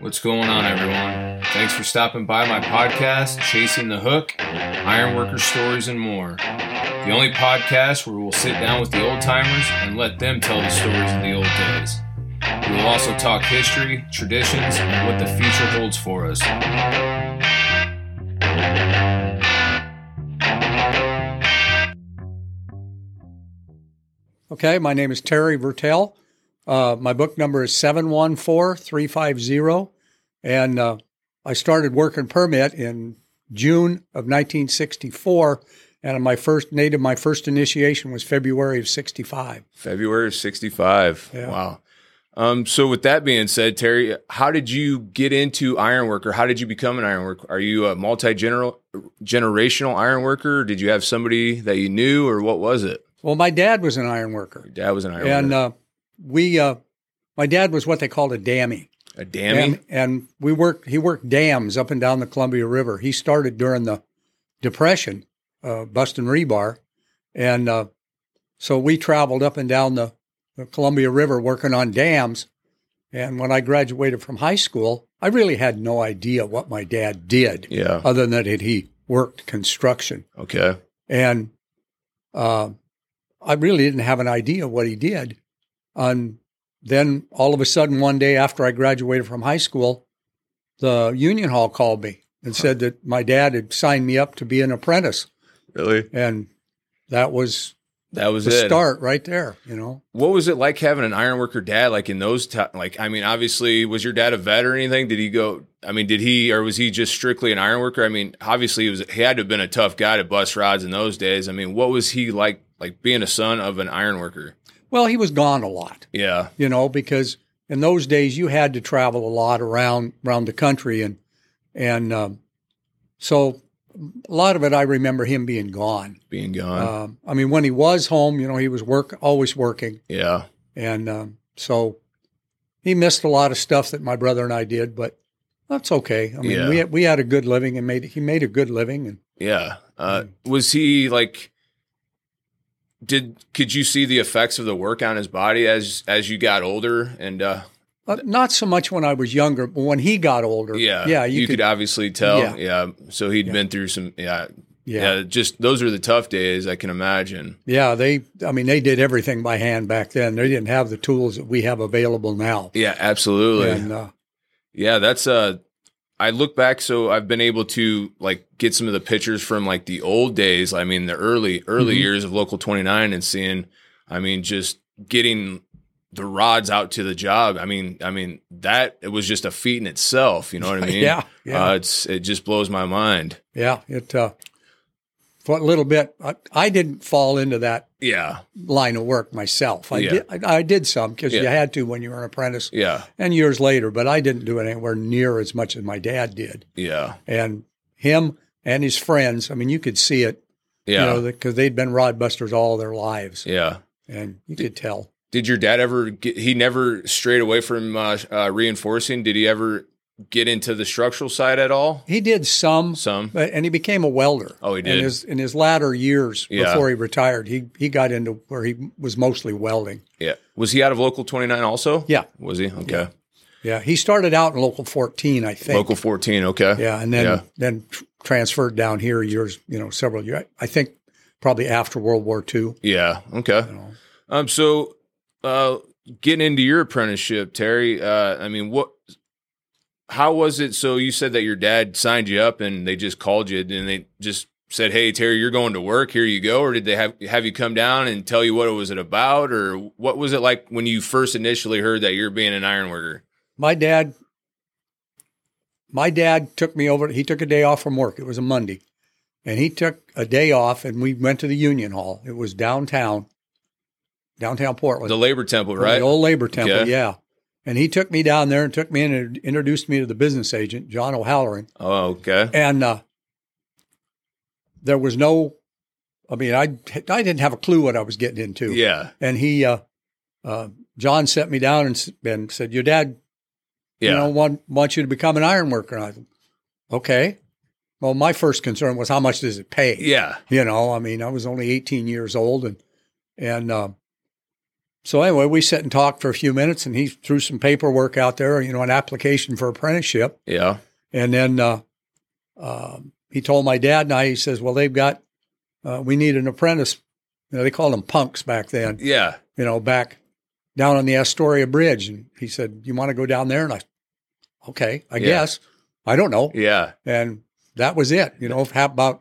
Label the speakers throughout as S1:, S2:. S1: What's going on, everyone? Thanks for stopping by my podcast, Chasing the Hook, Ironworker Stories, and more. The only podcast where we'll sit down with the old timers and let them tell the stories of the old days. We will also talk history, traditions, and what the future holds for us.
S2: Okay, my name is Terry Vertel. Uh, my book number is 714350. And uh, I started work and permit in June of 1964. And my first native, my first initiation was February of 65.
S3: February of 65.
S2: Yeah.
S3: Wow. Um, so with that being said, Terry, how did you get into ironworker? How did you become an ironworker? Are you a multi-generational ironworker? Did you have somebody that you knew or what was it?
S2: Well, my dad was an iron worker.
S3: Your dad was an ironworker.
S2: And uh, we, uh, my dad was what they called a dammy.
S3: a dammy?
S2: And, and we worked. He worked dams up and down the Columbia River. He started during the Depression, uh, busting rebar, and uh, so we traveled up and down the, the Columbia River working on dams. And when I graduated from high school, I really had no idea what my dad did,
S3: Yeah.
S2: other than that he worked construction.
S3: Okay.
S2: And uh, I really didn't have an idea what he did. And then all of a sudden, one day after I graduated from high school, the union hall called me and said that my dad had signed me up to be an apprentice.
S3: Really?
S2: And that was
S3: That was
S2: the
S3: it.
S2: start right there, you know.
S3: What was it like having an ironworker dad? Like in those ti like I mean, obviously, was your dad a vet or anything? Did he go? I mean, did he or was he just strictly an ironworker? I mean, obviously, he was. He had to have been a tough guy to bust rods in those days. I mean, what was he like? Like being a son of an ironworker?
S2: Well, he was gone a lot,
S3: Yeah,
S2: you know, because in those days you had to travel a lot around around the country, and and um, so a lot of it I remember him being gone.
S3: being gone.
S2: Um, I mean, when he was home, you know, he was work always working,
S3: yeah,
S2: and um, so he missed a lot of stuff that my brother and I did, but that's okay. I mean,
S3: Yeah.
S2: we we had a good living and made he made a good living, and
S3: yeah. Uh, was he like? Did could you see the effects of the work on his body as as you got older and uh,
S2: uh, not so much when I was younger, but when he got older,
S3: yeah
S2: yeah,
S3: you, could, obviously tell
S2: Yeah.
S3: yeah, so he had been through some yeah
S2: yeah,
S3: Yeah. just those are the tough days I can imagine.
S2: yeah. They, I mean, they did everything by hand back then. They didn't have the tools that we have available now.
S3: Yeah, absolutely.
S2: And uh,
S3: Yeah, that's uh I look back so I've been able to like get some of the pictures from like the old days, I mean the early early
S2: Mhm.
S3: years of local 29 and seeing I mean just getting the rods out to the job. I mean, I mean that it was just a feat in itself, you know what I mean?
S2: yeah, yeah.
S3: Uh, it's it just blows my mind.
S2: yeah, it. Uh, for a little bit, I, I didn't fall into that
S3: Yeah.
S2: line of work myself. I
S3: Yeah.
S2: did I, I did some because you
S3: Yeah.
S2: had to when you were an apprentice
S3: Yeah.
S2: and years later, but I didn't do it anywhere near as much as my dad did.
S3: Yeah.
S2: And him and his friends, I mean, you could see it,
S3: Yeah.
S2: you know, because they'd been rod busters all their lives
S3: yeah.
S2: and you could tell.
S3: Did your dad ever get, he never strayed away from uh, uh, reinforcing? Did he ever get into the structural side at all?
S2: He did some,
S3: Some.
S2: but, and he became a welder.
S3: Oh, he
S2: In
S3: did?
S2: his, in his latter years
S3: Yeah.
S2: before he retired, he, he got into where he was mostly welding.
S3: Yeah. Was he out of local 29 also?
S2: Yeah.
S3: Was he? Okay.
S2: Yeah. He started out in Local 14, I think.
S3: Local 14. Okay.
S2: Yeah, and then
S3: Yeah.
S2: then tr- transferred down here years, you know, several years. I think probably after World War II.
S3: Yeah. Okay.
S2: You know.
S3: Um, so, uh, getting into your apprenticeship, Terry, uh, I mean, what, how was it? So you said that your dad signed you up and they just called you and they just said, Hey, Terry, you're going to work. Here you go. Or did they have, have you come down and tell you what it was it about? Or what was it like when you first initially heard that you're being an iron worker?
S2: My dad, my dad took me over. He took a day off from work. It was a Monday, and he took a day off, and we went to the Union Hall. It was downtown, downtown Portland,
S3: The labor temple, right?
S2: the old Labor Temple.
S3: Okay.
S2: Yeah, and he took me down there and took me in and introduced me to the business agent, John O'Halloran.
S3: oh, okay.
S2: and uh, there was no i mean i i didn't have a clue what i was getting into
S3: Yeah.
S2: and he uh, uh, john set me down and, s- and said your dad
S3: Yeah.
S2: you know want, wants you to become an iron worker and i thought okay well my first concern was how much does it pay
S3: yeah.
S2: you know i mean i was only 18 years old and and uh, So anyway, we sat and talked for a few minutes, and he threw some paperwork out there, you know, an application for apprenticeship,
S3: Yeah.
S2: and then uh, um he told my dad and I. He says, "Well, they've got, uh, we need an apprentice. You know, they called them punks back then.
S3: Yeah.
S2: You know, back down on the Astoria Bridge." And he said, "You want to go down there?" And I, okay, I
S3: Yeah.
S2: guess. I don't know.
S3: Yeah.
S2: and that was it. You know, how about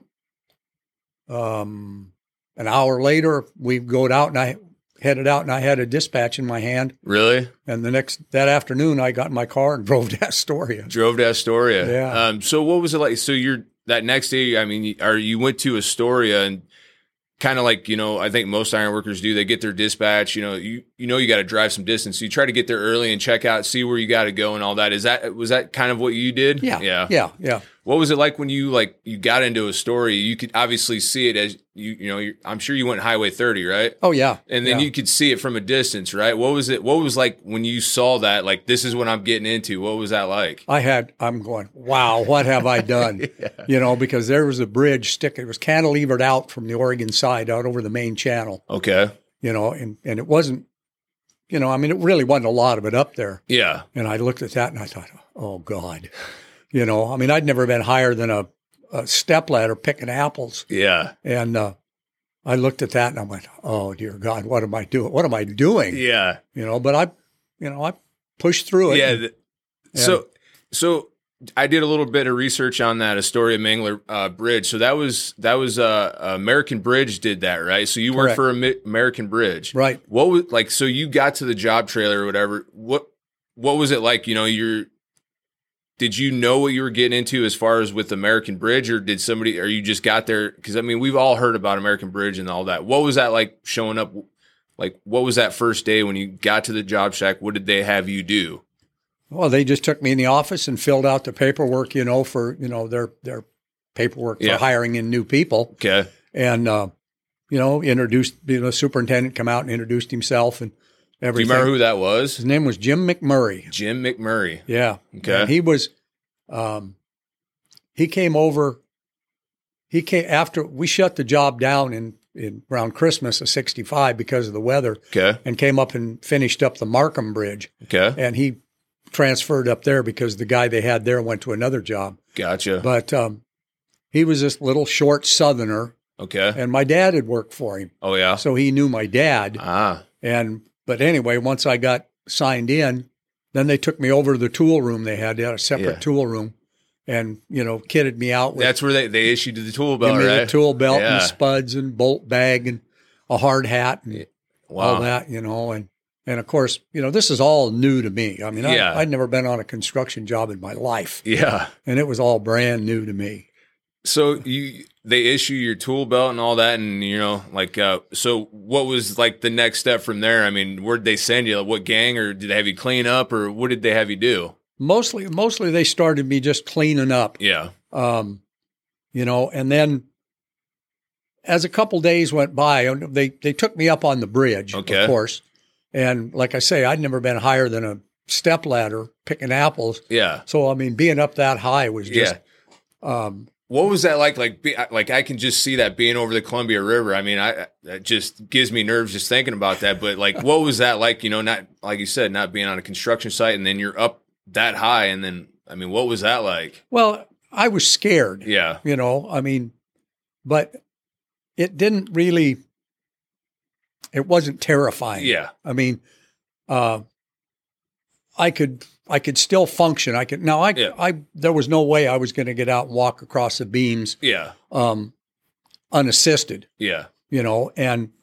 S2: um, an hour later, we go out and I headed out and I had a dispatch in my hand.
S3: Really?
S2: And the next that afternoon, I got in my car and drove to Astoria.
S3: Drove to Astoria.
S2: Yeah.
S3: Um, so what was it like? So you're that next day, I mean, or you went to Astoria and kind of like, you know, I think most iron workers do, they get their dispatch, you know, you, you know, you got to drive some distance. So you try to get there early and check out, see where you got to go and all that. Is that, was that kind of what you did?
S2: Yeah,
S3: Yeah.
S2: yeah, yeah.
S3: What was it like when you like, you got into Astoria? You could obviously see it as you, you know, you're, I'm sure you went highway 30, right?
S2: Oh yeah.
S3: and then
S2: yeah.
S3: you could see it from a distance, right? What was it? What was like when you saw that? Like this is what I'm getting into. What was that like?
S2: I had. I'm going. Wow, what have I done? You know, because there was a bridge sticking. It was cantilevered out from the Oregon side out over the main channel.
S3: Okay,
S2: You know, and and it wasn't. You know, I mean, it really wasn't a lot of it up there.
S3: yeah,
S2: And I looked at that and I thought, oh God, you know, I mean, I'd never been higher than a, a step ladder picking apples.
S3: yeah,
S2: And uh, I looked at that and I went, oh dear God, what am I doing? What am I doing?
S3: yeah,
S2: You know, but I, you know, I pushed through it.
S3: yeah.
S2: And-
S3: th- So, so I did a little bit of research on that Astoria Mangler uh, Bridge. So that was that was uh, American Bridge did that, right? So you worked
S2: Correct.
S3: for Ami- American Bridge,
S2: right.
S3: What was like? So you got to the job trailer or whatever. What what was it like? You know, you're. Did you know what you were getting into as far as with American Bridge, or did somebody, or you just got there? Because I mean, we've all heard about American Bridge and all that. What was that like showing up? Like, what was that first day when you got to the job shack? What did they have you do?
S2: Well, they just took me in the office and filled out the paperwork, you know, for, you know, their, their paperwork
S3: Yeah.
S2: for hiring in new people.
S3: Okay,
S2: and uh, you know introduced you know superintendent come out and introduced himself and
S3: do you
S2: everything.
S3: remember who that was?
S2: His name was Jim McMurray.
S3: Jim McMurray.
S2: Yeah,
S3: Okay.
S2: And he was um, he came over. He came after we shut the job down in, in around Christmas of '65 because of the weather,
S3: Okay,
S2: and came up and finished up the Markham Bridge,
S3: okay,
S2: and he transferred up there because the guy they had there went to another job.
S3: gotcha.
S2: But um, he was this little short Southerner,
S3: okay,
S2: and my dad had worked for him.
S3: oh yeah,
S2: So he knew my dad.
S3: ah,
S2: And but anyway, once I got signed in, then they took me over to the tool room they had. They had a separate
S3: Yeah.
S2: tool room, and you know, kitted me out with
S3: that's where they they issued you the tool
S2: give
S3: belt,
S2: me
S3: right?
S2: the tool belt
S3: Yeah.
S2: and spuds and bolt bag and a hard hat and
S3: Yeah.
S2: all that, you know, and. And of course, you know, this is all new to me. I mean,
S3: Yeah.
S2: I, I'd never been on a construction job in my life,
S3: Yeah.
S2: and it was all brand new to me.
S3: So you they issue your tool belt and all that, and you know, like, uh, so what was like the next step from there? I mean, where'd they send you? Like, what gang, or did they have you clean up, or what did they have you do?
S2: Mostly, mostly they started me just cleaning up.
S3: Yeah,
S2: um, you know, and then as a couple days went by, and they they took me up on the bridge,
S3: Okay.
S2: of course, and like I say, I'd never been higher than a step ladder picking apples.
S3: yeah.
S2: So I mean, being up that high was just,
S3: Yeah.
S2: um,
S3: What was that like? Like, be, like I can just see that being over the Columbia River. I mean, I that just gives me nerves just thinking about that. But like, what was that like? You know, not like you said, not being on a construction site, and then you're up that high, and then I mean, what was that like?
S2: well, I was scared,
S3: Yeah,
S2: you know. I mean, but it didn't really, it wasn't terrifying.
S3: yeah,
S2: I mean, uh, I could I could still function. I could now. I
S3: Yeah.
S2: I there was no way I was going to get out and walk across the beams
S3: yeah,
S2: um, unassisted,
S3: yeah,
S2: you know. And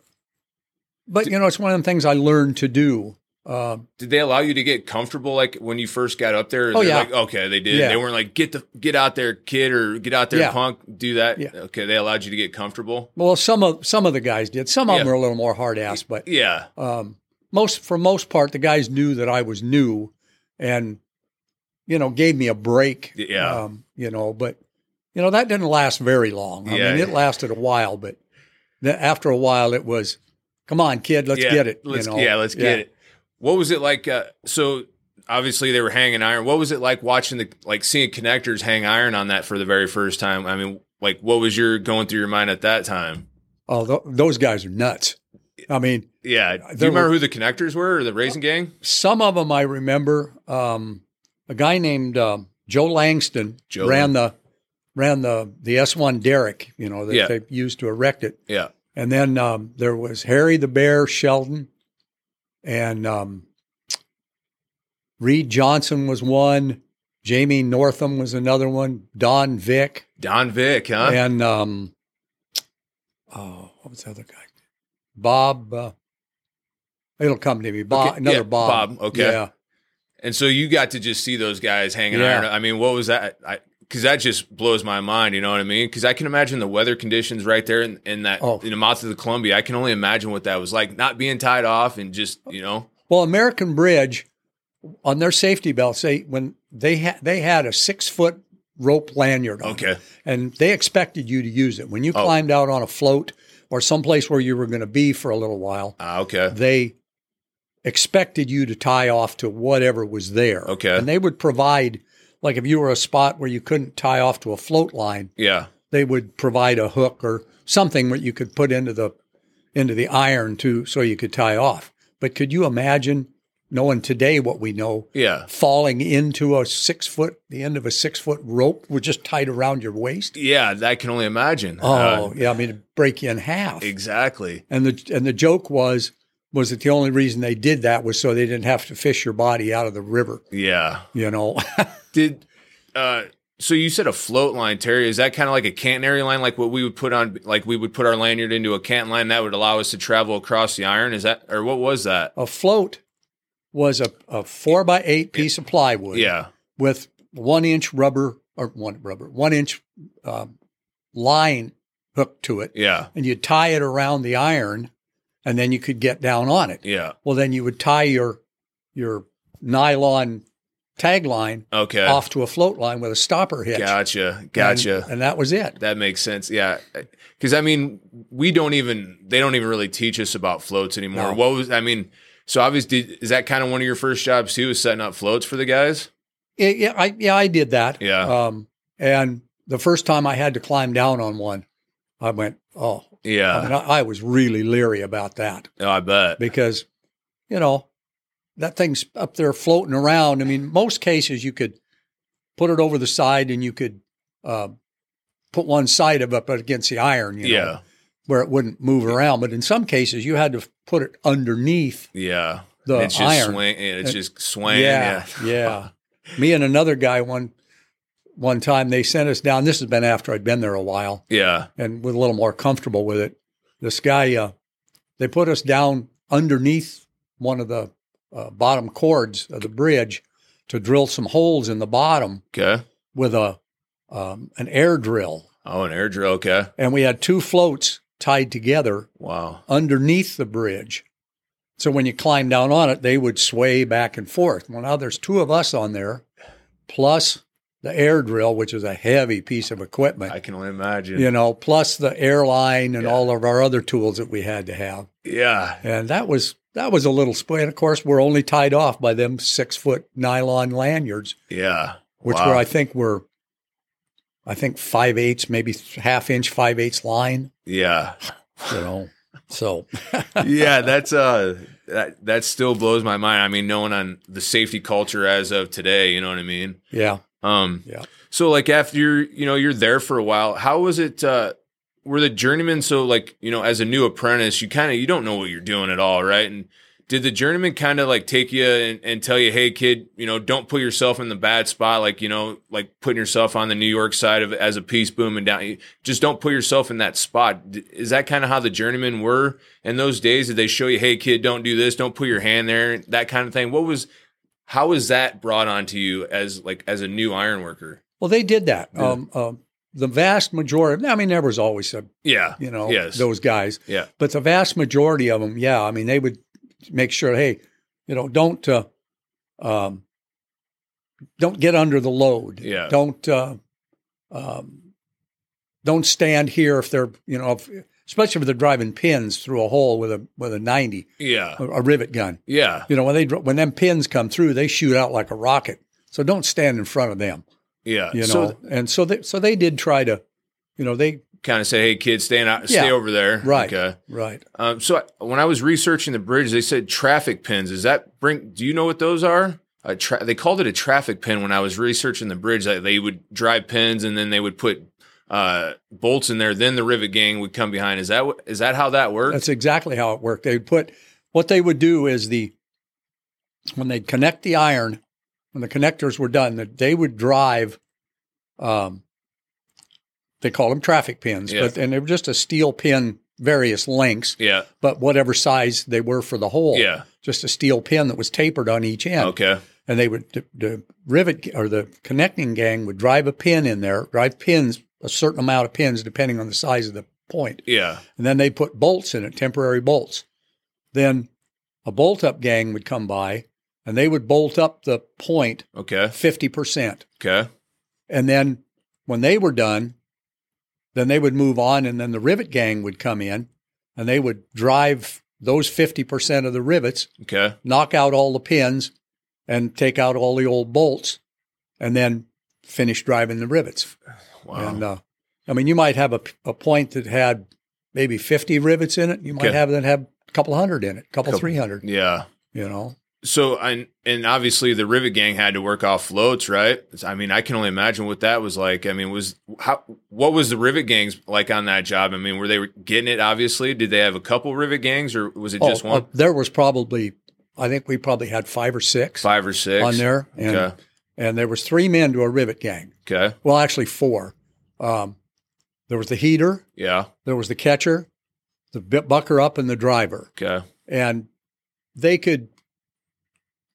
S2: but you know, it's one of the things I learned to do. Um
S3: Did they allow you to get comfortable like when you first got up there?
S2: Oh,
S3: They're
S2: yeah.
S3: Like, okay, they did.
S2: Yeah.
S3: They weren't like get the get out there, kid, or get out there,
S2: Yeah.
S3: punk. Do that.
S2: Yeah.
S3: Okay, they allowed you to get comfortable.
S2: well, some of some of the guys did. Some of them
S3: Yeah.
S2: were a little more hard ass, but
S3: Yeah,
S2: um, most for most part, the guys knew that I was new, and you know gave me a break.
S3: Yeah.
S2: Um, you know, but you know that didn't last very long. I
S3: Yeah.
S2: mean, it lasted a while, but then after a while, it was, "Come on, kid, let's
S3: Yeah.
S2: get it."
S3: Let's,
S2: you know?
S3: Yeah, let's get it. What was it like? Uh, so obviously they were hanging iron. What was it like watching the like seeing connectors hang iron on that for the very first time? I mean, like what was your going through your mind at that time?
S2: Oh, th- those guys are nuts. I mean,
S3: Yeah. Do you
S2: There
S3: remember
S2: were-
S3: who the connectors were or the Raisin Gang?
S2: some of them I remember. Um, a guy named um Joe Langston
S3: Joe
S2: ran the ran the the S one derrick, you know, that
S3: Yeah.
S2: they used to erect it.
S3: Yeah.
S2: And then um, there was Harry the Bear Sheldon, and um, Reed Johnson was one. Jamie Northam was another one. Don Vick
S3: Don Vick, huh?
S2: and um, oh, what was the other guy? Bob. Uh, it'll come to me. Bob,
S3: Okay,
S2: another
S3: yeah,
S2: Bob.
S3: Bob, okay.
S2: Yeah.
S3: And so you got to just see those guys hanging
S2: Yeah.
S3: out. I mean, what was that? I because that just blows my mind. You know what I mean? Because I can imagine the weather conditions right there in, in that
S2: Oh.
S3: in the mouth of the Columbia. I can only imagine what that was like. Not being tied off and just you know,
S2: Well, American Bridge, on their safety belts, they when they had they had a six foot rope lanyard. On it,
S3: okay,
S2: and they expected you to use it when you
S3: Oh.
S2: climbed out on a float or someplace where you were going to be for a little while.
S3: Ah, okay,
S2: They expected you to tie off to whatever was there.
S3: Okay.
S2: and they would provide. Like if you were a spot where you couldn't tie off to a float line,
S3: yeah,
S2: they would provide a hook or something that you could put into the into the iron to so you could tie off. But could you imagine knowing today what we know,
S3: yeah,
S2: falling into a six foot the end of a six foot rope was just tied around your waist?
S3: yeah. Uh, I can only imagine.
S2: Oh
S3: Uh,
S2: yeah, I mean it'd break you in half.
S3: exactly.
S2: And the and the joke was was that the only reason they did that was so they didn't have to fish your body out of the river,
S3: Yeah.
S2: you know.
S3: Did uh so you said a float line, Terry. Is that kind of like a cantonary line, like what we would put on, like we would put our lanyard into a cant line that would allow us to travel across the iron? Is that, or what was that?
S2: a float was a, a four by eight piece of plywood.
S3: Yeah.
S2: with one inch rubber or one rubber, one inch um, line hooked to it,
S3: Yeah.
S2: and you tie it around the iron, and then you could get down on it.
S3: Yeah.
S2: Well, then you would tie your your nylon tag line
S3: Okay.
S2: off to a float line with a stopper hitch.
S3: Gotcha.
S2: And-
S3: Gotcha.
S2: And, that was it.
S3: that makes sense. Yeah. Cause I mean, we don't even, they don't even really teach us about floats anymore.
S2: No.
S3: What was, I mean, so obviously, did, is that kind of one of your first jobs too, was setting up floats for the guys?
S2: Yeah, yeah, I yeah I did that.
S3: Yeah.
S2: Um, and the first time I had to climb down on one, I went, oh,
S3: Yeah.
S2: I, mean, I, I was really leery about that.
S3: oh, I bet.
S2: because you know that thing's up there floating around. I mean, most cases you could put it over the side and you could uh, put one side of it up against the iron, you know,
S3: yeah.
S2: where it wouldn't move around. But in some cases, you had to put it underneath
S3: Yeah.
S2: the
S3: it's just
S2: iron.
S3: swing. And it's
S2: And-
S3: just swaying.
S2: yeah,
S3: Yeah.
S2: yeah. Me and another guy one one time they sent us down. This has been after I'd been there a while
S3: Yeah.
S2: and was a little more comfortable with it. This guy, uh, they put us down underneath one of the uh, bottom cords of the bridge to drill some holes in the bottom
S3: Okay.
S2: with a um, an air drill,
S3: Oh, an air drill. Okay.
S2: and we had two floats tied together
S3: Wow.
S2: underneath the bridge. So when you climb down on it, they would sway back and forth. Well, now there's two of us on there, plus the air drill, which is a heavy piece of equipment
S3: I can only imagine.
S2: you know, plus the airline and
S3: Yeah.
S2: all of our other tools that we had to have.
S3: Yeah.
S2: And that was that was a little split. And of course, we're only tied off by them six foot nylon lanyards,
S3: Yeah.
S2: which
S3: Wow.
S2: were I think were I think five eighths, maybe half inch, five eighths line.
S3: Yeah.
S2: You know, so
S3: yeah. That's, uh, that, that still blows my mind. I mean, knowing on the safety culture as of today, you know what I mean?
S2: yeah.
S3: Um,
S2: Yeah.
S3: So like after you're, you know, you're there for a while, how was it, uh, were the journeymen? So like, you know, as a new apprentice, you kind of, you don't know what you're doing at all. Right. And did the journeyman kind of like take you and, and tell you, Hey kid, you know, don't put yourself in the bad spot. Like, you know, like putting yourself on the New York side of as a piece booming down, You- just don't put yourself in that spot. D- Is that kind of how the journeymen were in those days? Did they show you, Hey kid, don't do this. Don't put your hand there. That kind of thing. What was, how was that brought onto you as like as a new iron worker?
S2: Well, they did that.
S3: Yeah.
S2: Um, um, the vast majority. I mean, there was always a
S3: Yeah.
S2: you know
S3: Yes.
S2: those guys.
S3: Yeah.
S2: But the vast majority of them, yeah, I mean, they would make sure, hey, you know, don't uh, um, don't get under the load.
S3: Yeah.
S2: Don't uh, um, don't stand here if they're you know, if, especially if they're driving pins through a hole with a with a ninety,
S3: Yeah.
S2: a, a rivet gun.
S3: Yeah.
S2: You know, when they dr- when them pins come through, they shoot out like a rocket. So don't stand in front of them
S3: Yeah.
S2: you know,
S3: Uh, so
S2: and so they so they did try to, you know, they
S3: kind of say, "Hey, kids, stay in, stay
S2: Yeah.
S3: over there."
S2: Right.
S3: Okay.
S2: Right.
S3: Um, so I, when I was researching the bridge, they said traffic pins. Is that bring? Do you know what those are? A tra- they called it a traffic pin when I was researching the bridge. That they would drive pins and then they would put uh, bolts in there. Then the rivet gang would come behind. Is that what- is that how that worked?
S2: That's exactly how it worked. They'd put what they would do is the when they'd connect the iron, when the connectors were done, that they would drive. Um, they call them traffic pins,
S3: Yeah.
S2: but and they were just a steel pin, various lengths,
S3: yeah.
S2: but whatever size they were for the hole.
S3: Yeah.
S2: just a steel pin that was tapered on each end.
S3: Okay.
S2: and they would the, the rivet or the connecting gang would drive a pin in there, drive pins a certain amount of pins depending on the size of the point,
S3: Yeah.
S2: and then they put bolts in it, temporary bolts. Then a bolt up gang would come by, and they would bolt up the point
S3: Okay.
S2: fifty percent,
S3: Okay.
S2: and then when they were done, then they would move on, and then the rivet gang would come in, and they would drive those fifty percent of the rivets
S3: Okay.
S2: knock out all the pins and take out all the old bolts and then finish driving the rivets.
S3: Wow.
S2: And uh, I mean, you might have a, a point that had maybe 50 rivets in it. You might
S3: Okay.
S2: have that have a couple hundred in it, a couple,
S3: Couple.
S2: 300,
S3: yeah.
S2: you know.
S3: So and and obviously the Rivet Gang had to work off floats, right? It's- I mean, I can only imagine what that was like. I mean, was how what was the Rivet Gangs like on that job? I mean, were they getting it? Obviously, did they have a couple Rivet Gangs, or was it just
S2: Oh,
S3: one,
S2: uh, there was probably, I think we probably had five or six
S3: five or six
S2: on there. And,
S3: Okay,
S2: and there was three men to a rivet gang.
S3: okay,
S2: Well, actually four. Um, there was the heater,
S3: yeah,
S2: there was the catcher, the bu- bucker up, and the driver.
S3: okay,
S2: and they could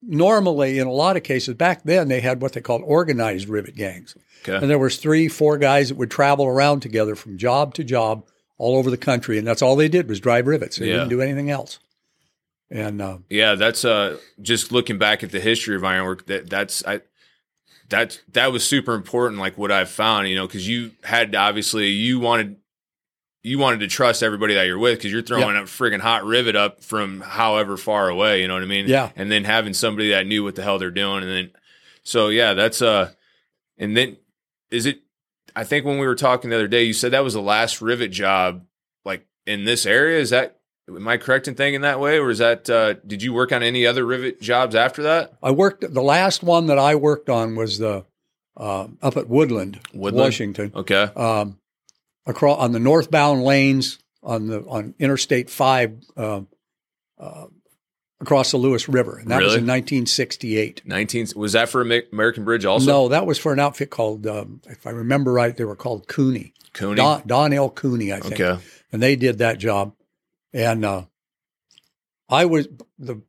S2: normally in a lot of cases back then they had what they called organized rivet gangs
S3: okay,
S2: and there was three four guys that would travel around together from job to job all over the country and that's all they did was drive rivets they
S3: Yeah.
S2: didn't do anything else and uh,
S3: yeah. That's uh, just looking back at the history of ironwork. That that's I. That that was super important. Like what I found, you know, because you had to, obviously you wanted you wanted to trust everybody that you're with because you're throwing a friggin' hot rivet up from however far away. You know what I mean?
S2: Yeah.
S3: And then having somebody that knew what the hell they're doing, and then so yeah, that's uh, and then is it? I think when we were talking the other day, you said that was the last rivet job like in this area. Is that am I correct in thinking that way, or is that uh, did you work on any other rivet jobs after that?
S2: i worked the last one that i worked on was the uh, up at woodland,
S3: Woodland?
S2: washington
S3: Okay.
S2: um, across on the northbound lanes on the on Interstate Five uh, uh, across the Lewis River, and that was
S3: Really?
S2: in 1968.
S3: 19 was that for Ami- American Bridge also?
S2: no, that was for an outfit called, um, if I remember right, they were called Cooney,
S3: Cooney.
S2: Don, Don L. Cooney, I think,
S3: okay.
S2: and they did that job. And uh, I was the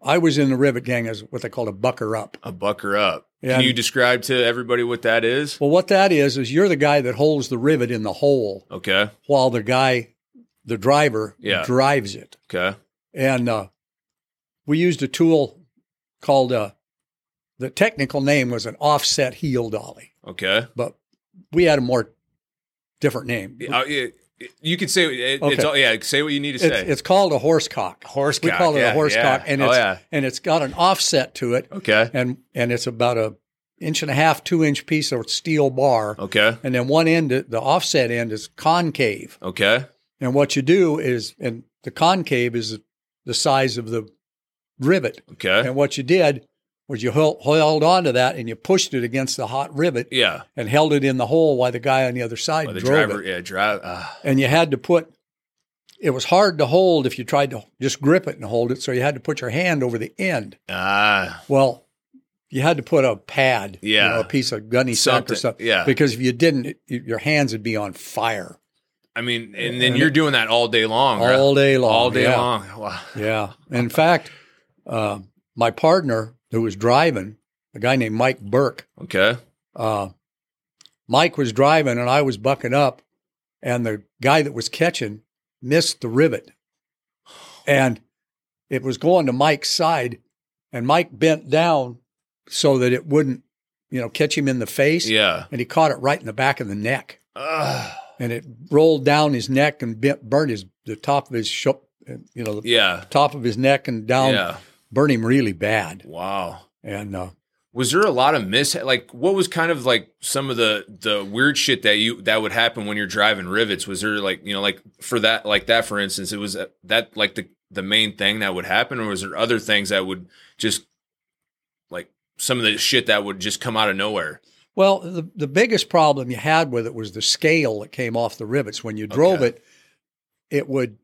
S2: I was in the Rivet Gang as what they called a bucker up.
S3: A bucker up.
S2: Yeah.
S3: Can you describe to everybody what that is?
S2: Well, what that is is you're the guy that holds the rivet in the hole
S3: Okay.
S2: while the guy, the driver,
S3: Yeah.
S2: drives it.
S3: Okay.
S2: and uh, we used a tool called uh, the technical name was an offset heel dolly,
S3: Okay.
S2: but we had a more different name.
S3: Yeah, uh, yeah, you could say it, it's
S2: Okay.
S3: all, yeah. Say what you need to
S2: It's,
S3: say.
S2: it's called a horse cock.
S3: horse.
S2: We
S3: cock,
S2: call it
S3: yeah,
S2: a horse
S3: yeah.
S2: cock, and
S3: oh
S2: it's
S3: yeah.
S2: and it's got an offset to it,
S3: Okay.
S2: and and it's about a inch and a half, two inch piece of steel bar,
S3: Okay.
S2: and then one end, the offset end is concave,
S3: Okay.
S2: and what you do is, and the concave is the size of the rivet,
S3: Okay.
S2: And what you did was you hel- held on to that and you pushed it against the hot rivet
S3: Yeah.
S2: and held it in the hole while the guy on the other side
S3: Well, the
S2: drove
S3: driver.
S2: it.
S3: Yeah. Drive. Uh,
S2: And you had to put it was hard to hold if you tried to just grip it and hold it, so you had to put your hand over the end.
S3: ah.
S2: Well, you had to put a pad, you
S3: Yeah.
S2: know, a piece of gunny sack or
S3: Something,
S2: something,
S3: yeah.
S2: Because if you didn't, it, you- your hands would be on fire
S3: I mean, and
S2: And
S3: then
S2: it-
S3: you're doing that all day long. right?
S2: all day long,
S3: All day
S2: yeah.
S3: long. Wow.
S2: Yeah. In fact, uh, my partner who was driving, a guy named Mike Burke,
S3: Okay.
S2: uh, Mike was driving and I was bucking up, and the guy that was catching missed the rivet. And it was going to Mike's side, and Mike bent down so that it wouldn't, you know, catch him in the face.
S3: Yeah.
S2: And he caught it right in the back of the neck,
S3: Ugh.
S2: and it rolled down his neck and bent, burned his the top of his sh- you know, the
S3: yeah.
S2: Um, top of his neck and down,
S3: Yeah.
S2: burned him really bad.
S3: Wow.
S2: And uh,
S3: was there a lot of mis like what was kind of like some of the the weird shit that you that would happen when you're driving rivets was there like you know like for that like that for instance it was that- that like the the main thing that would happen or was there other things that would just like some of the shit that would just come out of nowhere
S2: Well, the, the biggest problem you had with it was the scale that came off the rivets. When you drove
S3: Okay.
S2: it, it would,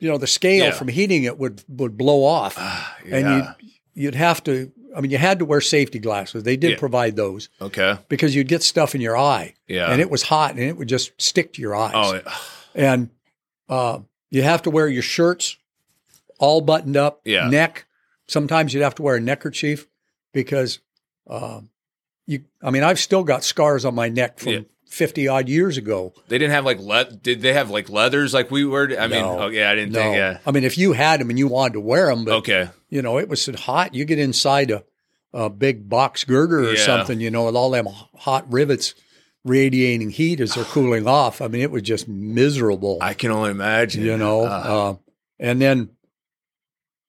S2: you know, the scale
S3: Yeah. Ah.
S2: from heating it would would blow off, and you'd, you'd have to. I mean, you had to wear safety glasses. They did
S3: Yeah.
S2: provide those
S3: okay
S2: because you'd get stuff in your eye,
S3: yeah
S2: and it was hot, and it would just stick to your eyes.
S3: oh it-
S2: And uh, you have to wear your shirts all buttoned up,
S3: Yeah.
S2: neck. Sometimes you'd have to wear a neckerchief because um, you. I mean, I've still got scars on my neck
S3: Yeah.
S2: from fifty odd years ago.
S3: they didn't have like le- did they have like leathers like we were i mean
S2: No.
S3: oh yeah i didn't think yeah
S2: I mean, if you had them and you wanted to wear them, but
S3: okay
S2: you know, it was so hot. You get inside a, a big box girder or
S3: Yeah.
S2: something, you know, with all them hot rivets radiating heat as they're cooling off. I mean, it was just miserable.
S3: i can only imagine
S2: you know.
S3: Ah.
S2: Uh, and then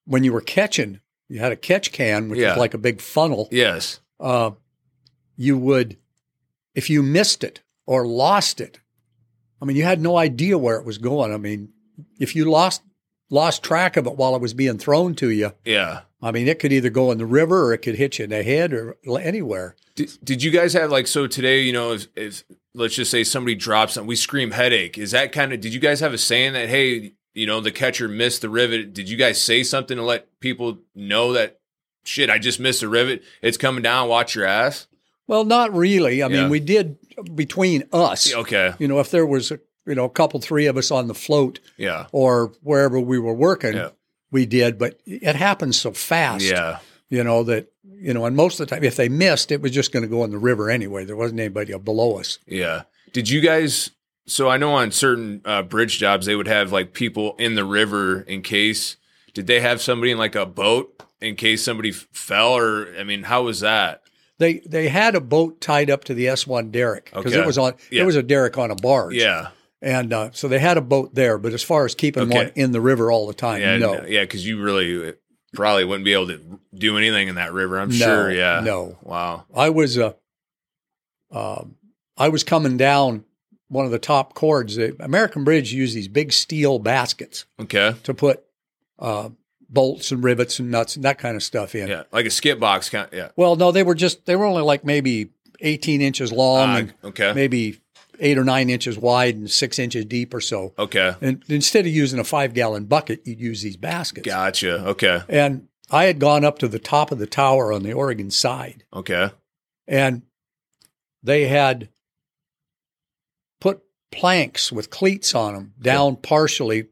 S2: when you were catching, you had a catch can, which
S3: Yeah.
S2: was like a big funnel.
S3: yes
S2: Uh, you would, if you missed it or lost it, I mean, you had no idea where it was going. I mean, if you lost lost track of it while it was being thrown to you,
S3: yeah
S2: I mean, it could either go in the river or it could hit you in the head or l- anywhere.
S3: Did, did you guys have like so today? You know, if, if let's just say somebody drops and we scream headache. Is that kind of? Did you guys have a saying that hey, you know, the catcher missed the rivet? Did you guys say something to let people know that shit? I just missed the rivet. It's coming down. Watch your ass.
S2: Well, not really. I
S3: Yeah.
S2: mean, we did between us.
S3: Okay.
S2: You know, if there was a, you know a couple, three of us on the float,
S3: Yeah.
S2: or wherever we were working,
S3: Yeah.
S2: we did. But it happened so fast,
S3: Yeah.
S2: you know, that, you know, and most of the time, if they missed, it was just going to go in the river anyway. There wasn't anybody up below us.
S3: Yeah. Did you guys? So I know on certain uh, bridge jobs they would have like people in the river in case. Did they have somebody in like a boat in case somebody f- fell or? I mean, how was that?
S2: They they had a boat tied up to the S one derrick because
S3: Okay.
S2: it was on
S3: Yeah.
S2: it was a derrick on a barge,
S3: Yeah.
S2: and uh, so they had a boat there. But as far as keeping
S3: Okay.
S2: one in the river all the time,
S3: Yeah,
S2: Uh, no,
S3: no, yeah, because you really uh, probably wouldn't be able to do anything in that river. I'm
S2: No,
S3: sure. Yeah.
S2: no.
S3: Wow.
S2: I was uh, um, I was coming down one of the top cords. The American Bridge used these big steel baskets
S3: Okay.
S2: to put uh, bolts and rivets and nuts and that kind of stuff in.
S3: Yeah, like a skip box kind. yeah.
S2: Well, no, they were just they were only like maybe eighteen inches long
S3: Ah,
S2: and
S3: okay.
S2: Um, maybe eight or nine inches wide and six inches deep or so.
S3: Okay.
S2: And instead of using a five gallon bucket, you'd use these baskets.
S3: Gotcha. Okay.
S2: And I had gone up to the top of the tower on the Oregon side.
S3: Okay.
S2: and they had put planks with cleats on them down partially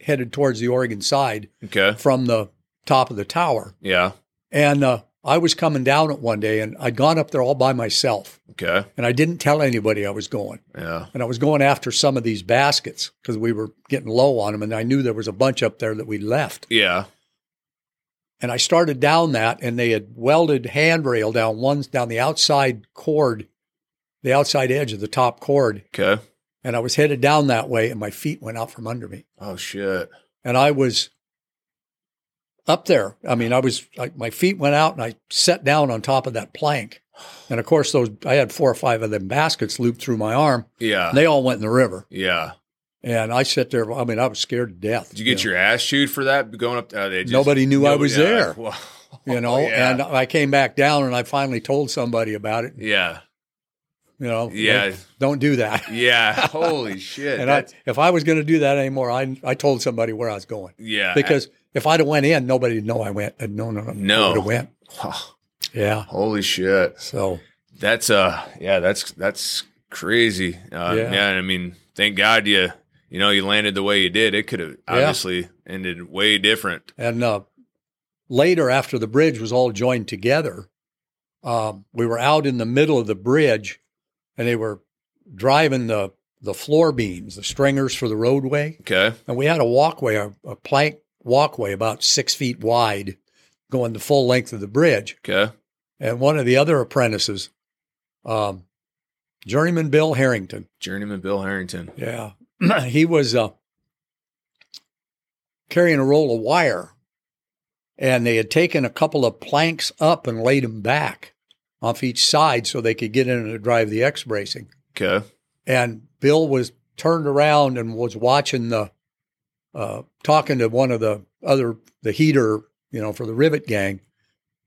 S2: headed towards the Oregon side
S3: Okay.
S2: from the top of the tower.
S3: Yeah.
S2: And uh, I was coming down it one day and I'd gone up there all by myself
S3: Okay.
S2: and I didn't tell anybody I was going.
S3: Yeah.
S2: And I was going after some of these baskets because we were getting low on them and I knew there was a bunch up there that we left.
S3: Yeah.
S2: And I started down that, and they had welded handrail down one down the outside cord, the outside edge of the top cord.
S3: Okay.
S2: And I was headed down that way, and my feet went out from under me,
S3: Oh shit.
S2: and I was up there. I mean, I was like my feet went out, and I sat down on top of that plank. And of course, those I had four or five of them baskets looped through my arm,
S3: Yeah.
S2: and they all went in the river.
S3: yeah.
S2: And I sat there. I mean, I was scared to death.
S3: Did you get
S2: know.
S3: your ass chewed for that going up? Uh, they just,
S2: Nobody knew I was
S3: yeah.
S2: there.
S3: Wow.
S2: You know,
S3: yeah.
S2: and I came back down, and I finally told somebody about it.
S3: yeah.
S2: You know,
S3: Yeah.
S2: like, don't do that.
S3: Yeah. Holy shit.
S2: Oh, and I,
S3: That's-
S2: if I was going to do that anymore, I I told somebody where I was going
S3: yeah.
S2: because if I'd have went in, nobody'd know I went. And no, no, no,
S3: No.
S2: would have went. Yeah.
S3: holy shit.
S2: So
S3: That's uh yeah, that's that's crazy. Uh yeah,
S2: Yeah.
S3: I mean, thank God you you know, you landed the way you did. It could have obviously ended way different.
S2: and uh, later, after the bridge was all joined together, um, we were out in the middle of the bridge, and they were driving the the floor beams, the stringers for the roadway.
S3: Okay.
S2: And we had a walkway, a, a plank walkway about six feet wide, going the full length of the bridge.
S3: Okay.
S2: And one of the other apprentices, um, journeyman Bill Harrington.
S3: Journeyman Bill Harrington.
S2: Yeah. he was uh, carrying a roll of wire, and they had taken a couple of planks up and laid them back. off each side so they could get in and drive the X bracing.
S3: Okay.
S2: And Bill was turned around and was watching the, uh, talking to one of the other, the heater, you know, for the rivet gang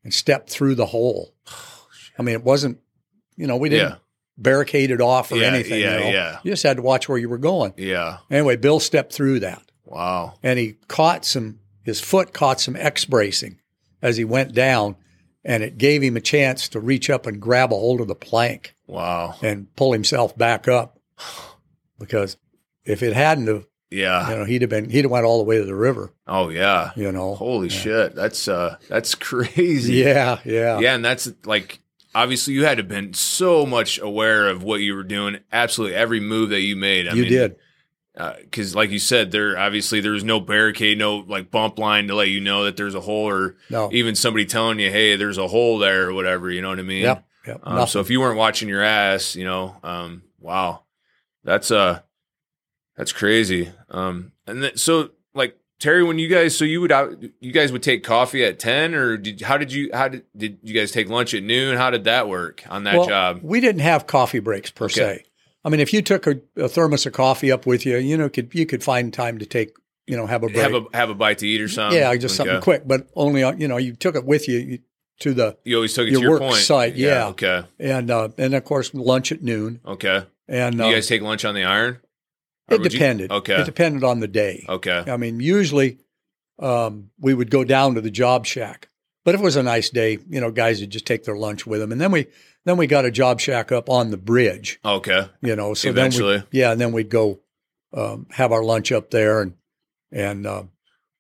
S2: and stepped through the hole. I mean, it wasn't, you know, we didn't
S3: Oh, Yeah.
S2: barricade it off or
S3: Yeah,
S2: anything.
S3: yeah,
S2: you know.
S3: yeah.
S2: You just had to watch where you were going.
S3: Yeah.
S2: Anyway, Bill stepped through that
S3: Wow.
S2: and he caught some his foot caught some X bracing as he went down, and it gave him a chance to reach up and grab a hold of the plank
S3: Wow.
S2: and pull himself back up. Because if it hadn't have,
S3: Yeah.
S2: you know, he'd have been he'd have went all the way to the river,
S3: Oh yeah.
S2: you know.
S3: Holy
S2: Yeah.
S3: shit. That's uh that's crazy.
S2: Yeah, yeah.
S3: Yeah, and that's like obviously you had to have been so much aware of what you were doing. Absolutely every move that you made. I
S2: you
S3: mean,
S2: did.
S3: because Uh, like you said, there obviously there was no barricade, no like bump line to let you know that there's a hole, or
S2: No.
S3: even somebody telling you, "Hey, there's a hole there" or whatever. You know what I mean?
S2: Yep. Yep.
S3: Um,
S2: nothing.
S3: so if you weren't watching your ass, you know, um, wow, that's uh that's crazy. Um, and then, so like Terry, when you guys, so you would out, you guys would take coffee at ten, or did how did you how did did you guys take lunch at noon? How did that work on that
S2: Well,
S3: job?
S2: We didn't have coffee breaks per
S3: Okay.
S2: se. I mean, if you took a, a thermos of coffee up with you, you know, could you could find time to take, you know, have a break.
S3: Have a have a bite to eat or something?
S2: yeah, just something
S3: Um, Okay.
S2: quick, but only on, you know, you took it with you, you to the
S3: You always took it
S2: your
S3: to your
S2: work
S3: point.
S2: site, yeah.
S3: Okay.
S2: and uh, and of course lunch at noon.
S3: Okay.
S2: And
S3: Do
S2: uh,
S3: you guys take lunch on the iron? Or
S2: it
S3: would you-
S2: depended.
S3: Okay. Oh.
S2: it depended on the day.
S3: Okay.
S2: I mean, usually um, we would go down to the job shack, but if it was a nice day, you know, guys would just take their lunch with them, and then we then we got a job shack up on the bridge,
S3: Okay.
S2: you know. So
S3: Eventually.
S2: then we, yeah, and then we'd go um, have our lunch up there, and and uh,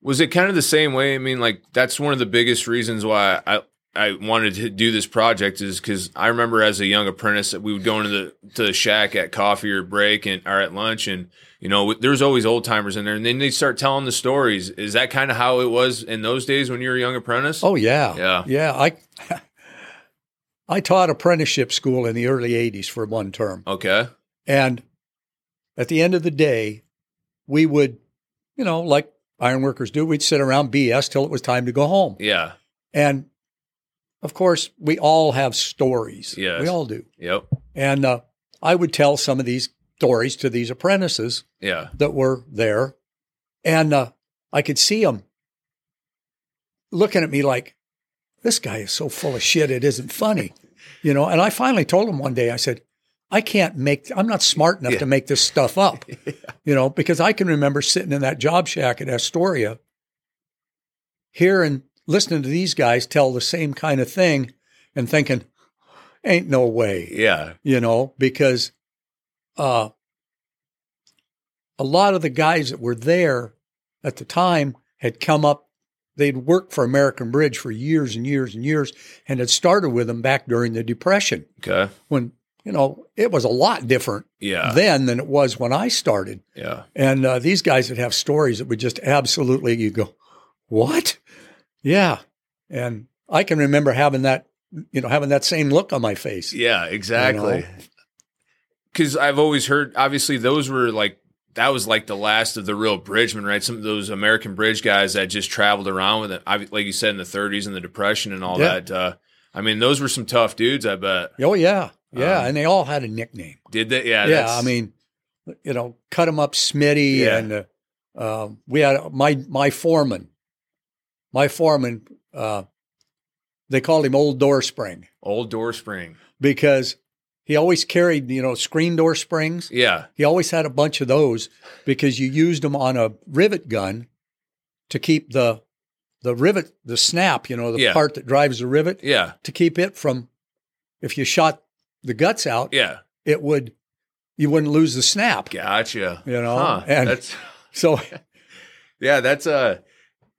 S3: Was it kind of the same way? I mean, like that's one of the biggest reasons why I I wanted to do this project is because I remember as a young apprentice that we would go into the to the shack at coffee or break and or at lunch and you know there's always old timers in there and then they start telling the stories. Is that kind of how it was in those days when you were a young apprentice?
S2: oh yeah,
S3: Yeah.
S2: yeah, I. I taught apprenticeship school in the early 80s for one term.
S3: Okay.
S2: And at the end of the day, we would, you know, like ironworkers do, we'd sit around BS till it was time to go home.
S3: Yeah.
S2: And of course, we all have stories.
S3: Yes.
S2: We all do.
S3: Yep.
S2: And uh, I would tell some of these stories to these apprentices
S3: Yeah.
S2: that were there. And uh, I could see them looking at me like, this guy is so full of shit, it isn't funny. You know, and I finally told him one day, I said, I can't make, I'm not smart enough
S3: Yeah.
S2: to make this stuff up, you know, because I can remember sitting in that job shack at Astoria, hearing, listening to these guys tell the same kind of thing and thinking, ain't no way
S3: Yeah.
S2: you know, because uh, a lot of the guys that were there at the time had come up. They'd worked for American Bridge for years and years and years, and had started with them back during the Depression
S3: Okay.
S2: when you know it was a lot different
S3: Yeah.
S2: then than it was when I started.
S3: Yeah.
S2: And uh, these guys would have stories that would just absolutely you go, what? Yeah, and I can remember having that, you know, having that same look on my face.
S3: Yeah. Exactly.
S2: know?
S3: because I've always heard. Obviously, those were like that was like the last of the real bridgemen, right? Some of those American bridge guys that just traveled around with it, Obvi- like you said in the 30s and the Depression and all
S2: Yeah.
S3: that. Uh, I mean, those were some tough dudes. I bet
S2: Oh yeah, yeah,
S3: Um,
S2: and they all had a nickname.
S3: did they? Yeah,
S2: yeah,
S3: that's-
S2: I mean, you know, cut them up, Smitty,
S3: Yeah.
S2: and uh, um we had my my foreman, my foreman. Uh, they called him Old Door Spring
S3: old door spring.
S2: because he always carried you know screen door springs.
S3: Yeah,
S2: He always had a bunch of those because you used them on a rivet gun to keep the the rivet the snap you know the
S3: Yeah.
S2: part that drives the rivet
S3: yeah,
S2: to keep it from if you shot the guts out
S3: yeah.
S2: it would you wouldn't lose the snap.
S3: Gotcha.
S2: You know,
S3: Huh,
S2: and-
S3: that's
S2: So
S3: yeah, that's uh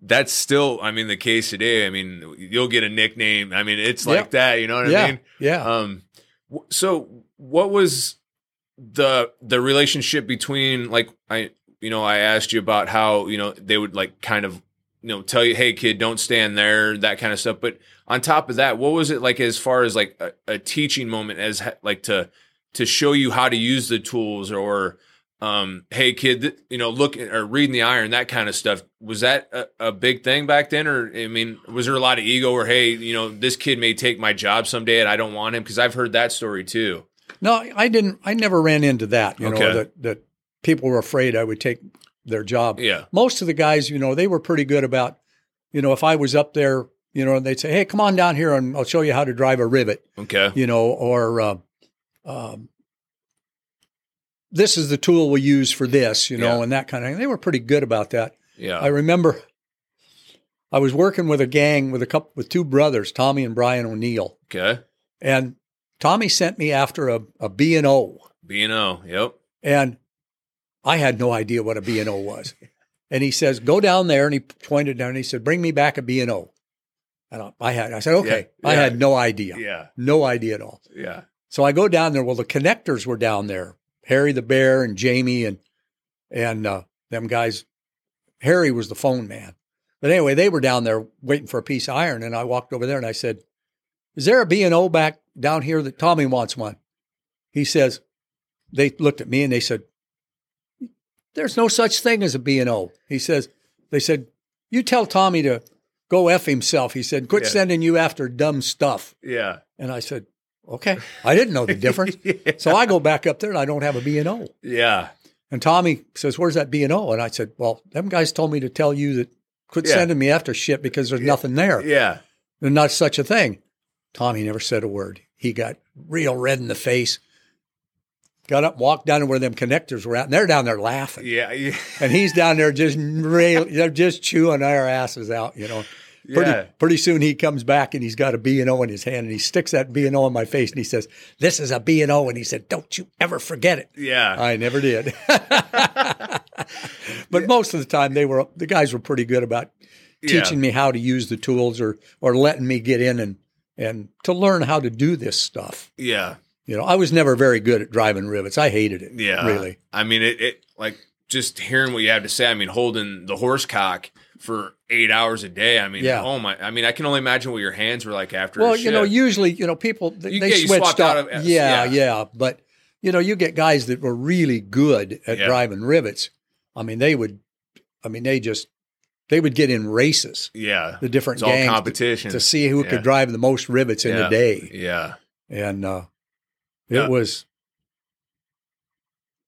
S3: that's still. I mean, the case today. I mean, you'll get a nickname. I mean, it's like
S2: Yeah.
S3: that. You know what I
S2: yeah,
S3: mean?
S2: yeah.
S3: Um, w- so what was the the relationship between like I you know I asked you about how you know they would like kind of you know tell you hey kid don't stand there that kind of stuff but on top of that what was it like as far as like a, a teaching moment as ha- like to to show you how to use the tools or um, hey kid, th- you know, look or reading the iron, that kind of stuff. Was that a, a big thing back then, or I mean, was there a lot of ego, or hey, you know, this kid may take my job someday, and I don't want him? Because I've heard that story too.
S2: No, I didn't. I never ran into that. You
S3: Okay.
S2: know that that people were afraid I would take their job.
S3: Yeah,
S2: Most of the guys, you know, they were pretty good about, you know, if I was up there, you know, and they'd say, "Hey, come on down here, and I'll show you how to drive a rivet,"
S3: okay,
S2: you know, or uh, um, this is the tool we use for this, you know,
S3: Yeah.
S2: and that kind of thing. They were pretty good about that.
S3: yeah,
S2: I remember I was working with a gang with a couple with two brothers, Tommy and Brian O'Neill,
S3: okay.
S2: and Tommy sent me after a, a B and O,
S3: B and O, yep,
S2: and I had no idea what a B and O was. And he says, "Go down there," and he pointed down. and He said, "Bring me back a B and O." And I- I had, I said, "Okay."
S3: Yeah,
S2: I
S3: yeah.
S2: had no idea,
S3: yeah,
S2: no idea at all.
S3: yeah,
S2: So I go down there. Well, the connectors were down there. Harry the bear and Jamie and and uh, them guys. Harry was the phone man. But anyway, they were down there waiting for a piece of iron, and I walked over there and I said, "Is there a B and O back down here that Tommy wants one?" He says. They looked at me and they said, "There's no such thing as a B and O." He says. They said, "You tell Tommy to go f himself." He said, "Quit
S3: Yeah.
S2: sending you after dumb stuff."
S3: yeah.
S2: And I said, okay. I didn't know the difference. So I go back up there and I don't have a B&O.
S3: yeah,
S2: And Tommy says, where's that B&O? And I said, well, them guys told me to tell you that quit
S3: Yeah.
S2: sending me after shit because there's nothing there.
S3: yeah,
S2: There's not such a thing. Tommy never said a word. He got real red in the face. Got up, walked down to where them connectors were at, and they're down there laughing.
S3: yeah, yeah.
S2: And he's down there just rail, they're just chewing our asses out, you know. Pretty,
S3: Yeah.
S2: pretty soon he comes back and he's got a B and O in his hand and he sticks that B and O in my face and he says, "This is a B and O," and he said, "Don't you ever forget it."
S3: yeah.
S2: I never did. but most of the time they were the guys were pretty good about
S3: Yeah.
S2: teaching me how to use the tools or or letting me get in and and to learn how to do this stuff.
S3: Yeah.
S2: You know, I was never very good at driving rivets. I hated it.
S3: Yeah.
S2: Really.
S3: I mean, it, it like just hearing what you have to say. I mean, holding the horse cock for eight hours a day. I mean,
S2: Yeah.
S3: oh my, I mean, I can only imagine what your hands were like after.
S2: Well,
S3: a
S2: you know,
S3: shift.
S2: usually, you know, people they,
S3: You-
S2: they
S3: yeah, you
S2: switched
S3: swapped
S2: up.
S3: out of-
S2: yeah,
S3: yeah.
S2: yeah, But you know, you get guys that were really good at
S3: Yeah.
S2: driving rivets. I mean, they would. I mean, they just they would get in races,
S3: yeah,
S2: the different
S3: it's all
S2: gangs, to-
S3: competition.
S2: to see who
S3: Yeah.
S2: could drive the most rivets in
S3: Yeah.
S2: a day,
S3: yeah.
S2: and uh,
S3: Yeah.
S2: it was.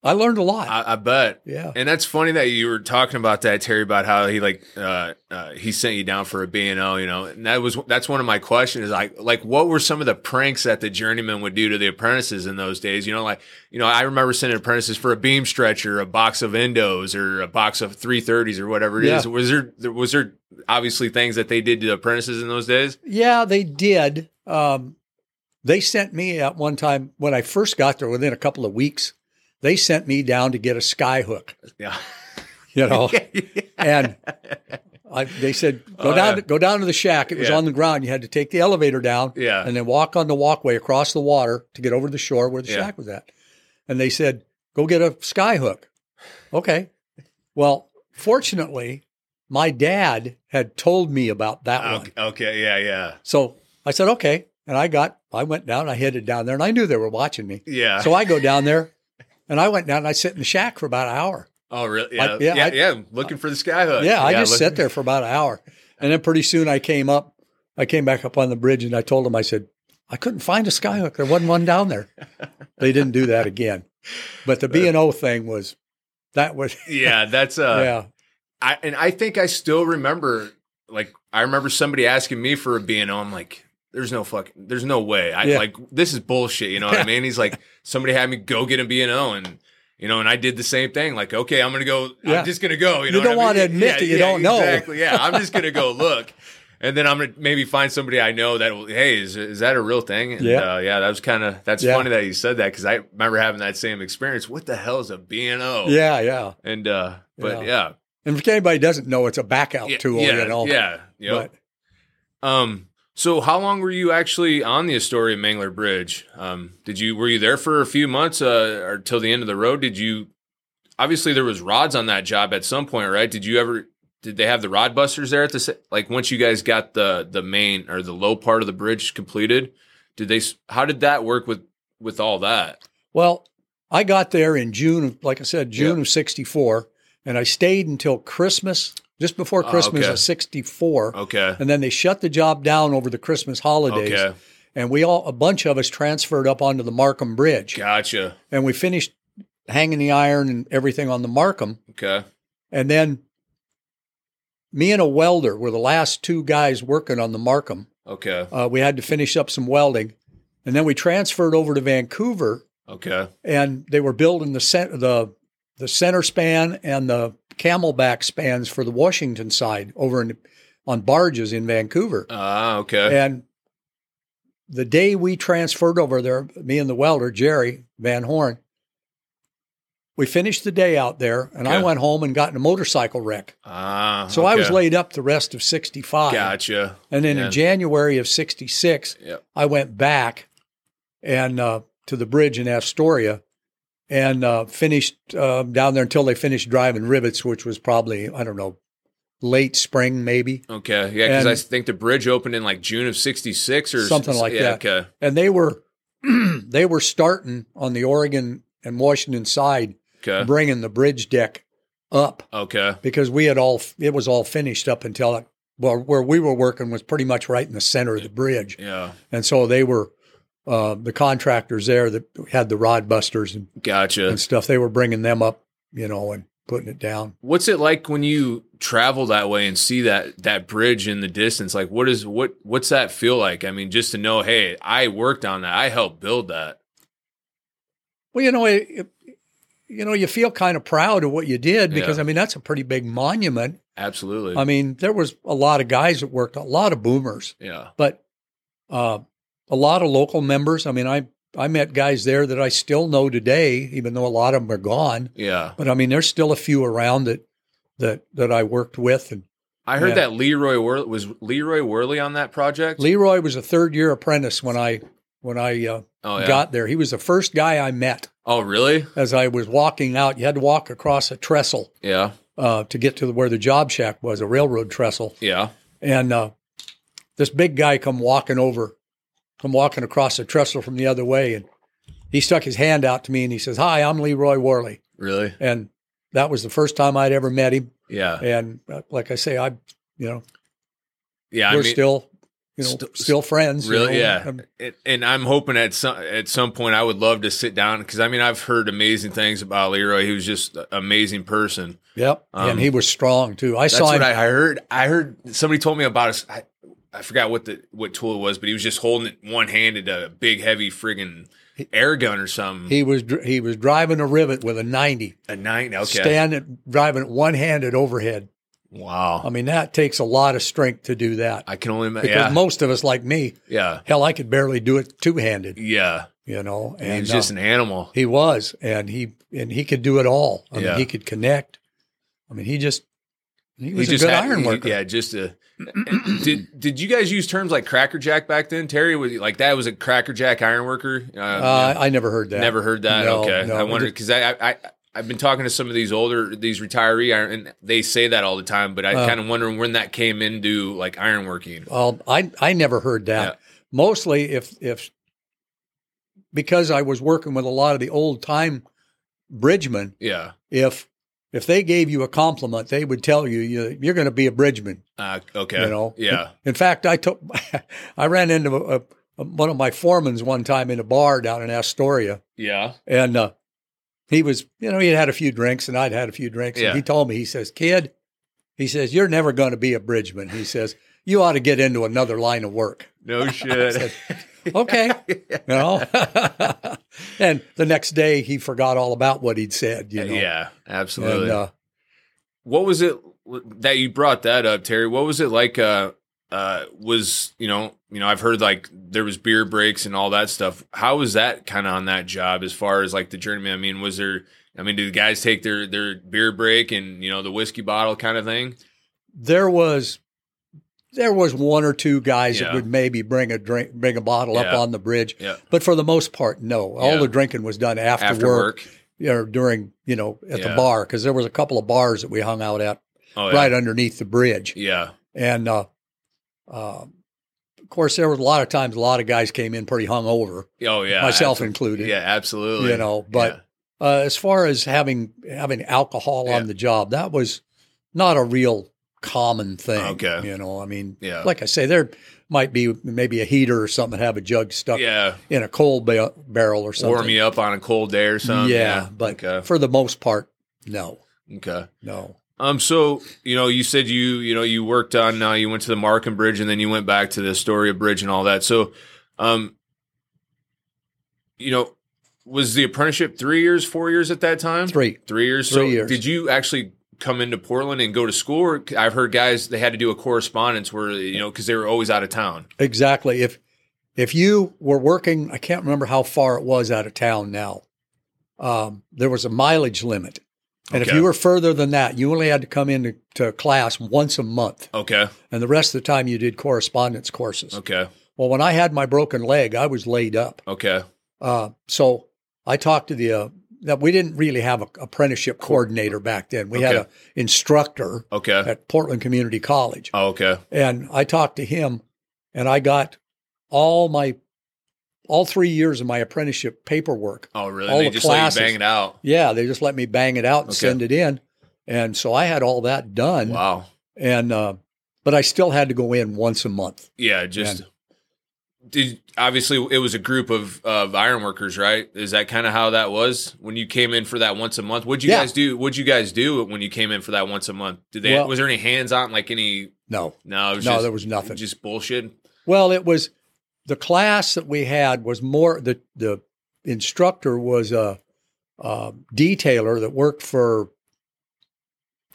S2: I learned a lot.
S3: I, I bet.
S2: yeah,
S3: And that's funny that you were talking about that, Terry, about how he like uh, uh, he sent you down for a B and O, you know. And that was that's one of my questions. Like, like what were some of the pranks that the journeyman would do to the apprentices in those days? You know, like you know, I remember sending apprentices for a beam stretcher, a box of endos, or a box of three thirties, or whatever it is.
S2: Yeah.
S3: Was there there- was there obviously things that they did to apprentices in those days?
S2: yeah, they did. Um, they sent me at one time when I first got there. Within a couple of weeks, they sent me down to get a sky hook.
S3: Yeah,
S2: you know. and I, they said, go
S3: Oh,
S2: down,
S3: yeah.
S2: go down to the shack. It was
S3: Yeah.
S2: on the ground. You had to take the elevator down,
S3: Yeah.
S2: and then walk on the walkway across the water to get over to the shore where the
S3: Yeah.
S2: shack was at. And they said, go get a sky hook. Okay. Well, fortunately, my dad had told me about that one.
S3: okay, okay, yeah, yeah,
S2: So I said, okay. And I got, I went down, I headed down there, and I knew they were watching me.
S3: yeah.
S2: So I go down there, and I went down and I sit in the shack for about an hour.
S3: oh, really? Yeah,
S2: I-
S3: yeah,
S2: yeah,
S3: yeah,
S2: I-
S3: Looking for the skyhook.
S2: Yeah, I just
S3: look-
S2: sat there for about an hour. And then pretty soon I came up, I came back up on the bridge and I told them, I said, I couldn't find a skyhook. There wasn't one down there. They didn't do that again. But the B and O thing was that was
S3: Yeah, that's uh.
S2: yeah.
S3: I and I think I still remember like I remember somebody asking me for a B&O. I'm like, there's no fucking there's no way. I
S2: Yeah.
S3: like this is bullshit, you know what I mean? He's like, somebody had me go get a B&O and you know, and I did the same thing. Like, okay, I'm gonna go.
S2: Yeah.
S3: I'm just gonna go. You,
S2: You
S3: know, what
S2: don't
S3: I mean?
S2: wanna admit that you don't know.
S3: Exactly. Yeah, I'm just gonna go look, and then I'm gonna maybe find somebody I know that will. Hey, is, is that a real thing? And,
S2: Yeah.
S3: uh, yeah. That was kind of that's
S2: Yeah.
S3: funny that you said that because I remember having that same experience. What the hell is a B&O?
S2: Yeah, yeah.
S3: And uh, but
S2: Yeah.
S3: yeah,
S2: And if anybody doesn't know, it's a back out tool,
S3: yeah,
S2: you know.
S3: Yeah. Yep. um so how long were you actually on the Astoria Mangler Bridge? Um did you were you there for a few months uh or till the end of the road? Did you obviously there was rods on that job at some point, right? Did you ever did they have the rod busters there at the sa- like once you guys got the the main or the low part of the bridge completed? Did they s- how did that work with with all that?
S2: Well, I got there in June of, like I said, June
S3: Yeah.
S2: of '64, and I stayed until Christmas, just before
S3: Oh,
S2: Christmas
S3: okay.
S2: of '64.
S3: Okay.
S2: And then they shut the job down over the Christmas holidays.
S3: Okay.
S2: And we all, a bunch of us transferred up onto the Markham Bridge.
S3: Gotcha.
S2: And we finished hanging the iron and everything on the Markham.
S3: Okay.
S2: And then me and a welder were the last two guys working on the Markham.
S3: Okay.
S2: Uh, we had to finish up some welding. And then we transferred over to Vancouver
S3: Okay.
S2: and they were building the cent- the the center span and the camelback spans for the Washington side over in on barges in Vancouver.
S3: Ah, okay.
S2: And the day we transferred over there, me and the welder, Jerry Van Horn, we finished the day out there and I
S3: Okay.
S2: went home and got in a motorcycle wreck.
S3: Ah.
S2: So I was
S3: okay.
S2: laid up the rest of 65.
S3: Gotcha.
S2: And then
S3: Yeah.
S2: in January of 66,
S3: Yep.
S2: I went back and uh, to the bridge in Astoria and uh, finished uh, down there until they finished driving rivets, which was probably, I don't know, late spring maybe.
S3: Okay. Yeah, because I
S2: And-
S3: think the bridge opened in like June of '66 or
S2: Something like
S3: yeah,
S2: that.
S3: Okay.
S2: and they were they were starting on the Oregon and Washington side,
S3: Okay.
S2: bringing the bridge deck up
S3: Okay.
S2: because we had all it was all finished up until it, well, where we were working was pretty much right in the center of the bridge,
S3: Yeah.
S2: and so they were uh, the contractors there that had the rod busters and,
S3: Gotcha.
S2: and stuff. They were bringing them up, you know, and putting it down.
S3: What's it like when you travel that way and see that that bridge in the distance? Like, what is what what's that feel like? I mean, just to know, hey, I worked on that. I helped build that.
S2: Well, you know, it, it- you know, you feel kind of proud of what you did because
S3: Yeah.
S2: I mean that's a pretty big monument.
S3: Absolutely.
S2: I mean, there was a lot of guys that worked, a lot of boomers.
S3: yeah.
S2: but uh, a lot of local members. I mean, I I met guys there that I still know today, even though a lot of them are gone.
S3: Yeah.
S2: But I mean, there's still a few around that that that I worked with. And
S3: I heard
S2: Yeah.
S3: that Leroy Wor- was Leroy Worley on that project.
S2: Leroy was a third year apprentice when I when I uh,
S3: oh yeah.
S2: got there. He was the first guy I met
S3: oh really?
S2: as I was walking out. You had to walk across a trestle
S3: Yeah.
S2: uh, to get to where the job shack was, a railroad trestle.
S3: Yeah.
S2: and uh, this big guy come walking over, come walking across the trestle from the other way, and he stuck his hand out to me and he says, "Hi, I'm Leroy Worley,"
S3: Really?
S2: and that was the first time I'd ever met him.
S3: Yeah.
S2: And uh, like I say, I, you know,
S3: Yeah. I
S2: we're
S3: mean,
S2: still, you know,
S3: st-
S2: still friends. you
S3: Really?
S2: know, Um,
S3: yeah.
S2: and-
S3: and, and I'm hoping at some at some point I would love to sit down because I mean I've heard amazing things about Leroy. He was just an amazing person.
S2: yep.
S3: Um,
S2: and he was strong too. I
S3: That's
S2: saw
S3: what
S2: him.
S3: I heard. I heard somebody told me about us. I, I forgot what the what tool it was, but he was just holding it one handed a big heavy friggin' air gun or something.
S2: he was dr- he was driving a rivet with a ninety,
S3: a nine. Okay.
S2: standing driving it one handed overhead. I
S3: wow.
S2: mean, that takes a lot of strength to do that.
S3: I can only imagine.
S2: Um, Because
S3: Uh, Yeah.
S2: most of us, like me,
S3: yeah.
S2: hell, I could barely do it two handed.
S3: Yeah.
S2: you know
S3: And he
S2: and
S3: was just
S2: uh,
S3: an animal.
S2: he was and he and he could do it all i
S3: Yeah.
S2: mean he could connect i mean he just he was
S3: just
S2: a good
S3: had-
S2: iron
S3: he-
S2: worker
S3: Yeah, just a. did did you guys use terms like crackerjack back then? Terry was like that was a crackerjack iron worker. Uh,
S2: uh, i never heard that
S3: Never heard that.
S2: No,
S3: okay,
S2: no,
S3: I
S2: we
S3: wondered
S2: just-
S3: because I, I I I've been talking to some of these older these retiree iron, and they say that all the time, but I
S2: Uh,
S3: kind of wondering when that came into like ironworking.
S2: um, I, I never heard that mostly if if because i was working with a lot of the old time bridgemen
S3: Yeah.
S2: if if they gave you a compliment they would tell you, you you're going to be a bridgeman
S3: Uh, okay.
S2: You know?
S3: Yeah.
S2: In fact, I took, I ran into a, a, one of my foremans one time in a bar down in Astoria,
S3: Yeah.
S2: and uh, he was, you know, he had had a few drinks, and I'd had a few drinks,
S3: Yeah.
S2: and he told me, he says, "Kid," he says, "you're never going to be a bridgeman." He says, "You ought to get into another line of work."
S3: No shit.
S2: Okay, you know. and the next day, he forgot all about what he'd said. You know.
S3: Uh, yeah. Absolutely.
S2: And uh,
S3: what was it that you brought that up, Terry? What was it like? Uh, uh, was you know, you know, I've heard like there was beer breaks and all that stuff. How was that kind of on that job as far as like the journeyman? I mean, was there? I mean, did the guys take their their beer break and you know the whiskey bottle kind of thing?
S2: there was. There was one or two guys
S3: Yeah.
S2: that would maybe bring a drink, bring a bottle up
S3: Yeah.
S2: on the bridge,
S3: Yeah,
S2: But for the most part, no. All
S3: Yeah.
S2: the drinking was done after,
S3: after
S2: work,
S3: work.
S2: or during, you know, at
S3: Yeah.
S2: the bar because there was a couple of bars that we hung out at
S3: Oh,
S2: right underneath the bridge.
S3: Yeah.
S2: And uh, uh, of course, there was a lot of times a lot of guys came in pretty hungover,
S3: yeah. Oh yeah.
S2: myself
S3: Absolutely.
S2: included.
S3: Yeah, absolutely.
S2: You know, but
S3: Yeah.
S2: Uh, as far as having having alcohol
S3: Yeah.
S2: on the job, that was not a real common thing.
S3: Okay.
S2: you know, I mean,
S3: Yeah.
S2: like I say, there might be maybe a heater or something, have a jug stuck
S3: yeah.
S2: in a coal ba- barrel or something.
S3: Warm you up on a cold day or something.
S2: yeah, but
S3: okay.
S2: for the most part, no,
S3: Okay.
S2: no.
S3: Um. So you know, you said you you know you worked on uh, you went to the Markham Bridge and then you went back to the Astoria Bridge and all that. So, um, you know, was the apprenticeship three years, four years at that time?
S2: Three.
S3: Three years.
S2: Three
S3: so
S2: years.
S3: did you actually come into Portland and go to school? Or I've heard guys they had to do a correspondence where you know because they were always out of town.
S2: Exactly. If if you were working, I can't remember how far it was out of town now. Um, there was a mileage limit, and if
S3: Okay.
S2: you were further than that, you only had to come into to class once a month,
S3: Okay.
S2: and the rest of the time you did correspondence courses.
S3: Okay.
S2: Well, when I had my broken leg, I was laid up,
S3: Okay.
S2: uh, so I talked to the uh, that we didn't really have an apprenticeship coordinator back then. We had an
S3: Okay.
S2: instructor
S3: Okay.
S2: at Portland Community College.
S3: Oh, okay.
S2: And I talked to him and I got all my all three years of my apprenticeship paperwork.
S3: Oh, really?
S2: All
S3: they
S2: the
S3: just
S2: classes.
S3: let you bang it out.
S2: Yeah, they just let me bang it out and
S3: Okay.
S2: send it in. And so I had all that done.
S3: Wow.
S2: And uh but I still had to go in once a month.
S3: Yeah. Just did obviously it was a group of of iron workers, right? Is that kind of how that was when you came in for that once a month? What'd you
S2: Yeah.
S3: guys do? What'd you guys do when you came in for that once a month? Did they?
S2: Well-
S3: was there any hands on? Like any?
S2: No.
S3: No. It was
S2: No,
S3: just,
S2: there was nothing.
S3: Just bullshit.
S2: Well, it was the class that we had was more the the instructor was a, a detailer that worked for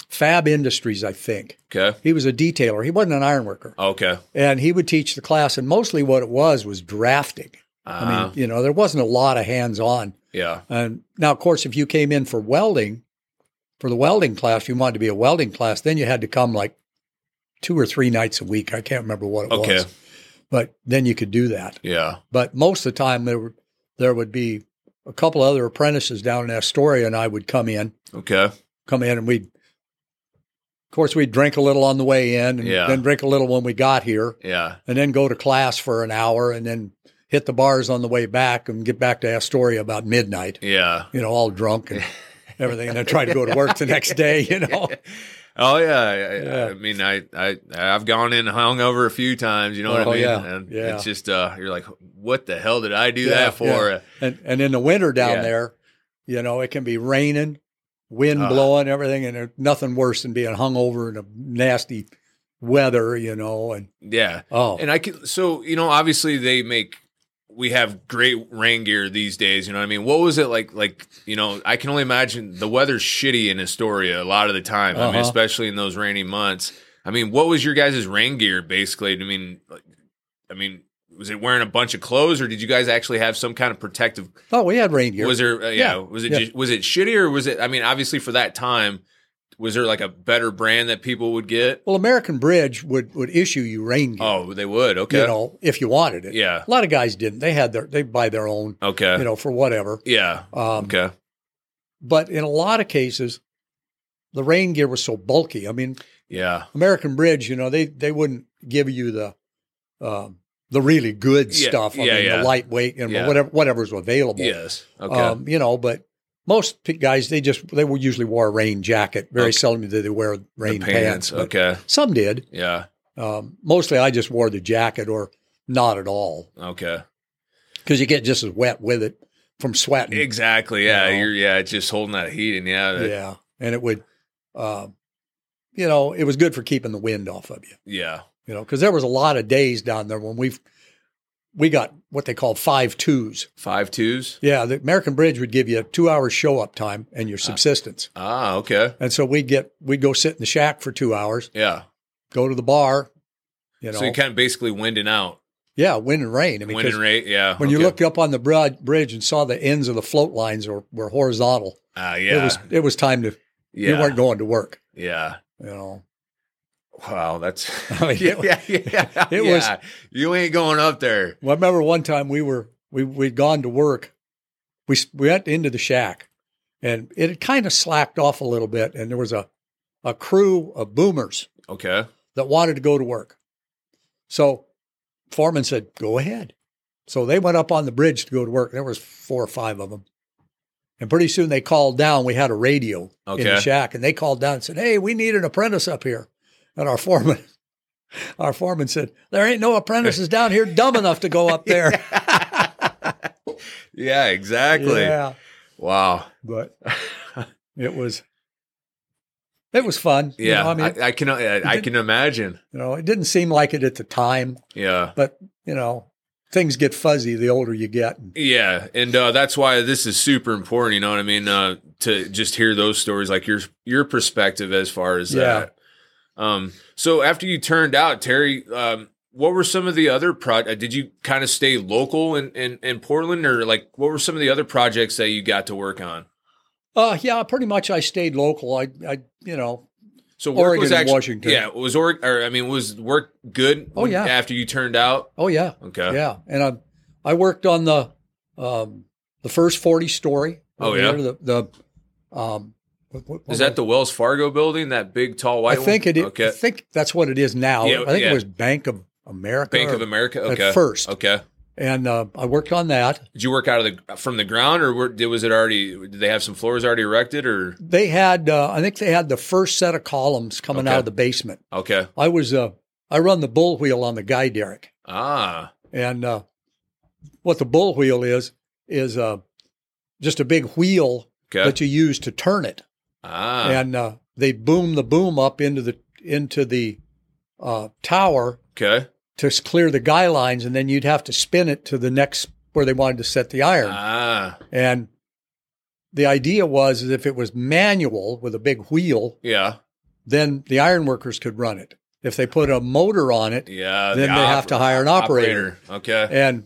S2: Fab Industries, I think.
S3: Okay.
S2: He was a detailer. He wasn't an iron worker.
S3: Okay.
S2: and he would teach the class and mostly what it was was drafting
S3: Uh,
S2: i mean you know there wasn't a lot of hands on
S3: yeah.
S2: and now of course if you came in for welding for the welding class you wanted to be a welding class then you had to come like two or three nights a week i can't remember what it
S3: Okay.
S2: was but then you could do that
S3: Yeah.
S2: but most of the time there were, there would be a couple other apprentices down in Astoria and I would come in
S3: Okay.
S2: come in and we'd of course we'd drink a little on the way in and
S3: Yeah.
S2: then drink a little when we got here
S3: Yeah.
S2: and then go to class for an hour and then hit the bars on the way back and get back to Astoria about midnight,
S3: Yeah.
S2: you know, all drunk and everything, and then try to go to work the next day, you know.
S3: Oh yeah, I,
S2: Yeah.
S3: I, I mean, I, I I've gone in hungover a few times. You know what I
S2: Oh,
S3: mean?
S2: yeah,
S3: And
S2: yeah.
S3: It's just uh, you're like, what the hell did I do
S2: Yeah,
S3: that for?
S2: And and in the winter down
S3: Yeah.
S2: there, you know, it can be raining, wind
S3: Ah.
S2: blowing, everything, and there's nothing worse than being hungover in a nasty weather, you know, and
S3: Yeah.
S2: oh
S3: And I can. So you know, obviously they make. We have great rain gear these days. You know what I mean? What was it like? Like you know, I can only imagine the weather's shitty in Astoria a lot of the time. I mean,
S2: Uh-huh.
S3: especially in those rainy months. I mean, what was your guys' rain gear basically? I mean, like, I mean, was it wearing a bunch of clothes, or did you guys actually have some kind of protective
S2: oh we had rain gear.
S3: Was there? Uh, yeah.
S2: Yeah.
S3: Was it?
S2: Yeah.
S3: Just, was it shitty or was it? I mean, obviously for that time, was there like a better brand that people would get?
S2: well American Bridge would would issue you rain gear,
S3: Oh, they would. Okay.
S2: you know, if you wanted it.
S3: yeah.
S2: A lot of guys didn't. They had their they buy their own,
S3: Okay.
S2: you know, for whatever.
S3: yeah.
S2: Um,
S3: Okay.
S2: But in a lot of cases, the rain gear was so bulky. I mean,
S3: Yeah.
S2: American Bridge, you know, they they wouldn't give you the um, the really good
S3: Yeah,
S2: stuff. I
S3: yeah,
S2: mean,
S3: yeah.
S2: the lightweight and
S3: Yeah.
S2: whatever whatever's available.
S3: Yes. Okay.
S2: Um, you know, but most p- guys they just they would usually wear a rain jacket. Very
S3: Okay.
S2: seldom did they wear
S3: The
S2: rain
S3: pants.
S2: pants. but
S3: okay.
S2: Some did.
S3: Yeah.
S2: Um, mostly, I just wore the jacket or not at all
S3: Okay.
S2: because you get just as wet with it from sweating.
S3: Exactly. Yeah.
S2: You know.
S3: You're. Yeah. It's just holding that heat and yeah. that-
S2: Yeah, and it would, um, you know, it was good for keeping the wind off of you,
S3: yeah.
S2: you know, because there was a lot of days down there when we've we got what they call five twos.
S3: Five twos.
S2: Yeah, the American Bridge would give you a two hour show up time and your subsistence,
S3: Ah. Okay.
S2: and so we'd get we'd go sit in the shack for two hours,
S3: Yeah.
S2: go to the bar, you know,
S3: so you kind of basically winding out.
S2: yeah, wind and rain. I mean,
S3: Wind
S2: 'cause
S3: and rate. Yeah.
S2: when you
S3: okay.
S2: looked up on the brid- bridge and saw the ends of the float lines were, were horizontal,
S3: Ah. yeah.
S2: it was it was time to you
S3: yeah.
S2: weren't going to work,
S3: yeah.
S2: you know.
S3: Wow, that's
S2: I mean,
S3: yeah,
S2: it-
S3: yeah, yeah,
S2: it
S3: yeah.
S2: was-
S3: you ain't going up there.
S2: Well, I remember one time we were we we'd gone to work. We s- we went into the shack, and it had kind of slacked off a little bit. And there was a a crew of boomers
S3: Okay.
S2: that wanted to go to work. So foreman said, "Go ahead." So they went up on the bridge to go to work. There was four or five of them, And pretty soon they called down. We had a radio in
S3: Okay.
S2: the shack, and they called down and said, "Hey, we need an apprentice up here." And our foreman, our foreman said, "There ain't no apprentices down here dumb enough to go up there."
S3: yeah, exactly.
S2: Yeah,
S3: Wow.
S2: but it was it was fun. you
S3: Yeah,
S2: know, I mean,
S3: I, I can uh, I, I can imagine.
S2: you know, it didn't seem like it at the time,
S3: Yeah,
S2: but you know, things get fuzzy the older you get.
S3: yeah, and uh, that's why this is super important. You know what I mean? Uh, to just hear those stories, like your your perspective as far as
S2: Yeah.
S3: that. Um. So after you turned out, Terry, um, what were some of the other pro? uh, Did you kind of stay local in, in in Portland, or like what were some of the other projects that you got to work on?
S2: Uh, yeah, pretty much I stayed local. I, I, you know,
S3: So
S2: Oregon and Washington.
S3: Yeah, was Oregon, or I mean, was work good?
S2: Oh,
S3: when-
S2: yeah.
S3: After you turned out,
S2: oh yeah,
S3: okay.
S2: yeah, and I, I worked on the, um, the first forty story.
S3: Oh,
S2: over
S3: yeah?
S2: there, the, the, um, what- what-
S3: Is that the Wells Fargo building? That big, tall,
S2: I
S3: white?
S2: think
S3: one?
S2: it.
S3: Okay.
S2: I think that's what it is now.
S3: Yeah,
S2: I think
S3: yeah.
S2: it was Bank of America.
S3: Bank
S2: or-
S3: of America.
S2: at
S3: Okay.
S2: first.
S3: Okay.
S2: and uh, I worked on that.
S3: Did you work out of the from the ground, or were, did was it already? Did they have some floors already erected, or
S2: They had, uh, I think they had the first set of columns coming
S3: Okay.
S2: out of the basement.
S3: okay?
S2: I was, uh, I run the bull wheel on the guy derrick.
S3: Ah,
S2: And uh, what the bull wheel is is uh, just a big wheel
S3: okay.
S2: that you use to turn it,
S3: ah,
S2: and uh, they boom the boom up into the into the uh, tower
S3: okay.
S2: to s- clear the guy lines, and then you'd have to spin it to the next where they wanted to set the iron.
S3: Ah,
S2: And the idea was is if it was manual with a big wheel,
S3: yeah,
S2: then the iron workers could run it. If they put a motor on it,
S3: yeah.
S2: then
S3: the
S2: they
S3: op-
S2: have to hire an operator.
S3: Okay.
S2: And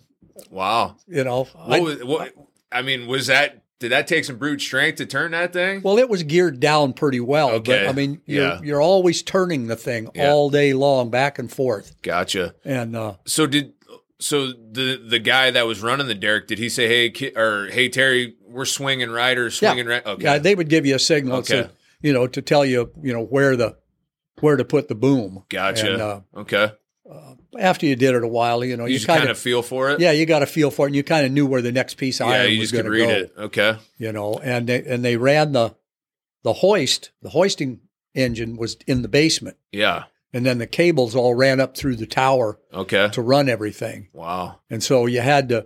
S3: Wow.
S2: you know,
S3: What
S2: I-
S3: was? What? I mean, was that? Did that take some brute strength to turn that thing?
S2: Well, it was geared down pretty well.
S3: Okay.
S2: But I mean, you're,
S3: Yeah.
S2: you're always turning the thing
S3: Yeah.
S2: all day long, back and forth.
S3: gotcha.
S2: And uh,
S3: So did so the the guy that was running the Derek? Did he say, "Hey, ki- or hey Terry, we're swinging right or swinging right"? Okay,
S2: yeah, they would give you a signal,
S3: Okay.
S2: to, you know, to tell you, you know, where the where to put the boom.
S3: gotcha.
S2: And, uh,
S3: okay,
S2: after you did it a while, you know,
S3: you
S2: you,
S3: just
S2: kind of,
S3: feel for it.
S2: yeah, you got a feel for it, and you kind of knew where the next piece of
S3: yeah,
S2: iron
S3: you
S2: was
S3: just
S2: going
S3: could
S2: to
S3: read it.
S2: go.
S3: Okay,
S2: You know, and they, and they ran the the hoist, the hoisting engine was in the basement,
S3: yeah,
S2: and then the cables all ran up through the tower
S3: okay,
S2: to run everything.
S3: wow,
S2: And so you had to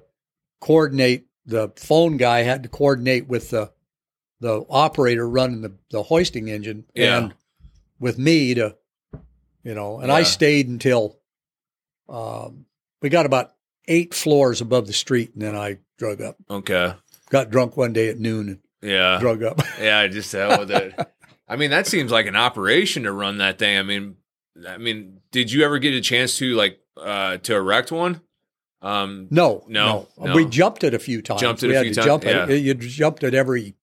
S2: coordinate the phone guy had to coordinate with the the operator running the, the hoisting engine
S3: Yeah.
S2: and with me to you know, and I
S3: Yeah.
S2: stayed until um, we got about eight floors above the street and then I drug up.
S3: okay,
S2: Got drunk one day at noon and
S3: yeah,
S2: drug up.
S3: yeah. I Just to hell with it. I mean, that seems like an operation to run that thing. I mean, I mean, did you ever get a chance to like uh to erect one? Um,
S2: No,
S3: No, no.
S2: We jumped it a few times.
S3: Jumped it
S2: we
S3: a
S2: had
S3: few
S2: to
S3: times,
S2: jump
S3: yeah.
S2: it. You jumped it every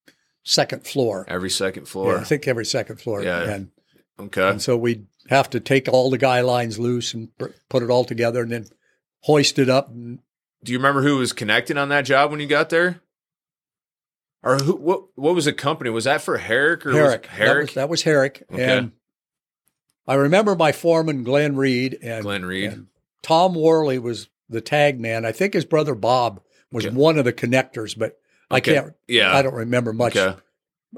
S2: second floor.
S3: every second
S2: Yeah,
S3: floor.
S2: I think every second floor.
S3: Yeah.
S2: And
S3: Okay,
S2: And so we'd have to take all the guy lines loose and pr- put it all together and then hoist it up. And
S3: do you remember who was connected on that job when you got there? Or who? What? What was the company? Was that for Herrick or
S2: Herrick.
S3: Was
S2: That
S3: Herrick?
S2: was, that was Herrick.
S3: Okay.
S2: And I remember my foreman, Glenn Reed, and
S3: Glenn Reed.
S2: and Tom Worley was the tag man. I think his brother Bob was
S3: Okay.
S2: one of the connectors, but I
S3: Okay.
S2: can't,
S3: yeah.
S2: I don't remember much
S3: okay.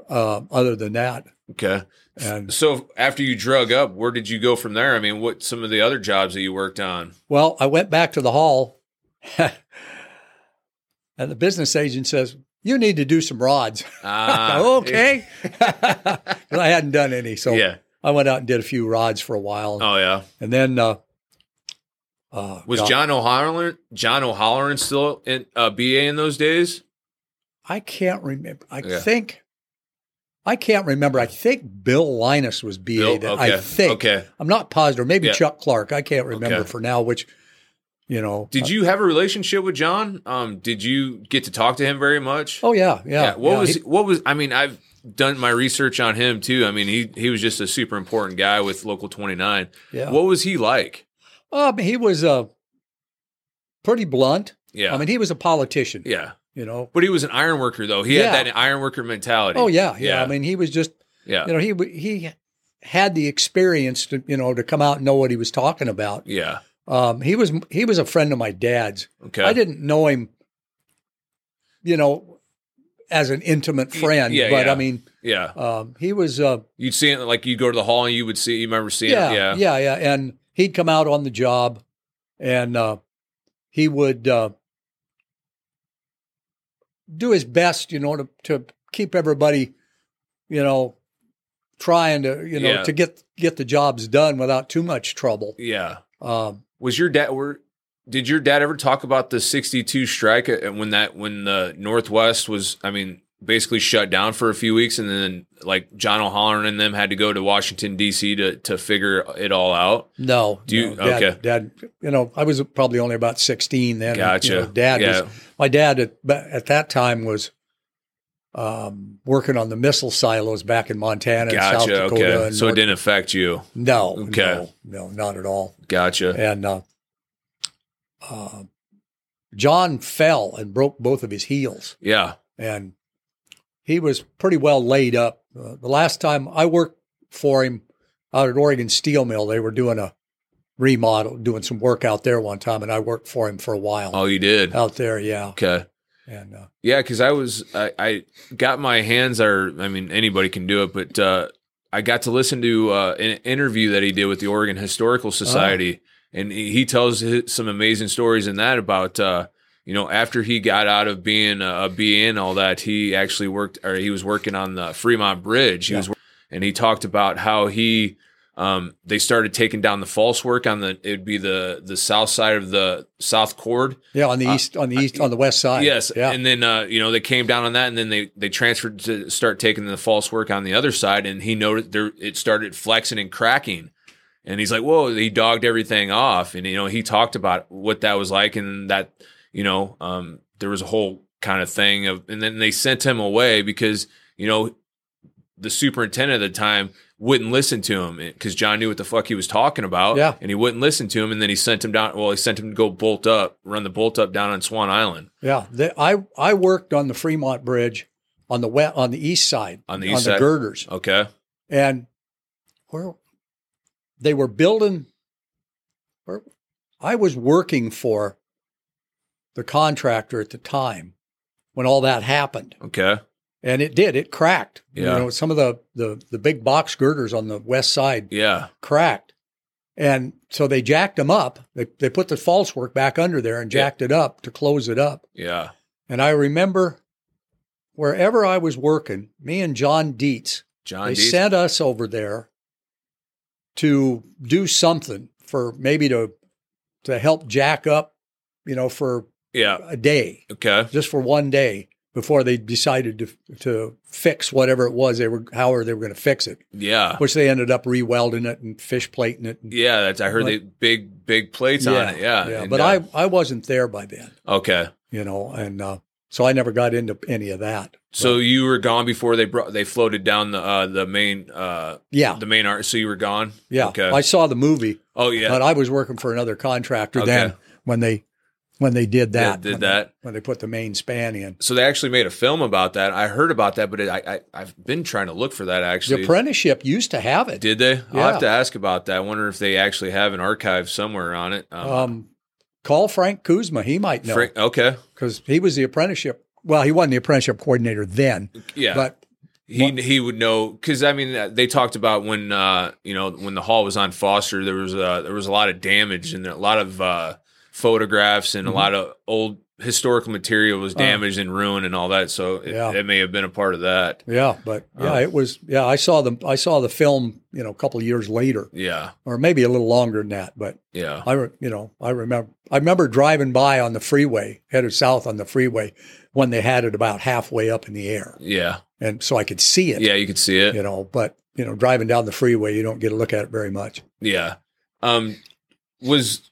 S2: uh, other than that.
S3: Okay.
S2: And
S3: So after you drug up, where did you go from there? I mean, what some of the other jobs that you worked on?
S2: Well, I went back to the hall, and the business agent says, "You need to do some rods."
S3: Ah,
S2: okay, 'Cause I hadn't done any, so
S3: yeah.
S2: I went out and did a few rods for a while,
S3: Oh yeah.
S2: and then uh, uh,
S3: Was
S2: God,
S3: John O'Halloran John O'Halloran still in uh, BA in those days?
S2: I can't remember. I
S3: Yeah.
S2: think I can't remember. I think Bill Linus was BA.
S3: Bill?
S2: that
S3: okay.
S2: I think
S3: Okay.
S2: I'm not positive. Maybe
S3: Yeah.
S2: Chuck Clark. I can't remember
S3: Okay.
S2: for now. Which you know, Uh,
S3: Did you have a relationship with John? Um, did you get to talk to him very much?
S2: Oh yeah, yeah.
S3: What
S2: yeah,
S3: was
S2: he-
S3: what was? I mean, I've done my research on him too. I mean, he he was just a super important guy with Local 29.
S2: yeah.
S3: What was he like?
S2: Um, he was uh, pretty blunt.
S3: Yeah.
S2: I mean, he was a politician.
S3: yeah.
S2: You know.
S3: But he was an iron worker though. He
S2: Yeah.
S3: had that iron worker mentality.
S2: Oh yeah, yeah.
S3: Yeah.
S2: I mean, he was just
S3: Yeah.
S2: you know he w- he had the experience to you know to come out and know what he was talking about.
S3: Yeah.
S2: Um, he was he was a friend of my dad's.
S3: Okay.
S2: I didn't know him. You know, as an intimate friend.
S3: yeah,
S2: but
S3: yeah.
S2: I mean,
S3: Yeah.
S2: um, he was. Uh,
S3: You'd see it like you'd go to the hall and you would see. You remember seeing
S2: yeah,
S3: it?
S2: yeah, yeah, And he'd come out on the job, and uh, he would uh, do his best, you know, to, to keep everybody, you know, trying to, you know,
S3: Yeah.
S2: to get get the jobs done without too much trouble.
S3: Yeah.
S2: Um,
S3: Was your dad? Were did your dad ever talk about the '62 strike uh, when that when the Northwest was? I mean, basically shut down for a few weeks, and then like John O'Halloran and them had to go to Washington D.C. to to figure it all out.
S2: no,
S3: Do you-
S2: no, dad,
S3: okay.
S2: dad, you know, I was probably only about sixteen then. you
S3: Gotcha.
S2: know, dad
S3: yeah.
S2: was my dad at, ba- at that time was um, working on the missile silos back in Montana and South
S3: gotcha.
S2: Dakota.
S3: Okay.
S2: and
S3: so
S2: North-
S3: it didn't affect you.
S2: No,
S3: Okay.
S2: no, no, not at all.
S3: Gotcha.
S2: And uh, uh, John fell and broke both of his heels,
S3: Yeah.
S2: and he was pretty well laid up. Uh, the last time I worked for him out at Oregon Steel Mill, they were doing a remodel, doing some work out there one time, and I worked for him for a while
S3: Oh, you did.
S2: out there. Yeah,
S3: Okay.
S2: and uh,
S3: Yeah, because I was I, I got my hands are I mean anybody can do it, but uh, I got to listen to uh, an interview that he did with the Oregon Historical Society, and he he tells hi- some amazing stories in that about uh, you know after he got out of being a, a BA and all that, he actually worked or he was working on the Fremont Bridge. He
S2: Yeah.
S3: was and he talked about how he um, they started taking down the false work on the it'd be the the south side of the south cord
S2: yeah, on the
S3: Uh,
S2: east, on the east, on the west side.
S3: Yes,
S2: yeah,
S3: and then uh, you know they came down on that, and then they they transferred to start taking the false work on the other side, and he noted there it started flexing and cracking, and he's like, whoa, he dogged everything off, and you know he talked about what that was like, and that you know um, there was a whole kind of thing of, and then they sent him away because you know the superintendent at the time wouldn't listen to him because John knew what the fuck he was talking about.
S2: Yeah.
S3: And he wouldn't listen to him. And then he sent him down. Well, he sent him to go bolt up, run the bolt up down on Swan Island.
S2: yeah. The- I I worked on the Fremont Bridge on the west, on the east side,
S3: On the east
S2: on
S3: side?
S2: the girders.
S3: Okay.
S2: and where they were building where I was working for the contractor at the time when all that happened
S3: Okay.
S2: and it did it cracked
S3: Yeah.
S2: you know some of the, the the big box girders on the west side
S3: Yeah.
S2: cracked and so they jacked them up they, they put the false work back under there and
S3: Yeah.
S2: jacked it up to close it up
S3: Yeah.
S2: and i remember wherever i was working me and john dietz
S3: John
S2: they
S3: Dees-
S2: sent us over there to do something for maybe to to help jack up, you know, for
S3: Yeah.
S2: a day,
S3: Okay.
S2: just for one day before they decided to to fix whatever it was they were however they were going to fix it,
S3: Yeah.
S2: which they ended up rewelding it and fish plating it. And,
S3: Yeah. That's I heard
S2: But-
S3: they big big plates on it. Yeah. And,
S2: But
S3: uh,
S2: I I wasn't there by then,
S3: okay.
S2: you know, and uh, so I never got into any of that.
S3: So you were gone before they brought they floated down the uh the main uh
S2: Yeah,
S3: the main art. So you were gone.
S2: yeah.
S3: Okay.
S2: I saw the movie.
S3: oh yeah.
S2: But I was working for another contractor
S3: Okay.
S2: then when they when they did
S3: Yeah,
S2: that.
S3: did
S2: when
S3: that.
S2: They, when they put the main span in.
S3: so they actually made a film about that. I heard about that, but it, I, I I've been trying to look for that
S2: The
S3: actually.
S2: apprenticeship used to have it.
S3: Did they? I'll
S2: Yeah.
S3: have to ask about that. I wonder if they actually have an archive somewhere on it. Um,
S2: Um, call Frank Kuzma. He might know
S3: Frank- okay.
S2: because he was the apprenticeship. Well, he wasn't the apprenticeship coordinator then,
S3: Yeah.
S2: but
S3: He he would know because I mean uh, they talked about when uh you know when the hall was on Foster there was uh there was a lot of damage and a lot of uh photographs and a lot of old historical material was
S2: Mm-hmm. Uh.
S3: damaged and ruined and all that so it,
S2: Yeah.
S3: it may have been a part of that
S2: yeah, but yeah,
S3: Oh.
S2: it was. Yeah, I saw the I saw the film. You know, a couple of years later,
S3: yeah
S2: or maybe a little longer than that. But
S3: yeah
S2: I, re- you know, I remember I remember driving by on the freeway, headed south on the freeway, when they had it about halfway up in the air.
S3: yeah
S2: and so I could see it.
S3: yeah you could see it
S2: You know, but you know, driving down the freeway, you don't get to look at it very much.
S3: yeah um was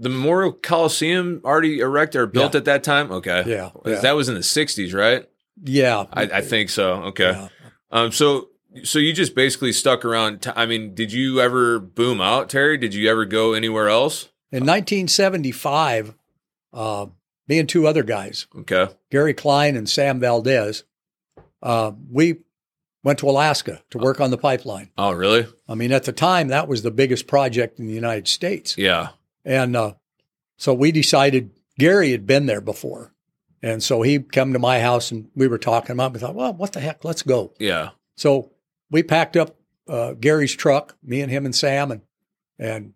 S3: the Memorial Coliseum already erected or built
S2: Yeah.
S3: at that time okay
S2: Yeah, yeah,
S3: that was in the 60s right
S2: yeah.
S3: I, I think so okay
S2: Yeah.
S3: Um. So so you just basically stuck around. T- I mean, did you ever boom out, Terry? Did you ever go anywhere else?
S2: In 1975, uh, me and two other guys,
S3: Okay.
S2: Gary Klein and Sam Valdez, uh, we went to Alaska to work on the pipeline.
S3: Oh, really?
S2: I mean, at the time, that was the biggest project in the United States,
S3: Yeah.
S2: and uh, so we decided. Gary had been there before, And so he come to my house and we were talking about. It. We thought, well, what the heck? Let's go.
S3: Yeah.
S2: So we packed up uh, Gary's truck, me and him and Sam, and and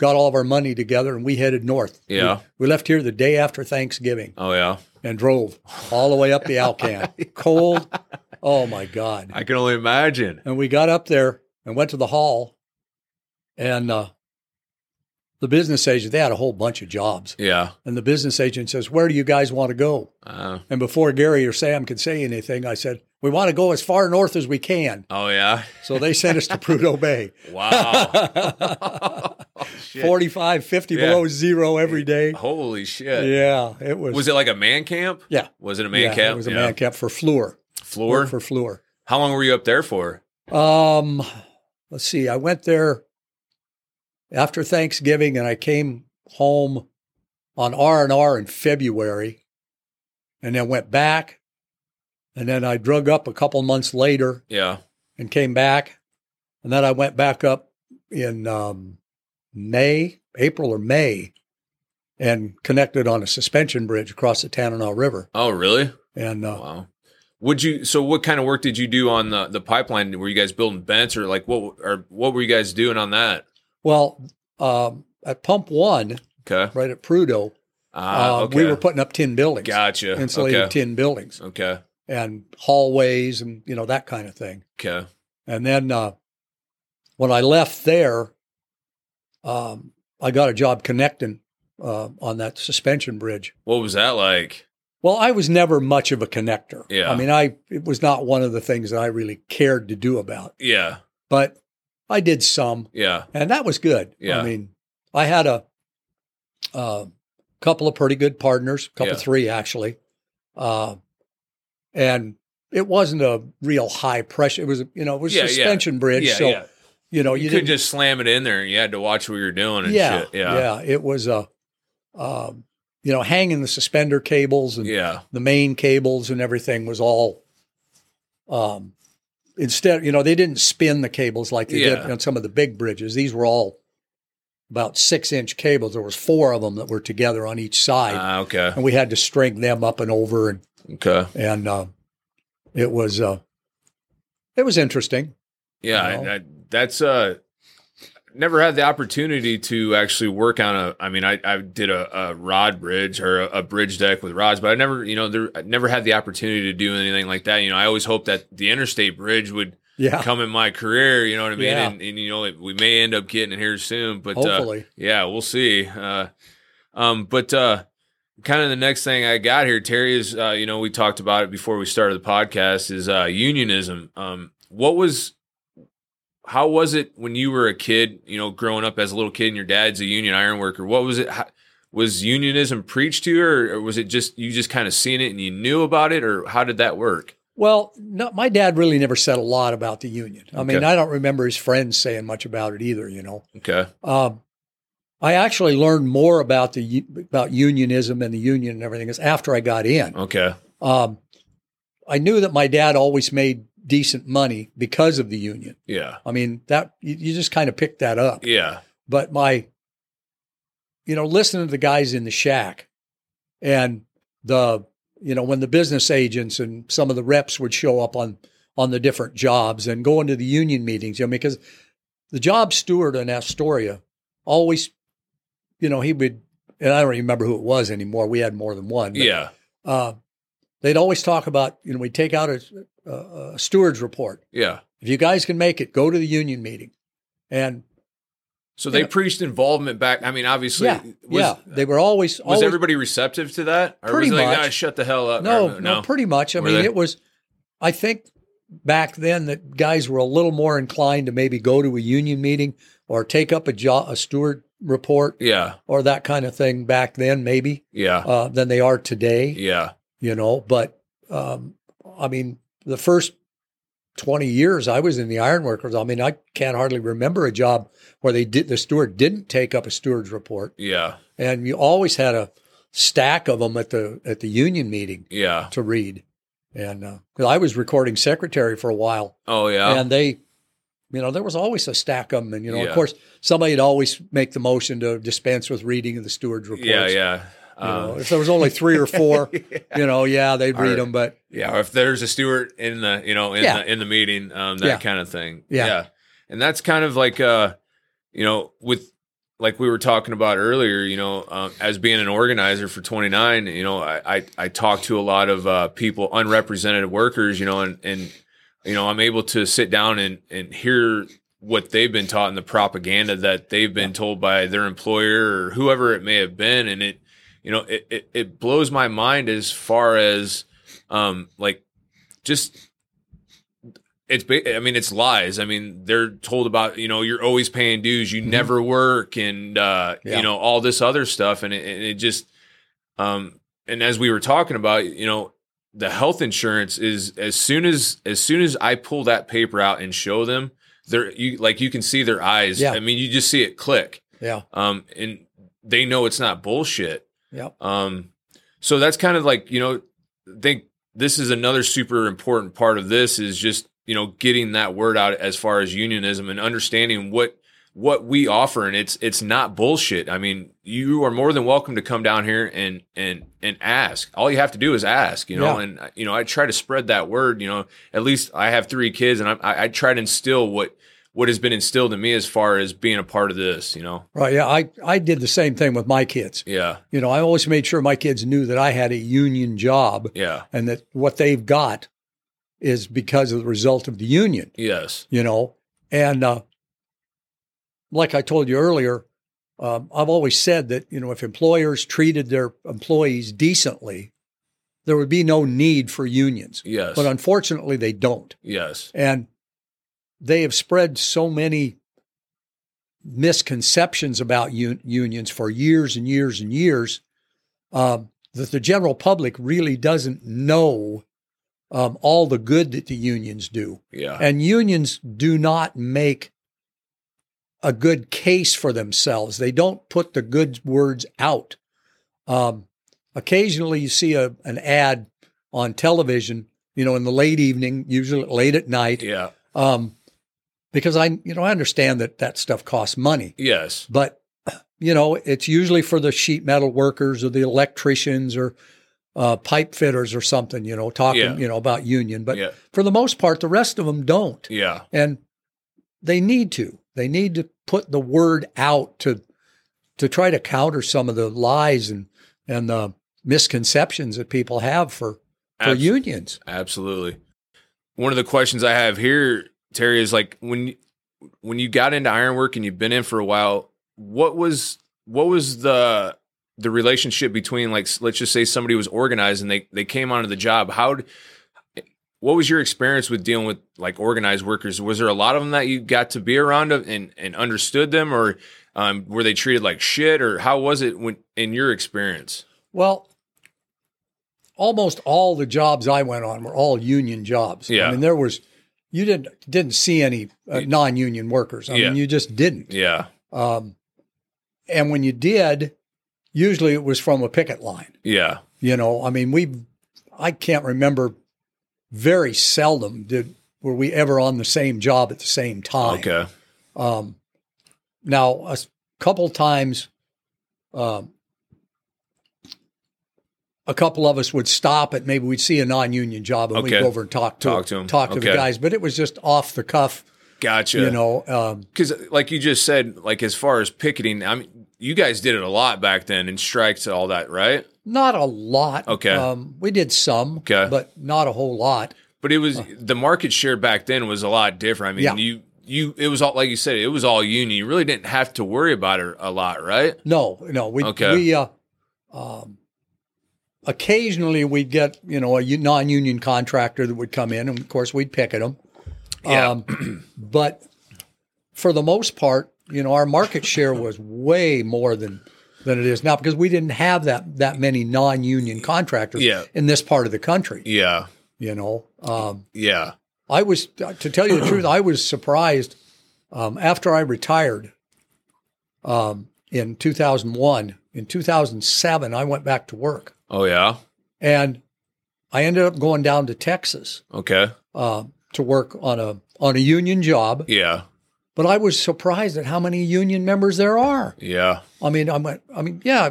S2: got all of our money together, and we headed north.
S3: Yeah.
S2: We, we left here the day after Thanksgiving
S3: Oh yeah.
S2: and drove all the way up the Alcan. Cold. Oh my God.
S3: I can only imagine.
S2: And we got up there and went to the hall, and uh, the business agent they had a whole bunch of jobs,
S3: Yeah.
S2: and the business agent says, "Where do you guys want to go?"
S3: Uh,
S2: And before Gary or Sam could say anything, I said, "We want to go as far north as we can."
S3: oh yeah.
S2: So they sent us to Prudhoe Bay.
S3: Wow. Shit.
S2: 45, 50
S3: Yeah.
S2: below zero every day.
S3: Holy shit.
S2: Yeah, it was.
S3: Was it like a man camp?
S2: Yeah.
S3: Was it a man
S2: yeah,
S3: camp?
S2: It was a
S3: Yeah.
S2: man camp for Fleur.
S3: Floor.
S2: For Fleur.
S3: How long were you up there for?
S2: Um, let's see. I went there after Thanksgiving, and I came home on R and R in February, and then went back, and then I drug up a couple months later
S3: Yeah.
S2: and came back, and then I went back up in um, May, April or May, and connected on a suspension bridge across the Tanana River,
S3: Oh really?
S2: and uh,
S3: Wow. Would you? So, what kind of work did you do on the the pipeline? Were you guys building vents, or like what? Or what were you guys doing on that?
S2: well, um, at Pump One,
S3: Okay.
S2: right at Prudhoe.
S3: Ah,
S2: Uh,
S3: okay.
S2: We were putting up tin buildings,
S3: gotcha.
S2: insulated
S3: okay.
S2: tin buildings,
S3: okay.
S2: and hallways, and you know that kind of thing.
S3: Okay.
S2: And then uh, when I left there, um, I got a job connecting uh, on that suspension bridge.
S3: What was that like?
S2: Well, I was never much of a connector.
S3: Yeah.
S2: I mean, I it was not one of the things that I really cared to do about,
S3: Yeah.
S2: but I did some.
S3: Yeah.
S2: and that was good.
S3: Yeah.
S2: I mean, I had a, uh couple of pretty good partners, couple
S3: Yeah.
S2: three actually, uh, and it wasn't a real high pressure. It was you know it was
S3: Yeah, yeah.
S2: suspension bridge,
S3: yeah.
S2: so
S3: yeah.
S2: you know
S3: You,
S2: you,
S3: couldn't
S2: didn't
S3: just slam it in there. You had to watch what you were doing and
S2: yeah,
S3: shit. Yeah.
S2: It was a um, you know hanging the suspender cables and
S3: Yeah.
S2: the main cables and everything was all um instead you know they didn't spin the cables like they
S3: Yeah.
S2: did on some of the big bridges these were all about six inch cables there was four of them that were together on each side
S3: Ah, okay.
S2: and we had to string them up and over and
S3: Okay.
S2: and uh, it was uh it was interesting
S3: Yeah.
S2: You know?
S3: I, I, that's uh never had the opportunity to actually work on a I mean I, I did a, a rod bridge or a, a bridge deck with rods, but I never, you know, there I never had the opportunity to do anything like that. You know, I always hoped that the interstate bridge would
S2: yeah
S3: come in my career, you know what I mean?
S2: Yeah.
S3: And, and you know, we may end up getting it here soon, but uh,
S2: hopefully
S3: Yeah, we'll see. Uh, um, but uh, kind of the next thing I got here, Terry, is uh, you know we talked about it before we started the podcast is uh, unionism. Um, what was how was it when you were a kid? You know, growing up as a little kid, and your dad's a union iron worker. What was it? How, was unionism preached to you, or, or was it just you just kind of seeing it and you knew about it, or how did that work?
S2: well no, my dad really never said a lot about the union i mean
S3: Okay.
S2: i don't remember his friends saying much about it either you know
S3: Okay,
S2: Um, I actually learned more about the u- about unionism and the union and everything is after I got in.
S3: okay,
S2: Um, I knew that my dad always made decent money because of the union.
S3: yeah,
S2: I mean that you, you just kind of picked that up.
S3: yeah,
S2: But my, you know, listening to the guys in the shack, and the you know when the business agents and some of the reps would show up on on the different jobs and going to the union meetings, you know, because the job steward in Astoria always, you know, he would, and I don't remember who it was anymore. We had more than one. but,
S3: yeah,
S2: Uh, they'd always talk about, you know, we take out a, a, a steward's report.
S3: yeah.
S2: If you guys can make it, go to the union meeting. And
S3: So they
S2: Yeah.
S3: preached involvement back. I mean, obviously,
S2: yeah,
S3: was-
S2: yeah, they were always,
S3: Was
S2: always
S3: everybody receptive to that? Or
S2: Pretty
S3: was it like,
S2: much.
S3: "Ah, shut the hell up.
S2: no,
S3: Or-
S2: no, pretty much. I
S3: Were
S2: mean,
S3: they?
S2: it was, I think back then that guys were a little more inclined to maybe go to a union meeting or take up a job, a steward report
S3: yeah,
S2: or that kind of thing back then, maybe,
S3: yeah,
S2: uh, than they are today,
S3: yeah,
S2: you know. But, um, I mean, the first 20 years I was in the ironworkers, I mean, I can't hardly remember a job where they did, the steward didn't take up a steward's report.
S3: yeah,
S2: And you always had a stack of them at the, at the union meeting
S3: yeah.
S2: to read. And uh 'cause I was recording secretary for a while,
S3: Oh yeah,
S2: and they, you know, there was always a stack of them. And you know,
S3: Yeah.
S2: of course, somebody'd always make the motion to dispense with reading of the steward's reports.
S3: yeah, Um, Uh. yeah.
S2: You know, if there was only three or four, you know, yeah, they'd read
S3: Or-
S2: them, but
S3: Yeah, or if there's a steward in the you know in
S2: Yeah.
S3: the in the meeting, um, that
S2: Yeah.
S3: kind of thing.
S2: Yeah.
S3: and that's kind of like uh, you know, with like we were talking about earlier, you know, um, as being an organizer for 29, you know, I I, I talk to a lot of uh, people, unrepresented workers, you know, and and you know, I'm able to sit down and and hear what they've been taught and the propaganda that they've been told by their employer or whoever it may have been, and it you know it, it, it blows my mind as far as um like just it's ba- i mean it's lies i mean they're told about you know you're always paying dues you never work and uh
S2: Mm-hmm. Yeah.
S3: you know all this other stuff and it, and it just um and as we were talking about you know the health insurance is as soon as as soon as i pull that paper out and show them they're you like you can see their eyes
S2: Yeah.
S3: i mean you just see it click
S2: yeah,
S3: um, and they know it's not bullshit.
S2: Yep.
S3: Um, so that's kind of like you know, I think this is another super important part of this is just you know getting that word out as far as unionism and understanding what what we offer and it's it's not bullshit. I mean, you are more than welcome to come down here and and and ask. All you have to do is ask, you know.
S2: Yeah.
S3: And you know, I try to spread that word. You know, at least I have three kids, and I, I, I try to instill what what has been instilled in me as far as being a part of this. You know.
S2: right. Yeah, I I did the same thing with my kids.
S3: Yeah,
S2: You know, I always made sure my kids knew that I had a union job
S3: yeah,
S2: and that what they've got is because of the result of the union.
S3: yes,
S2: you know. And uh, like I told you earlier, um, I've always said that you know if employers treated their employees decently, there would be no need for unions.
S3: yes,
S2: But unfortunately, they don't,
S3: yes,
S2: and they have spread so many misconceptions about un- unions for years and years and years um, that the general public really doesn't know um, all the good that the unions do.
S3: yeah,
S2: And unions do not make a good case for themselves. They don't put the good words out. Um, occasionally, you see a, an ad on television, you know, in the late evening, usually late at night,
S3: yeah,
S2: um, because I, you know, I understand that that stuff costs money,
S3: yes,
S2: but you know, it's usually for the sheet metal workers or the electricians or uh, pipe fitters or something, you know, talking,
S3: Yeah.
S2: you know, about union. But
S3: yeah,
S2: for the most part, the rest of them don't
S3: yeah,
S2: and they need to they need to put the word out to to try to counter some of the lies and and the misconceptions that people have for for
S3: Abs-
S2: unions
S3: absolutely. One of the questions I have here, Terry, is like when when you got into ironwork and you've been in for a while, what was what was the the relationship between like s- let's just say somebody was organized and they they came onto the job how d- what was your experience with dealing with like organized workers was there a lot of them that you got to be around of- and and understood them or um, were they treated like shit or how was it when in your experience
S2: well almost all the jobs i went on were all union jobs
S3: Yeah.
S2: i mean there was you didn't didn't see any uh, non-union workers i
S3: Yeah.
S2: mean you just didn't
S3: yeah
S2: um, and when you did usually it was from a picket line
S3: yeah
S2: You know, I mean, we, I can't remember. Very seldom did were we ever on the same job at the same time.
S3: okay
S2: Um, now a s- couple times, um, a couple of us would stop and maybe we'd see a non-union job and we'd
S3: Okay.
S2: go over and talk to
S3: Talk to 'em.
S2: talk to the
S3: Okay.
S2: guys, but it was just off the cuff,
S3: gotcha
S2: you know. Um,
S3: because like you just said like as far as picketing i mean you guys did it a lot back then and strikes and all that right
S2: not a lot.
S3: Okay.
S2: Um, we did some,
S3: Okay.
S2: but not a whole lot.
S3: But it was the market share back then was a lot different. I mean,
S2: Yeah.
S3: you you it was all like you said, it was all union. You really didn't have to worry about it a lot, right?
S2: No, no. We
S3: Okay.
S2: we uh, um, occasionally we'd get you know a u- non-union contractor that would come in, and of course we'd pick at them.
S3: Yeah.
S2: Um, but for the most part, you know, our market share was way more than than it is now because we didn't have that that many non-union contractors
S3: Yeah.
S2: in this part of the country.
S3: Yeah,
S2: You know, um,
S3: yeah,
S2: I was to tell you the truth, I was surprised um, after I retired um, in 2001. In 2007, I went back to work,
S3: oh yeah,
S2: and I ended up going down to Texas
S3: okay,
S2: um to work on a on a union job.
S3: yeah,
S2: But I was surprised at how many union members there are.
S3: yeah,
S2: I mean, I went. I mean, yeah,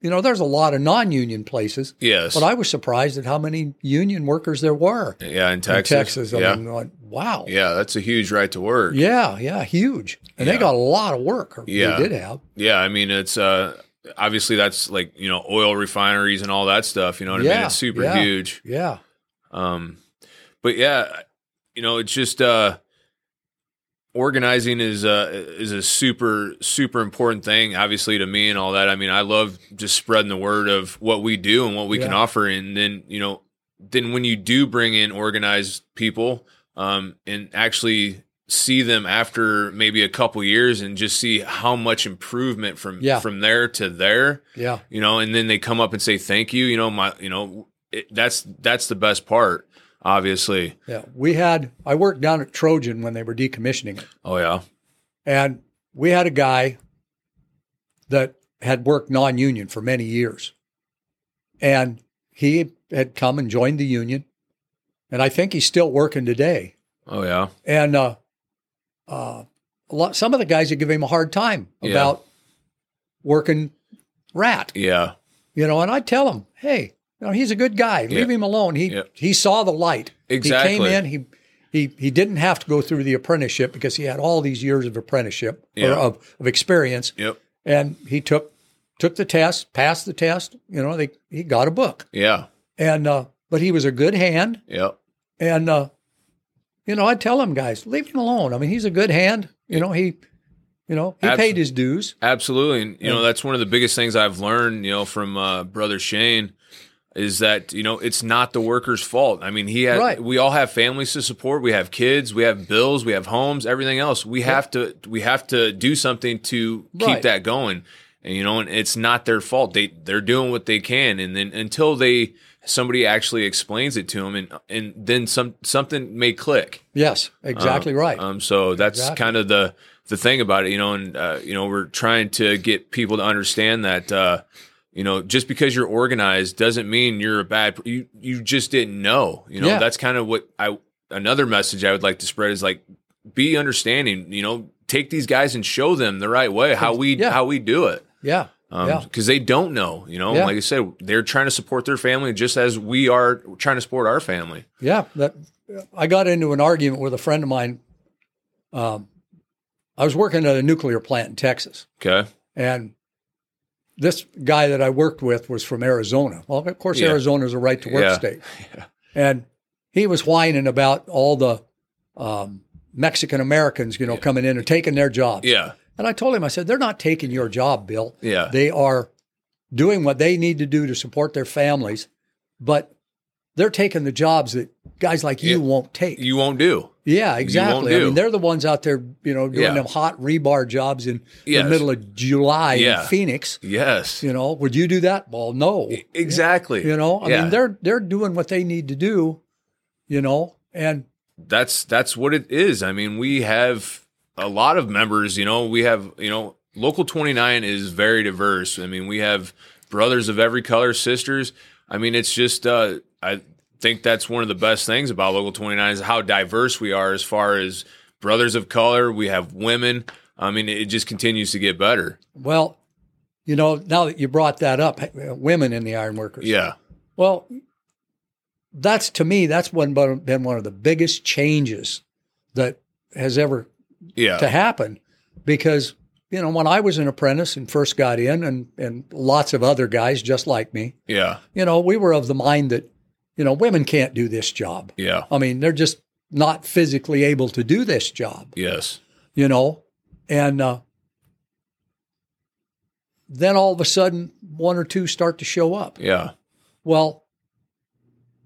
S2: you know, there's a lot of non-union places,
S3: Yes.
S2: but I was surprised at how many union workers there were
S3: yeah, in
S2: in
S3: Texas.
S2: Texas. I
S3: yeah.
S2: mean, like, wow.
S3: yeah, that's a huge right to work.
S2: Yeah, yeah, huge. And
S3: Yeah.
S2: they got a lot of work. or
S3: Yeah.
S2: They did have.
S3: Yeah, I mean it's uh obviously that's like, you know, oil refineries and all that stuff, you know what I mean?
S2: Yeah,
S3: It's super
S2: yeah.
S3: huge.
S2: Yeah.
S3: Um, but yeah, you know, it's just uh, organizing is uh, is a super super important thing, obviously to me and all that. I mean, I love just spreading the word of what we do and what we can
S2: Yeah.
S3: offer, and then you know, then when you do bring in organized people, um, and actually see them after maybe a couple years and just see how much improvement from
S2: Yeah.
S3: from there to there
S2: Yeah.
S3: you know and then they come up and say thank you you know my you know it, that's that's the best part obviously
S2: Yeah. We had, I worked down at Trojan when they were decommissioning it.
S3: oh yeah
S2: And we had a guy that had worked non union for many years. And he had come and joined the union. And I think he's still working today.
S3: oh yeah
S2: And uh, uh, a lot, some of the guys would give him a hard time
S3: Yeah.
S2: about working rat.
S3: yeah
S2: you know, and I tell him, hey, you know, he's a good guy. Leave him alone. He
S3: Yeah.
S2: he saw the light. He came
S3: Exactly.
S2: in. He he he didn't have to go through the apprenticeship because he had all these years of apprenticeship
S3: Yeah.
S2: or of, of experience,
S3: yep
S2: and he took took the test, passed the test. You know, they he got a book,
S3: yeah
S2: and uh, but he was a good hand,
S3: yep
S2: and uh, you know, I tell him guys, leave him alone. I mean, he's a good hand. You know, he you know he
S3: Absol-
S2: paid his dues.
S3: absolutely and you know that's one of the biggest things i've learned you know from uh, brother shane is that you know it's not the worker's fault i mean he had
S2: Right.
S3: we all have families to support we have kids we have bills we have homes everything else we have to we have to do something to keep
S2: Right.
S3: that going and you know and it's not their fault they they're doing what they can and then until they somebody actually explains it to them and and then some something may click
S2: Yes, exactly
S3: um,
S2: right.
S3: Um, so that's
S2: Exactly.
S3: kind of the the thing about it, you know, and uh, you know, we're trying to get people to understand that uh, you know, just because you're organized doesn't mean you're a bad per- you you just didn't know. You know,
S2: Yeah.
S3: that's kind of what I another message I would like to spread is like be understanding, you know, take these guys and show them the right way how we
S2: Yeah.
S3: how we do it.
S2: yeah,
S3: Um 'cause
S2: yeah,
S3: because they don't know, you know,
S2: Yeah.
S3: like I said, they're trying to support their family just as we are trying to support our family.
S2: Yeah, that I got into an argument with a friend of mine. Um, I was working at a nuclear plant in Texas,
S3: Okay.
S2: and this guy that I worked with was from Arizona. Well, of course,
S3: Yeah.
S2: Arizona is a right to work
S3: Yeah.
S2: state, and he was whining about all the um, Mexican Americans, you know, coming in and taking their jobs.
S3: Yeah.
S2: And I told him, I said, they're not taking your job, Bill.
S3: Yeah.
S2: They are doing what they need to do to support their families, but they're taking the jobs that guys like you
S3: Yeah.
S2: won't take.
S3: you won't do.
S2: yeah, exactly. I
S3: do.
S2: mean, they're the ones out there, you know, doing
S3: Yeah.
S2: them hot rebar jobs in
S3: Yes.
S2: the middle of July
S3: Yeah.
S2: in Phoenix.
S3: Yes. E,
S2: You know, would you do that? Well, no.
S3: Exactly.
S2: You know, I
S3: Yeah.
S2: mean, they're they're doing what they need to do. You know, and
S3: that's that's what it is. I mean, we have a lot of members. You know, we have you know, local twenty nine is very diverse. I mean, we have brothers of every color, sisters. I mean, it's just uh, I think that's one of the best things about local twenty nine is how diverse we are as far as brothers of color. We have women. I mean, it just continues to get better.
S2: well, you know, now that you brought that up, women in the iron workers.
S3: Yeah.
S2: Well, that's to me, that's one been one of the biggest changes that has ever
S3: Yeah.
S2: to happen because you know when I was an apprentice and first got in, and and lots of other guys just like me,
S3: yeah.
S2: you know, we were of the mind that you know women can't do this job.
S3: Yeah.
S2: I mean, they're just not physically able to do this job,
S3: Yes.
S2: you know, and. Uh, then all of a sudden, one or two start to show up.
S3: Yeah.
S2: Well,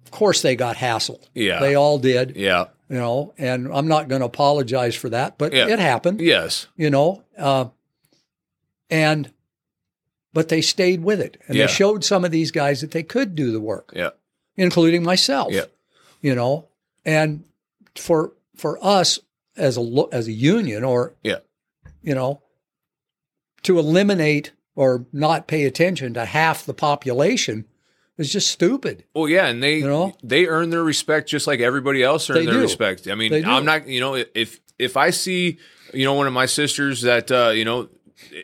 S2: of course they got hassled.
S3: Yeah.
S2: They all did,
S3: yeah.
S2: you know, and I'm not going to apologize for that, but
S3: Yeah.
S2: it happened,
S3: Yes.
S2: you know. Uh, and, but they stayed with it and
S3: Yeah.
S2: they showed some of these guys that they could do the work,
S3: Yeah.
S2: including myself,
S3: Yeah.
S2: you know. And for, for us as a, lo- as a union or,
S3: Yeah.
S2: you know, to eliminate or not pay attention to half the population is just stupid.
S3: Well, yeah, and they
S2: You know?
S3: they earn their respect just like everybody else earned
S2: They
S3: their
S2: do.
S3: respect. I mean,
S2: They do.
S3: I'm not, you know, if if I see, you know, one of my sisters that uh, you know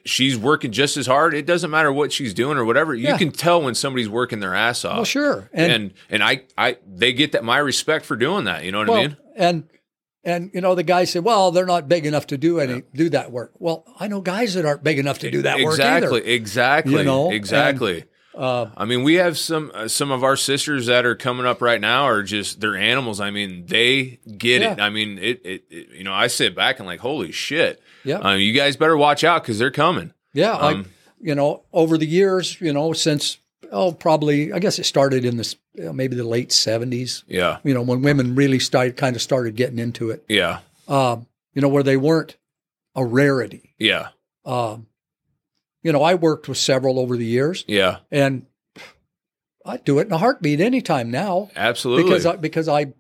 S3: she's working just as hard. It doesn't matter what she's doing or whatever. You
S2: Yeah.
S3: can tell when somebody's working their ass off.
S2: Well, sure.
S3: And, and I I they get that my respect for doing that. You know what I mean?
S2: And and you know the guy said, "Well, they're not big enough to do any do that work." Well, I know guys that aren't big enough to do that
S3: exactly,
S2: work
S3: exactly,
S2: You know, and-
S3: exactly.
S2: either. Uh,
S3: I mean, we have some uh, some of our sisters that are coming up right now are just they're animals. I mean, they get it.
S2: Yeah.
S3: I mean, it, it, it. You know, I sit back and like, holy shit.
S2: Yeah.
S3: Um, you guys better watch out because they're coming.
S2: yeah, like
S3: Um,
S2: you know, over the years, you know, since oh, probably I guess it started in this uh, maybe the late seventies.
S3: Yeah.
S2: You know, when women really started kind of started getting into it.
S3: Yeah.
S2: Um, you know, where they weren't a rarity.
S3: Yeah.
S2: Um, you know, I worked with several over the years,
S3: Yeah.
S2: and I'd do it in a heartbeat anytime now.
S3: Absolutely.
S2: because uh, I, because I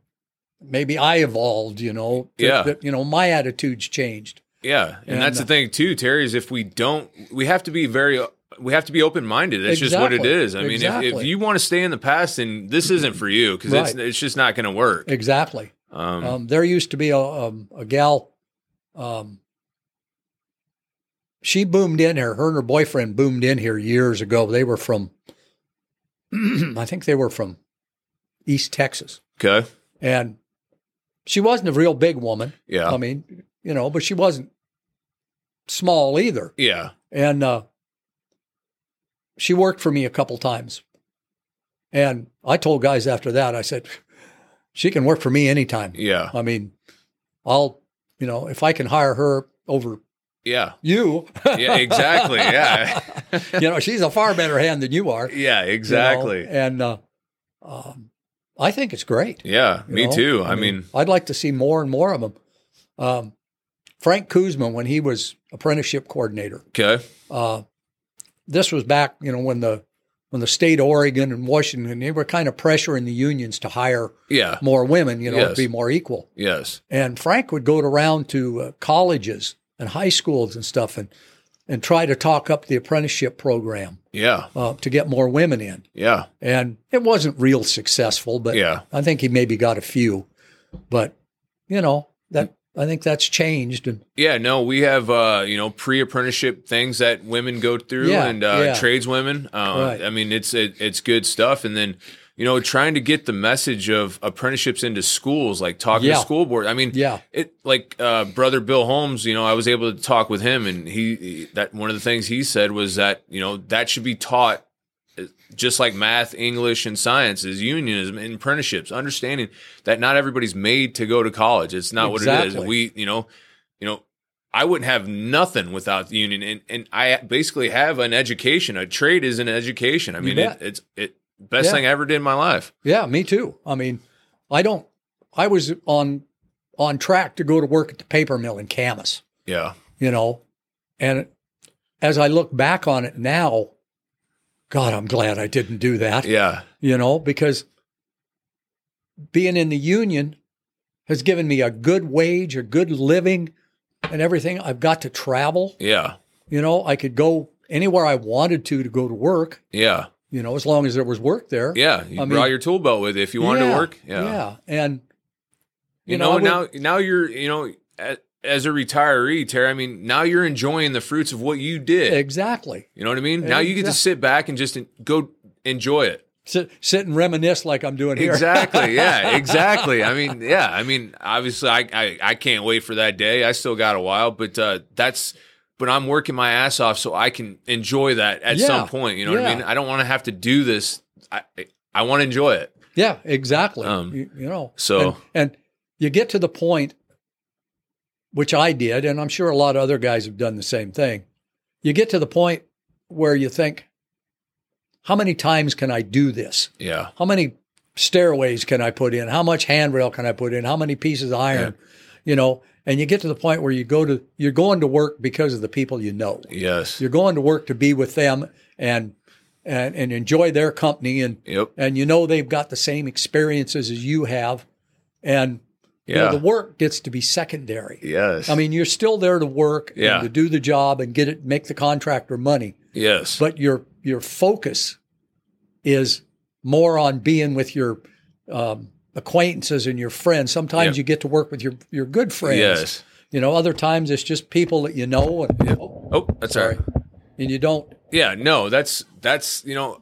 S2: maybe I evolved, you know. that-
S3: Yeah.
S2: that, you know, my attitudes changed.
S3: Yeah, and,
S2: And,
S3: that's the
S2: uh,
S3: thing too, Terry. Is if we don't, we have to be very, we have to be open minded. That's just what it
S2: Exactly.
S3: is. I mean, if, if
S2: Exactly.
S3: you want to stay in the past, then this isn't for you because it's
S2: Right.
S3: it's just not going to work.
S2: Exactly.
S3: Um,
S2: Um, there used to be a um, a gal. Um, she boomed in here. Her and her boyfriend boomed in here years ago. They were from, I think they were from East Texas,
S3: okay.
S2: and she wasn't a real big woman.
S3: Yeah.
S2: I mean, you know, but she wasn't small either.
S3: yeah.
S2: and uh, she worked for me a couple times. And I told guys after that, I said, she can work for me anytime.
S3: Yeah.
S2: I mean, I'll, you know, if I can hire her over
S3: Yeah.
S2: you,
S3: Yeah. Exactly. yeah.
S2: you know, she's a far better hand than you are. you know?
S3: Yeah. Exactly.
S2: And uh, um, I think it's great.
S3: Yeah.
S2: you
S3: Me
S2: know?
S3: too. I mean,
S2: I'd like to see more and more of them. Um, Frank Kuzma, when he was apprenticeship coordinator,
S3: okay.
S2: uh, this was back, you know, when the when the state of Oregon and Washington they were kind of pressuring the unions to hire
S3: Yeah.
S2: more women, you know,
S3: Yes.
S2: to be more equal.
S3: Yes.
S2: And Frank would go around to uh, colleges and high schools and stuff, and and try to talk up the apprenticeship program
S3: Yeah.
S2: uh, to get more women in.
S3: Yeah.
S2: And it wasn't real successful, but
S3: Yeah.
S2: I think he maybe got a few. But you know that I think that's changed, and
S3: Yeah, no, we have uh, you know pre-apprenticeship things that women go through
S2: Yeah,
S3: and uh,
S2: yeah.
S3: tradeswomen. Uh,
S2: Right.
S3: I mean, it's it, it's good stuff. And then you know, trying to get the message of apprenticeships into schools, like talking
S2: Yeah.
S3: to school board. I mean,
S2: Yeah.
S3: it like uh, brother Bill Holmes. You know, I was able to talk with him, and he, he that one of the things he said was that you know that should be taught uh, just like math, English, and sciences, unionism, and apprenticeships, understanding that not everybody's made to go to college. It's not what it is.
S2: Exactly.
S3: We, you know, you know, I wouldn't have nothing without the union, and and I basically have an education. A trade is an education. I mean, it,
S2: bet.
S3: it's it best
S2: Yeah.
S3: thing I ever did in my life.
S2: Yeah, me too. I mean, I don't. I was on on track to go to work at the paper mill in Camas,
S3: Yeah,
S2: you know, and as I look back on it now, God, I'm glad I didn't do that,
S3: yeah,
S2: you know, because being in the union has given me a good wage, a good living, and everything. I've got to travel,
S3: yeah,
S2: you know. I could go anywhere I wanted to to go to work,
S3: yeah,
S2: you know, as long as there was work there.
S3: yeah. You
S2: I
S3: brought
S2: mean-
S3: your tool belt with you if you wanted to work.
S2: yeah, and
S3: You,
S2: You
S3: know,
S2: know, I
S3: now now you're you know a- as a retiree, Terry. I mean, now you're enjoying the fruits of what you did.
S2: exactly.
S3: You know what I mean? Now you get to
S2: Exact-
S3: sit back and just en- go enjoy it.
S2: sit, sit and reminisce like I'm doing here.
S3: Exactly. Yeah. Exactly. I mean, yeah. I mean, obviously, I, I I can't wait for that day. I still got a while, but uh, that's. But I'm working my ass off so I can enjoy that at
S2: Yeah.
S3: some point. You know what I
S2: Yeah.
S3: mean? I don't want to have to do this. I I want to enjoy it.
S2: Yeah, exactly.
S3: Um,
S2: you, you know,
S3: so-
S2: and, and you get to the point, which I did, and I'm sure a lot of other guys have done the same thing. You get to the point where you think, how many times can I do this?
S3: Yeah.
S2: How many stairways can I put in? How much handrail can I put in? How many pieces of iron? You know, and you get to the point where you go to you're going to work because of the people you know.
S3: Yes.
S2: You're going to work to be with them and and, and enjoy their company and
S3: Yep.
S2: and you know they've got the same experiences as you have and you know,
S3: Yeah.
S2: the work gets to be secondary
S3: Yes.
S2: i mean you're still there to work
S3: Yeah.
S2: and to do the job and get it make the contractor money
S3: yes.
S2: but your your focus is more on being with your um, acquaintances and your friends sometimes
S3: Yeah.
S2: you get to work with your your good friends
S3: Yes.
S2: You know, other times it's just people that you know. And,
S3: Yeah.
S2: oh,
S3: Oh, that's all right.
S2: And you don't.
S3: Yeah, no, that's that's you know,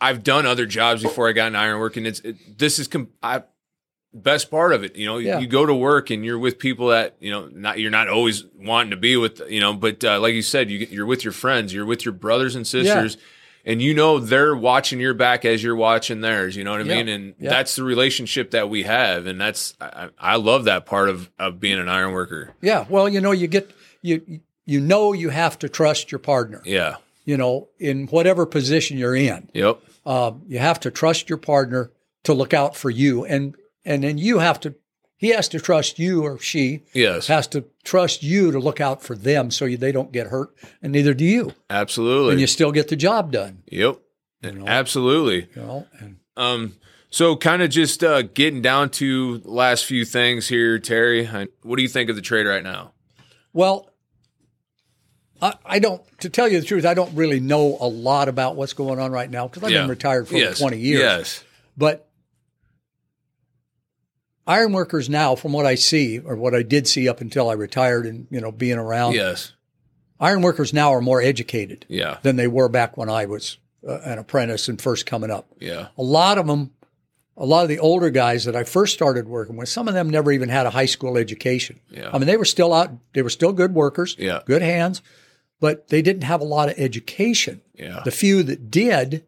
S3: I've done other jobs before I got in ironwork, and it's it, this is com- I best part of it. You know, You-
S2: Yeah.
S3: you go to work and you're with people that you know not you're not always wanting to be with. You know, but uh, like you said, you get, you're with your friends, you're with your brothers and sisters. And you know they're watching your back as you're watching theirs. You know what I
S2: Yeah.
S3: mean, and
S2: Yeah.
S3: that's the relationship that we have, and that's I, I I love that part of of being an iron worker.
S2: Yeah. Well, you know, you get you you know you have to trust your partner.
S3: Yeah.
S2: You know, in whatever position you're in,
S3: Yep.
S2: um, you have to trust your partner to look out for you, and and then you have to he has to trust you or she
S3: Yes.
S2: has to trust you to look out for them so you, they don't get hurt, and neither do you,
S3: Absolutely.
S2: and you still get the job done.
S3: Yep.
S2: know?
S3: Absolutely.
S2: You know, and
S3: Um, so kind of just uh, getting down to the last few things here, Terry. I, what do you think of the trade right now?
S2: Well, I, I don't. To tell you the truth, I don't really know a lot about what's going on right now because I've
S3: Yeah.
S2: been retired for
S3: Yes.
S2: twenty years.
S3: Yes.
S2: But ironworkers now, from what I see or what I did see up until I retired and you know being around,
S3: Yes.
S2: ironworkers now are more educated
S3: Yeah.
S2: than they were back when I was uh, an apprentice and first coming up.
S3: Yeah.
S2: A lot of them, a lot of the older guys that I first started working with, some of them never even had a high school education.
S3: Yeah.
S2: I mean, they were still out, they were still good workers,
S3: Yeah.
S2: good hands, but they didn't have a lot of education.
S3: Yeah.
S2: The few that did,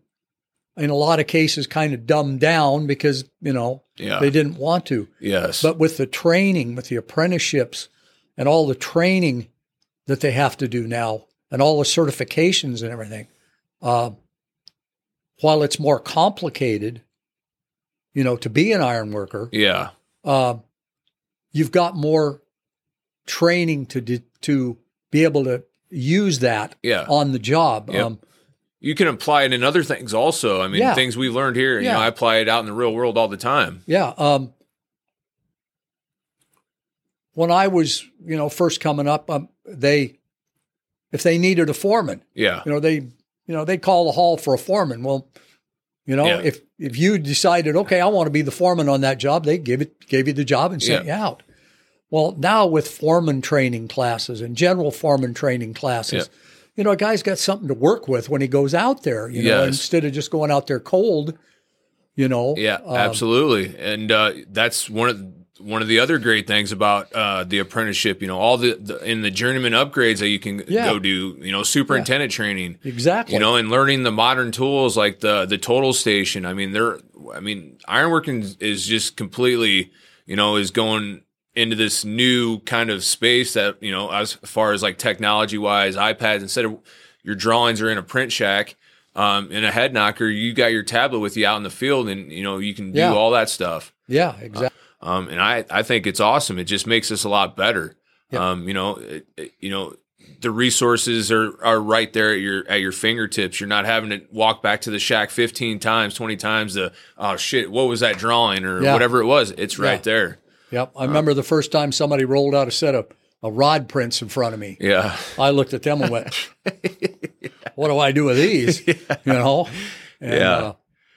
S2: in a lot of cases, kind of dumbed down because, you know,
S3: Yeah.
S2: they didn't want to.
S3: Yes.
S2: But with the training, with the apprenticeships and all the training that they have to do now and all the certifications and everything, uh, while it's more complicated, you know, to be an iron worker,
S3: yeah.
S2: uh, you've got more training to do, to be able to use that
S3: Yeah.
S2: on the job.
S3: Yep.
S2: Um,
S3: You can apply it in other things also. I mean,
S2: Yeah.
S3: things we've learned here, you
S2: Yeah.
S3: know, I apply it out in the real world all the time.
S2: Yeah. Um, when I was, you know, first coming up, um, they, if they needed a foreman,
S3: Yeah.
S2: you know, they, you know, they call the hall for a foreman. Well, you know,
S3: Yeah.
S2: if if you decided, okay, I want to be the foreman on that job, they give it gave you the job and sent you out. Well, now with foreman training classes and general foreman training classes, you know, a guy's got something to work with when he goes out there. You know,
S3: Yes.
S2: instead of just going out there cold. You know,
S3: Yeah,
S2: um,
S3: absolutely. And uh, that's one of one of the other great things about uh, the apprenticeship, you know, all the, the in the journeyman upgrades that you can
S2: Yeah.
S3: go do, you know, superintendent training.
S2: exactly.
S3: you know, and learning the modern tools like the the total station. I mean, they're I mean, ironworking is just completely, you know, is going into this new kind of space that you know, as far as like technology wise, iPads instead of your drawings are in a print shack. Um, in a head knocker, you got your tablet with you out in the field, and you know you can do
S2: Yeah.
S3: all that stuff.
S2: Yeah, exactly.
S3: Um, and I, I think it's awesome. It just makes us a lot better.
S2: Yeah.
S3: Um, you know, it, it- you know, the resources are, are right there at your at your fingertips. You're not having to walk back to the shack 15 times, 20 times. The oh shit, what was that drawing or
S2: Yeah.
S3: whatever it was? It's right
S2: Yeah.
S3: there.
S2: Yep.
S3: uh,
S2: I remember the first time somebody rolled out a set of a rod prints in front of me.
S3: Yeah,
S2: I looked at them and went, "What do I do with these?" You know. And, uh,
S3: Yeah.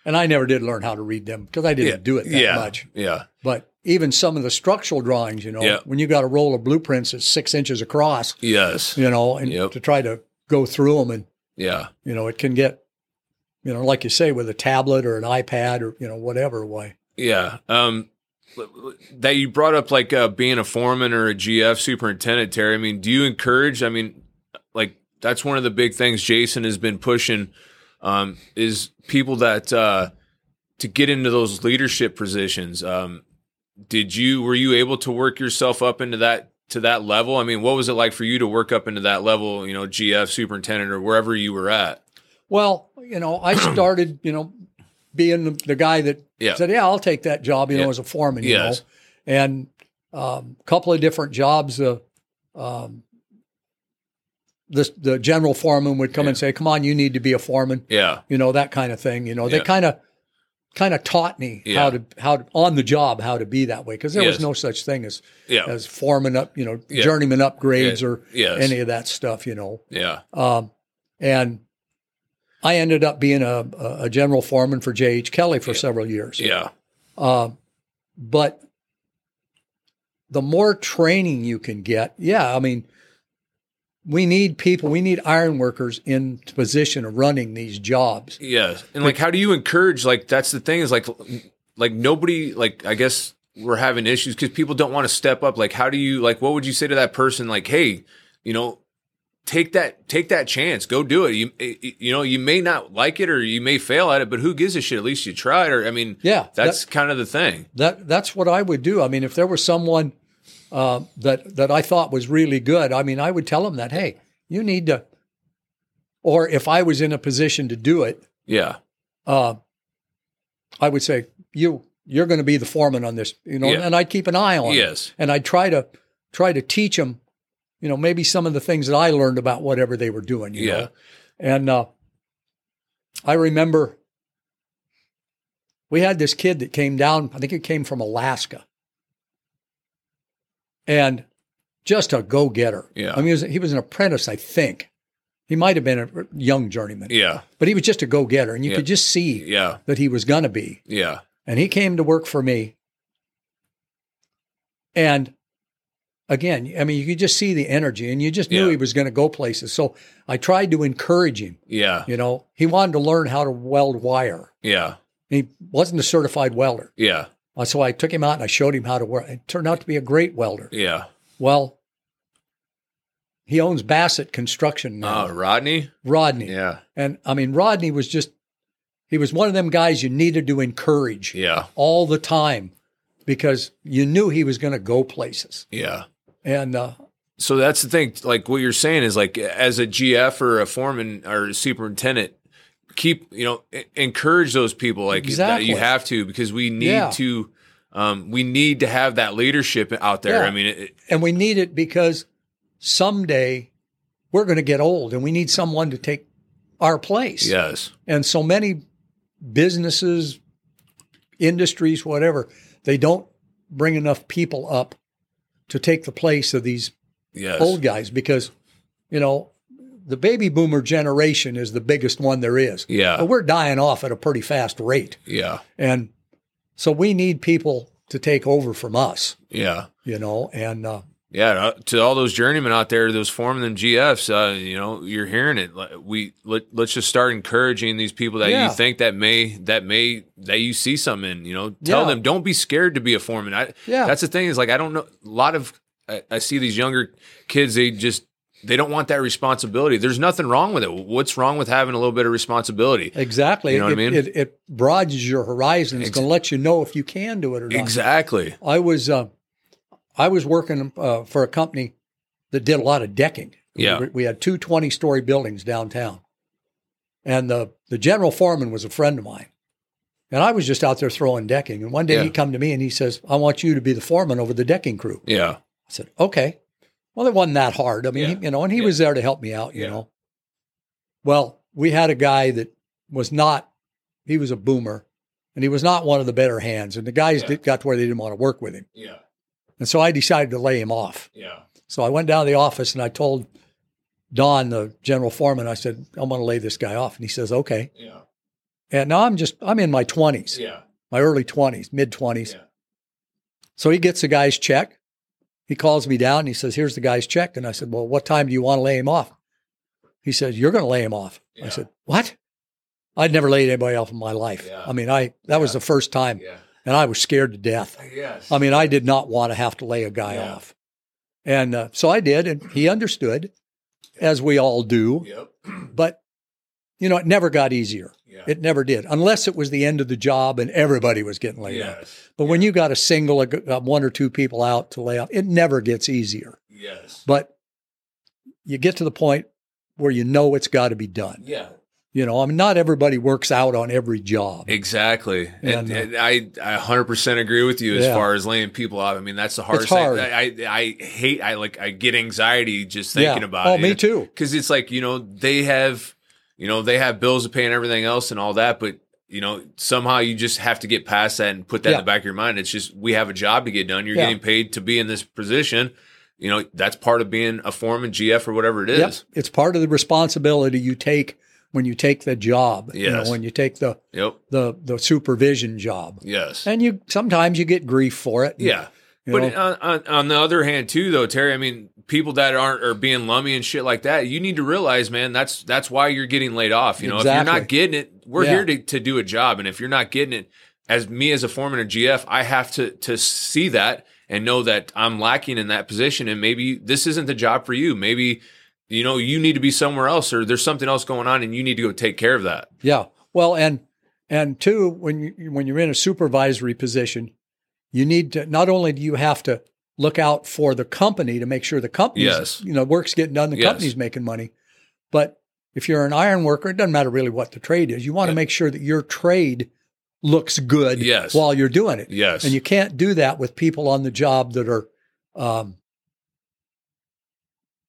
S2: and I never did learn how to read them because I didn't do it that
S3: yeah,
S2: much.
S3: yeah,
S2: But even some of the structural drawings, you know,
S3: Yeah.
S2: when you got a roll of blueprints that's six inches across,
S3: yes,
S2: you know, and
S3: Yep.
S2: to try to go through them, and
S3: yeah,
S2: you know, it can get, you know, like you say, with a tablet or an iPad or you know whatever way.
S3: yeah. Um, l- l- that you brought up like uh, being a foreman or a GF superintendent, Terry. I mean, do you encourage? I mean, like that's one of the big things Jason has been pushing um, is people that uh, to get into those leadership positions. Um, did you were you able to work yourself up into that to that level? I mean, what was it like for you to work up into that level? You know, GF superintendent or wherever you were at.
S2: Well, you know, I started, you know, being the, the guy that
S3: Yeah.
S2: said, "Yeah, I'll take that job," you
S3: Yeah.
S2: know, as a foreman, you
S3: Yes.
S2: know, and a um, couple of different jobs. Uh, um, the the general foreman would come and say, "Come on, you need to be a foreman,"
S3: Yeah,
S2: you know, that kind of thing. You know,
S3: Yeah.
S2: they kind of kind of taught me
S3: Yeah.
S2: how to how to, on the job how to be that way because there
S3: Yes.
S2: was no such thing as
S3: yeah,
S2: as foreman up, you know,
S3: Yeah.
S2: journeyman upgrades
S3: Yeah.
S2: or
S3: Yes.
S2: any of that stuff, you know.
S3: yeah,
S2: Um, and I ended up being a, a a general foreman for J.H. Kelly for several years.
S3: yeah,
S2: Um, but the more training you can get, yeah, I mean, we need people, we need iron workers in position of running these jobs.
S3: Yeah, and like, how do you encourage? Like, that's the thing is like, like nobody, like I guess we're having issues because people don't want to step up. Like, how do you, like, what would you say to that person? Like, hey, you know, take that, take that chance, go do it. You, eh, you know, you may not like it or you may fail at it, but who gives a shit? At least you tried. Or I mean,
S2: Yeah,
S3: that's kind of the thing.
S2: That that's what I would do. I mean, if there was someone uh, that that I thought was really good, I mean, I would tell them that, hey, you need to. Or if I was in a position to do it,
S3: Yeah,
S2: uh, I would say you you're going to be the foreman on this, you know,
S3: Yeah.
S2: and I'd keep an eye on it,
S3: yes,
S2: and I'd try to try to teach them, you know, maybe some of the things that I learned about whatever they were doing, you
S3: Yeah.
S2: know, and uh, I remember we had this kid that came down. I think it came from Alaska, and just a go getter.
S3: Yeah.
S2: I mean, he was, he was an apprentice, I think. He might have been a young journeyman
S3: yeah,
S2: but he was just a go getter, and you
S3: Yeah.
S2: could just see
S3: yeah,
S2: that he was going to be.
S3: yeah,
S2: And he came to work for me. And again, I mean, you could just see the energy, and you just knew
S3: Yeah.
S2: he was going to go places. So I tried to encourage him.
S3: yeah,
S2: You know, he wanted to learn how to weld wire.
S3: yeah,
S2: He wasn't a certified welder,
S3: yeah,
S2: Uh, so I took him out and I showed him how to weld. It turned out to be a great welder.
S3: yeah.
S2: Well, he owns Bassett Construction now,
S3: Uh, Rodney.
S2: Rodney.
S3: Yeah,
S2: And I mean, Rodney was just, he was one of them guys you needed to encourage
S3: yeah,
S2: all the time because you knew he was going to go places.
S3: yeah.
S2: And uh,
S3: so that's the thing like what you're saying is like as a gf or a foreman or a superintendent keep you know e- encourage those people like
S2: Exactly.
S3: that you have to because we need
S2: Yeah.
S3: to um, we need to have that leadership out there
S2: Yeah.
S3: i mean it, it-
S2: and we need it because someday we're going to get old and we need someone to take our place.
S3: yes
S2: And so many businesses, industries, whatever, they don't bring enough people up to take the place of these
S3: yes
S2: old guys because, you know, the baby boomer generation is the biggest one there is.
S3: yeah
S2: But we're dying off at a pretty fast rate.
S3: yeah
S2: And so we need people to take over from us,
S3: yeah
S2: you know, and uh,
S3: yeah uh, to all those journeymen out there those foremen and gfs uh, you know you're hearing it Like, we let, let's just start encouraging these people that
S2: Yeah.
S3: you think that may that may that you see something in you know tell
S2: Yeah.
S3: them don't be scared to be a foreman i
S2: yeah,
S3: That's the thing is like I don't know a lot of I, I see these younger kids they just they don't want that responsibility. There's nothing wrong with it. What's wrong with having a little bit of responsibility?
S2: exactly.
S3: You know what I
S2: it,
S3: mean?
S2: it, it broadens your horizons. It's
S3: Ex-
S2: going to let you know if you can do it or not.
S3: Exactly.
S2: I was, uh, I was working uh, for a company that did a lot of decking.
S3: Yeah.
S2: We, we had two 20 story buildings downtown. And the, the general foreman was a friend of mine. And I was just out there throwing decking. And one day
S3: Yeah.
S2: he come to me and he says, I want you to be the foreman over the decking crew.
S3: Yeah.
S2: I said, okay. Well, it wasn't that hard. I mean,
S3: Yeah.
S2: he, you know, and he
S3: Yeah.
S2: was there to help me out, you
S3: Yeah.
S2: know. Well, we had a guy that was not, he was a boomer and he was not one of the better hands. And the guys
S3: Yeah.
S2: did, got to where they didn't want to work with him.
S3: Yeah.
S2: And so I decided to lay him off.
S3: Yeah.
S2: So I went down to the office and I told Don, the general foreman, I said, I'm going to lay this guy off. And he says, okay.
S3: Yeah.
S2: And now I'm just, I'm in my 20s,
S3: Yeah.
S2: my early 20s, mid 20s.
S3: Yeah.
S2: So he gets the guy's check. He calls me down and he says, Here's the guy's check. And I said, Well, what time do you want to lay him off? He says, You're going to lay him off.
S3: Yeah.
S2: I said, What? I'd never laid anybody off in my life.
S3: Yeah.
S2: I mean, I that was
S3: Yeah.
S2: the first time,
S3: Yeah.
S2: and I was scared to death.
S3: Yes.
S2: I mean, I did not want to have to lay a guy
S3: Yeah.
S2: off. And uh, so I did, and he understood, as we all do.
S3: Yep.
S2: But, you know, it never got easier.
S3: Yeah.
S2: It never did, unless it was the end of the job and everybody was getting laid off. But when you got a single, a, a one or two people out to lay off, it never gets easier.
S3: Yes.
S2: But you get to the point where you know it's got to be done.
S3: Yeah.
S2: You know, I mean, not everybody works out on every job.
S3: Exactly. And,
S2: Yeah,
S3: and I, I 100% agree with you as
S2: Yeah.
S3: far as laying people off. I mean, that's the hardest
S2: hard.
S3: thing. I, I, I hate, I like, I get anxiety just thinking
S2: yeah.
S3: about
S2: oh,
S3: it.
S2: me too.
S3: because it's like you know they have you know they have bills to pay and everything else and all that but you know somehow you just have to get past that and put that
S2: Yeah.
S3: in the back of your mind it's just we have a job to get done you're
S2: Yeah.
S3: getting paid to be in this position you know that's part of being a foreman gf or whatever it
S2: Yep.
S3: is
S2: It's part of the responsibility you take when you take the job. You know,
S3: Yes.
S2: when you take the
S3: yep,
S2: the the supervision job,
S3: yes
S2: and you sometimes you get grief for it.
S3: yeah
S2: you
S3: But
S2: know?
S3: on, on, on the other hand, too, though, Terry, I mean, people that aren't are being lummy and shit like that, you need to realize, man, that's that's why you're getting laid off. You know, if you're
S2: Exactly.
S3: not getting it, we're
S2: Yeah.
S3: here to, to do a job, and if you're not getting it, as me as a foreman or GF, I have to to see that and know that I'm lacking in that position, and maybe this isn't the job for you. Maybe you know you need to be somewhere else, or there's something else going on, and you need to go take care of that.
S2: yeah. Well, and and two, when you when you're in a supervisory position, you need to not only do you have to look out for the company to make sure the company's
S3: Yes.
S2: you know work's getting done, the
S3: Yes.
S2: company's making money, but if you're an iron worker, it doesn't matter really what the trade is. You want to
S3: Yeah.
S2: make sure that your trade looks good
S3: Yes.
S2: while you're doing it.
S3: Yes,
S2: And you can't do that with people on the job that are um,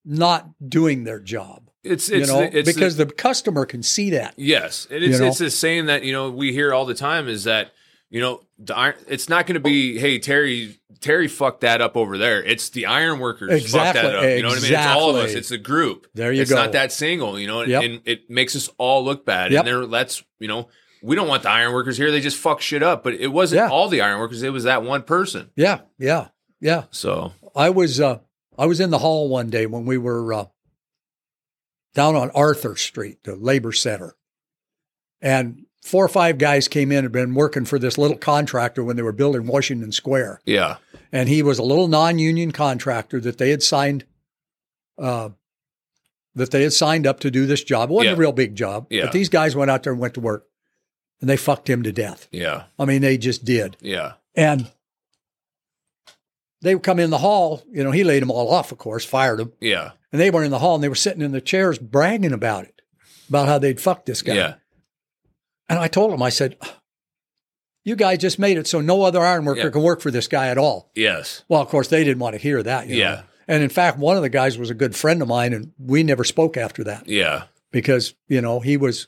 S2: not doing their job.
S3: it's
S2: You
S3: it's
S2: know,
S3: the- it's the-
S2: because the, customer can see that.
S3: Yes, and it's
S2: You know?
S3: it's a saying that you know we hear all the time is that you know the iron. It's not going to be hey Terry Terry fucked that up over there. It's the iron workers
S2: Exactly,
S3: fucked that up. You know what I mean? It's all of us.
S2: exactly.
S3: It's a group.
S2: There you
S3: it's
S2: go.
S3: not that single. You know, and,
S2: Yep.
S3: and it makes us all look bad.
S2: Yep.
S3: And there, that's you know we don't want the iron workers here. They just fuck shit up. But it wasn't
S2: Yeah.
S3: all the iron workers. It was that one person.
S2: Yeah, yeah, yeah.
S3: So
S2: I was uh, I was in the hall one day when we were uh, down on Arthur Street, the labor center, and four or five guys came in and had been working for this little contractor when they were building Washington Square.
S3: yeah,
S2: and he was a little non-union contractor that they had signed uh, that they had signed up to do this job. It wasn't a
S3: Yeah.
S2: real big job,
S3: Yeah.
S2: but these guys went out there and went to work, and they fucked him to death.
S3: yeah,
S2: I mean, they just did.
S3: yeah,
S2: And they would come in the hall. You know, he laid them all off, of course, fired them,
S3: yeah,
S2: and they were in the hall and they were sitting in the chairs bragging about it, about how they'd fucked this guy.
S3: yeah,
S2: And I told him, I said, "You guys just made it so no other iron worker
S3: Yeah.
S2: can work for this guy at all."
S3: yes,
S2: Well, of course, they didn't want to hear that. you know.
S3: Yeah.
S2: And in fact, one of the guys was a good friend of mine, and we never spoke after that
S3: yeah.
S2: because, you know, he was,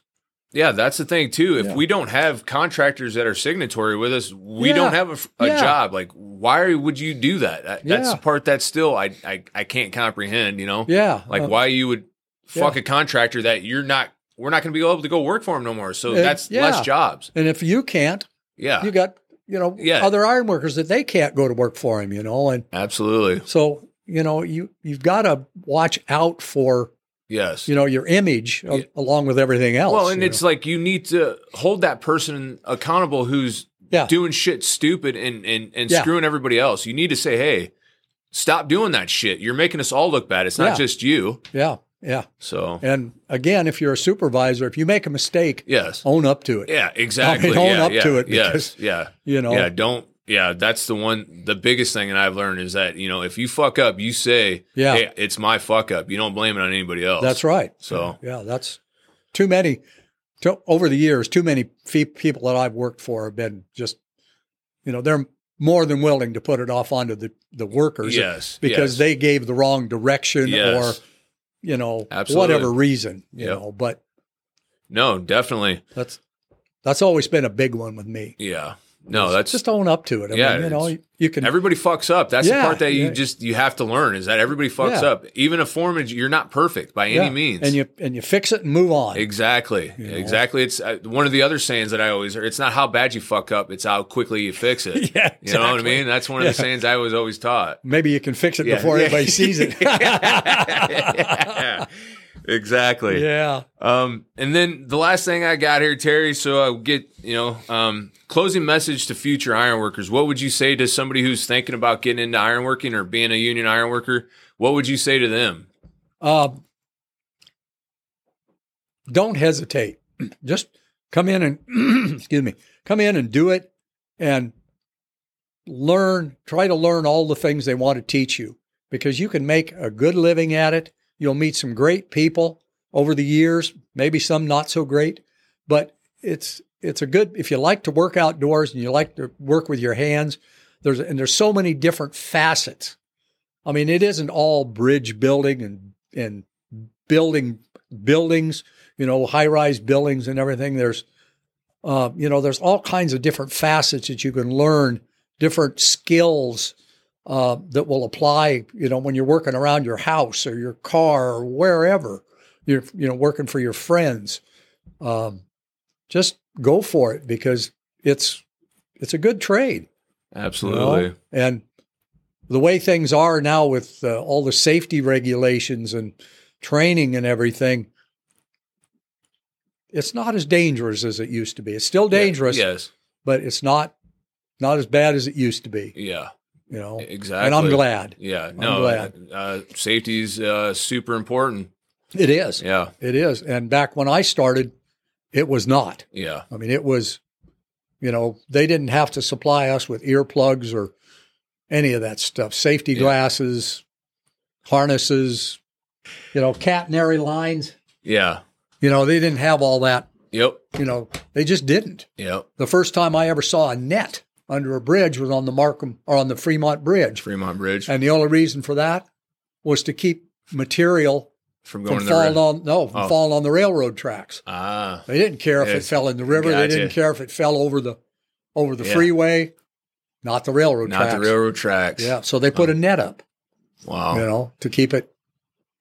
S3: Yeah, that's the thing too. If
S2: Yeah.
S3: we don't have contractors that are signatory with us, we
S2: Yeah.
S3: don't have a f- a,
S2: Yeah.
S3: job. Like, why would you do that? That- That's
S2: Yeah.
S3: the part that still I, I I can't comprehend. You know,
S2: yeah.
S3: like
S2: uh,
S3: why you would fuck
S2: yeah.
S3: a contractor that you're not. We're not going to be able to go work for him no more. So
S2: Eh,
S3: that's
S2: yeah.
S3: less jobs.
S2: And if you can't,
S3: Yeah,
S2: you got, you know,
S3: Yeah.
S2: other iron workers that they can't go to work for him, you know. And
S3: absolutely.
S2: so, you know, you, you've got to watch out for,
S3: Yes.
S2: you know, your image a-
S3: Yeah.
S2: along with everything else.
S3: well, and
S2: you
S3: it's like you need to hold that person accountable who's
S2: Yeah.
S3: doing shit stupid and and and
S2: Yeah.
S3: screwing everybody else. You need to say, hey, stop doing that shit. You're making us all look bad. It's not
S2: Yeah.
S3: just you.
S2: know. yeah, yeah.
S3: So
S2: And again, if you're a supervisor, if you make a mistake,
S3: yes,
S2: own up to it,
S3: yeah, exactly.
S2: own
S3: yeah,
S2: up
S3: yeah,
S2: to it
S3: Yes,
S2: because-
S3: yeah,
S2: you know.
S3: yeah. Don't. Yeah, that's the one. The biggest thing that I've learned is that you know if you fuck up, you say,
S2: Yeah.
S3: hey, it's my fuck up." You don't blame it on anybody else.
S2: That's right.
S3: So-
S2: yeah, that's too many. To, over the years, too many fe- people that I've worked for have been just, you know, they're more than willing to put it off onto the the workers,
S3: Yes,
S2: because
S3: yes.
S2: they gave the wrong direction
S3: Yes.
S2: or you know
S3: Absolutely.
S2: whatever reason, you
S3: Yep.
S2: know. But
S3: No, definitely.
S2: that's that's always been a big one with me.
S3: Yeah. No, that's
S2: just own up to it. I
S3: Yeah,
S2: mean, you know,
S3: it's-
S2: you can
S3: Everybody fucks up. That's the
S2: Yeah,
S3: part that you
S2: yeah.
S3: just you have to learn is that everybody fucks
S2: Yeah.
S3: up. Even a foreman, you're not perfect by
S2: yeah,
S3: any means.
S2: and you and you fix it and move on.
S3: exactly,
S2: know?
S3: exactly. It's uh, one of the other sayings that I always hear. It's not how bad you fuck up; it's how quickly you fix it.
S2: Yeah,
S3: You know what I
S2: exactly.
S3: mean? That's one of
S2: Yeah.
S3: the sayings I was always taught.
S2: Maybe you can fix it
S3: Yeah.
S2: before
S3: Yeah.
S2: anybody sees it.
S3: Yeah, exactly.
S2: yeah.
S3: Um, and then the last thing I got here, Terry. So I get you know, um, closing message to future ironworkers. What would you say to somebody who's thinking about getting into ironworking or being a union ironworker? What would you say to them?
S2: Um, don't hesitate. Just come in and excuse me, come in and do it, and learn. Try to learn all the things they want to teach you because you can make a good living at it. You'll meet some great people over the years, maybe some not so great, but it's it's a good if you like to work outdoors and you like to work with your hands. There's and there's so many different facets I mean, it isn't all bridge building and and building buildings, you know, high rise buildings and everything. There's, uh, you know, there's all kinds of different facets that you can learn, different skills uh, that will apply, you know, when you're working around your house or your car or wherever you're, you know, working for your friends. Um, just go for it because it's it's a good trade.
S3: Absolutely.
S2: You know? And the way things are now with uh, all the safety regulations and training and everything, it's not as dangerous as it used to be. It's still dangerous,
S3: Yes.
S2: but it's not not as bad as it used to be.
S3: Yeah.
S2: You know,
S3: Exactly.
S2: and I'm glad
S3: Yeah. No.
S2: glad.
S3: Uh, safety's uh, super important.
S2: it is.
S3: Yeah.
S2: It is. And back when I started, it was not.
S3: Yeah.
S2: I mean, it was, you know, they didn't have to supply us with earplugs or any of that stuff, safety
S3: Yeah.
S2: glasses, harnesses, you know, catenary lines.
S3: Yeah.
S2: You know, they didn't have all that.
S3: Yep.
S2: You know, they just didn't.
S3: Yep.
S2: The first time I ever saw a net under a bridge was on the Markham or on the Fremont Bridge.
S3: Fremont Bridge
S2: And the only reason for that was to keep material
S3: from going to
S2: from
S3: the
S2: falling
S3: river.
S2: on no, from
S3: Oh.
S2: falling on the railroad tracks.
S3: Ah.
S2: They didn't care if it
S3: Yes.
S2: fell in the river. They
S3: Gotcha.
S2: didn't care if it fell over the over the
S3: Yeah.
S2: freeway, not the railroad
S3: Not
S2: tracks.
S3: the railroad tracks. Oh.
S2: Yeah, so they put a net up,
S3: Wow.
S2: you know, to keep it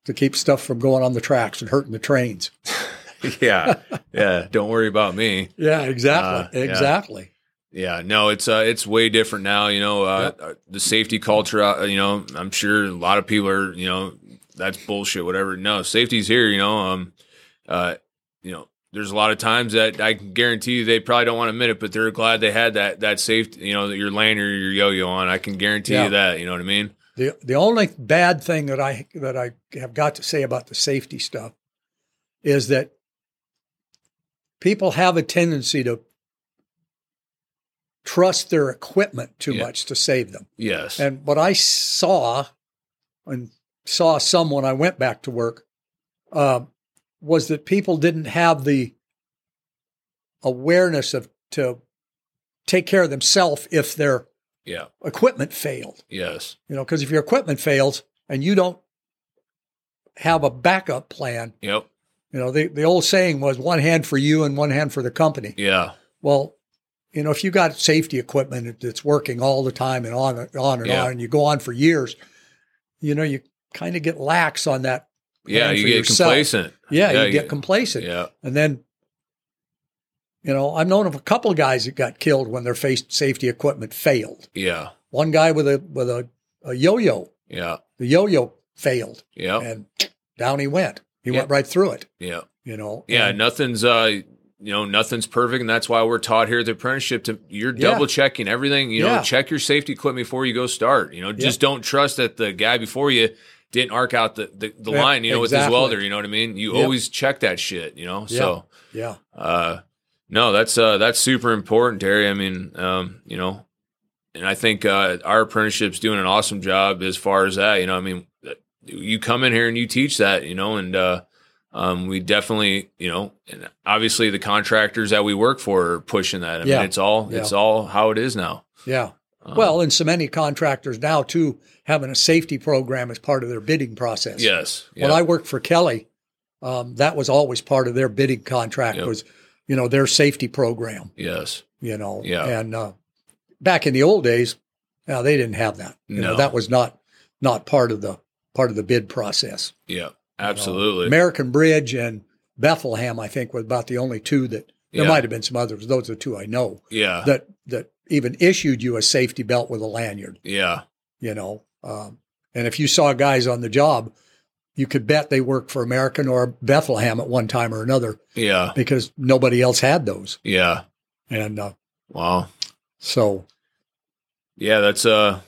S2: to keep stuff from going on the tracks and hurting the trains.
S3: yeah. Yeah. Don't worry about me.
S2: Yeah, exactly,
S3: Ah, yeah.
S2: exactly.
S3: Yeah, no, it's uh, it's way different now. You know, uh, the safety culture. Uh, you know, I'm sure a lot of people are. You know, that's bullshit. Whatever. No, safety's here. You know, um, uh, you know, there's a lot of times that I can guarantee you they probably don't want to admit it, but they're glad they had that that safety. You know, that your lane or your yo-yo on. I can guarantee
S2: Yeah.
S3: you that. You know what I mean?
S2: The the only bad thing that I that I have got to say about the safety stuff is that people have a tendency to trust their equipment too
S3: Yeah.
S2: much to save them.
S3: Yes.
S2: And what I saw, and saw some when I went back to work, uh, was that people didn't have the awareness of to take care of themselves if their
S3: yeah.
S2: equipment failed.
S3: Yes.
S2: You know, because if your equipment fails and you don't have a backup plan,
S3: Yep.
S2: you know, the, the old saying was one hand for you and one hand for the company.
S3: Yeah.
S2: Well, you know, if you got safety equipment that's working all the time and on and on and
S3: Yeah.
S2: on, and you go on for years, you know, you kind of get lax on that.
S3: Yeah.
S2: hand
S3: You
S2: for
S3: get
S2: yourself.
S3: complacent.
S2: Yeah,
S3: Yeah,
S2: you get
S3: you-
S2: complacent,
S3: Yeah.
S2: and then, you know, I've known of a couple of guys that got killed when their face safety equipment failed.
S3: Yeah.
S2: One guy with a with a, a yo-yo,
S3: Yeah.
S2: the yo-yo failed,
S3: Yeah.
S2: and down he went. He
S3: Oh. Yeah.
S2: went right through it.
S3: Yeah.
S2: You know.
S3: Yeah,
S2: and-
S3: nothing's uh you know, nothing's perfect and that's why we're taught here at the apprenticeship to you're
S2: Yeah.
S3: double checking everything, you know,
S2: Yeah.
S3: check your safety equipment before you go start. You know, just don't trust that the guy before you didn't arc out the, the, the
S2: Yeah,
S3: line, you know, with his
S2: exactly.
S3: welder, you know what I mean? You
S2: Yep.
S3: always check that shit, you know.
S2: Yeah.
S3: So
S2: yeah.
S3: uh no, that's uh that's super important, Terry. I mean, um, you know, and I think uh our apprenticeship's doing an awesome job as far as that, you know, I mean you come in here and you teach that, you know, and uh um, we definitely, you know, and obviously the contractors that we work for are pushing that. I
S2: Yeah.
S3: mean, it's all it's all how it is now.
S2: Yeah.
S3: Um,
S2: Well, and so many contractors now too having a safety program as part of their bidding process.
S3: yes,
S2: When I worked for Kelly, um, that was always part of their bidding contract
S3: Yep.
S2: was, you know, their safety program.
S3: yes,
S2: You know,
S3: Yeah.
S2: And uh, back in the old days, now they didn't have that. You know,
S3: No.
S2: that was not not part of the part of the bid process.
S3: yeah,
S2: you know.
S3: absolutely,
S2: American Bridge and Bethlehem, I think, were about the only two that there
S3: Yeah. Uh-huh.
S2: might have been some others. Those are two I know
S3: yeah,
S2: that that even issued you a safety belt with a lanyard
S3: yeah,
S2: you know. Um, and if you saw guys on the job, you could bet they worked for American or Bethlehem at one time or another
S3: yeah,
S2: because nobody else had those.
S3: yeah.
S2: And uh,
S3: Wow.
S2: so,
S3: Yeah, that's uh,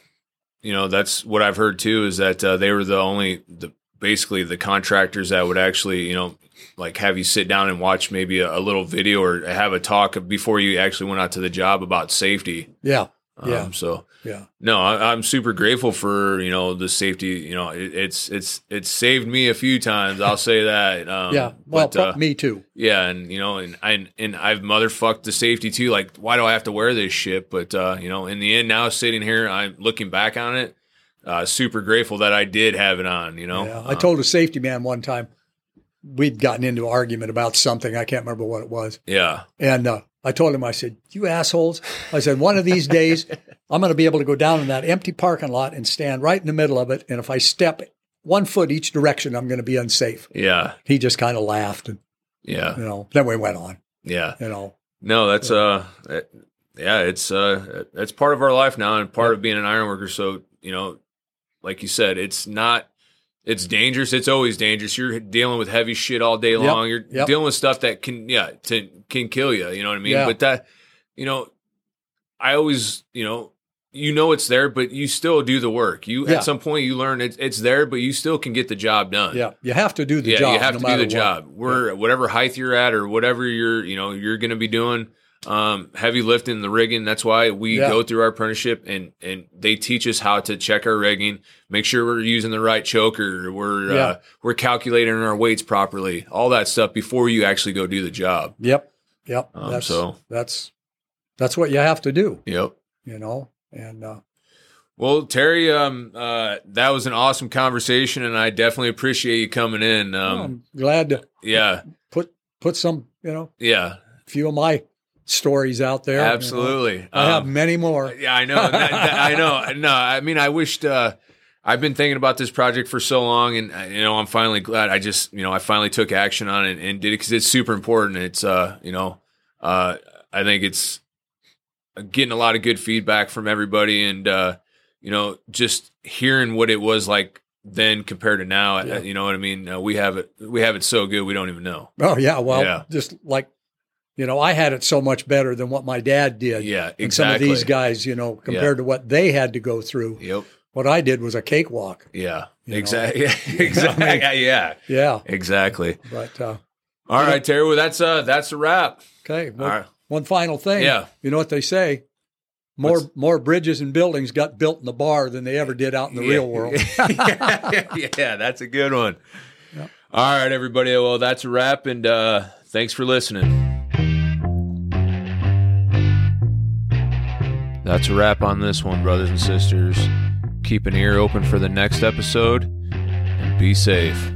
S3: you know, that's what I've heard too is that uh, they were the only the basically the contractors that would actually you know like have you sit down and watch maybe a, a little video or have a talk before you actually went out to the job about safety.
S2: yeah,
S3: Um,
S2: Yeah.
S3: So
S2: yeah,
S3: no, I, I'm super grateful for you know the safety. You know, it, it's it's it's saved me a few times. I'll say that. Um,
S2: yeah. Well,
S3: but, uh,
S2: me too.
S3: yeah, and you know, and I and I've motherfucked the safety too. Like, why do I have to wear this shit? But uh, you know, in the end, now sitting here, I'm looking back on it, uh, super grateful that I did have it on. You know,
S2: yeah.
S3: Uh,
S2: I told a safety man one time we'd gotten into an argument about something. I can't remember what it was.
S3: yeah,
S2: And uh, I told him, I said, "You assholes!" I said, "One of these days, I'm going to be able to go down in that empty parking lot and stand right in the middle of it. And if I step one foot each direction, I'm going to be unsafe."
S3: yeah,
S2: he just kind of laughed and
S3: yeah,
S2: you know then we went on
S3: yeah.
S2: you know
S3: No, that's uh, it- yeah, it's uh, that's part of our life now and part of being an iron worker. So you know, like you said, it's not. It's dangerous. It's always dangerous. You're dealing with heavy shit all day
S2: Yep,
S3: long. You're
S2: yep.
S3: dealing with stuff that can, yeah, to, can kill you. You know what I mean?
S2: Yeah.
S3: But that, you know, I always, you know, you know it's there, but you still do the work. You
S2: Yeah.
S3: at some point you learn it's it's there, but you still can get the job done.
S2: Yeah, you have to do the
S3: yeah,
S2: job.
S3: you have
S2: no
S3: to do
S2: matter
S3: the
S2: what.
S3: job. We're whatever height you're at or whatever you're, you know, you're going to be doing um, heavy lifting, the rigging. That's why we
S2: Yeah.
S3: go through our apprenticeship and and they teach us how to check our rigging, make sure we're using the right choker, we're
S2: Yeah.
S3: uh, we're calculating our weights properly, all that stuff before you actually go do the job.
S2: Yep, yep.
S3: Um,
S2: that's
S3: so-
S2: that's that's what you have to do.
S3: Yep.
S2: You know, and uh,
S3: Well, Terry, um, uh, that was an awesome conversation, and I definitely appreciate you coming in. Um,
S2: I'm glad to
S3: yeah,
S2: put put some you know
S3: yeah,
S2: few of my stories out there. you know.
S3: absolutely.
S2: I have
S3: Um,
S2: many more.
S3: Yeah, I know. That- that- I know. No, I mean, I wished. Uh, I've been thinking about this project for so long, and uh, you know, I'm finally glad. I just, you know, I finally took action on it and did it because it's super important. It's, uh, you know, uh, I think it's getting a lot of good feedback from everybody, and uh, you know, just hearing what it was like then compared to now. uh,
S2: Yeah.
S3: You know what I mean? Uh, we have it. We have it so good. We don't even know.
S2: Oh yeah, well,
S3: Yeah.
S2: just like you know, I had it so much better than what my dad did.
S3: Yeah, exactly.
S2: And some of these guys, you know, compared to what they had to go through,
S3: Yep.
S2: what I did was a cakewalk.
S3: Yeah.
S2: You know?
S3: Exactly. exactly. yeah.
S2: Yeah,
S3: Exactly.
S2: but uh,
S3: All right, Terry. Well, that's uh, that's a wrap.
S2: okay.
S3: All
S2: Well,
S3: right.
S2: One final thing.
S3: Yeah.
S2: You know what they say? More
S3: What's-
S2: more bridges and buildings got built in the bar than they ever did out in the real world.
S3: yeah, yeah, that's a good one.
S2: Yeah.
S3: All right, everybody. Well, that's a wrap, and uh, thanks for listening. That's a wrap on this one, brothers and sisters. Keep an ear open for the next episode, and be safe.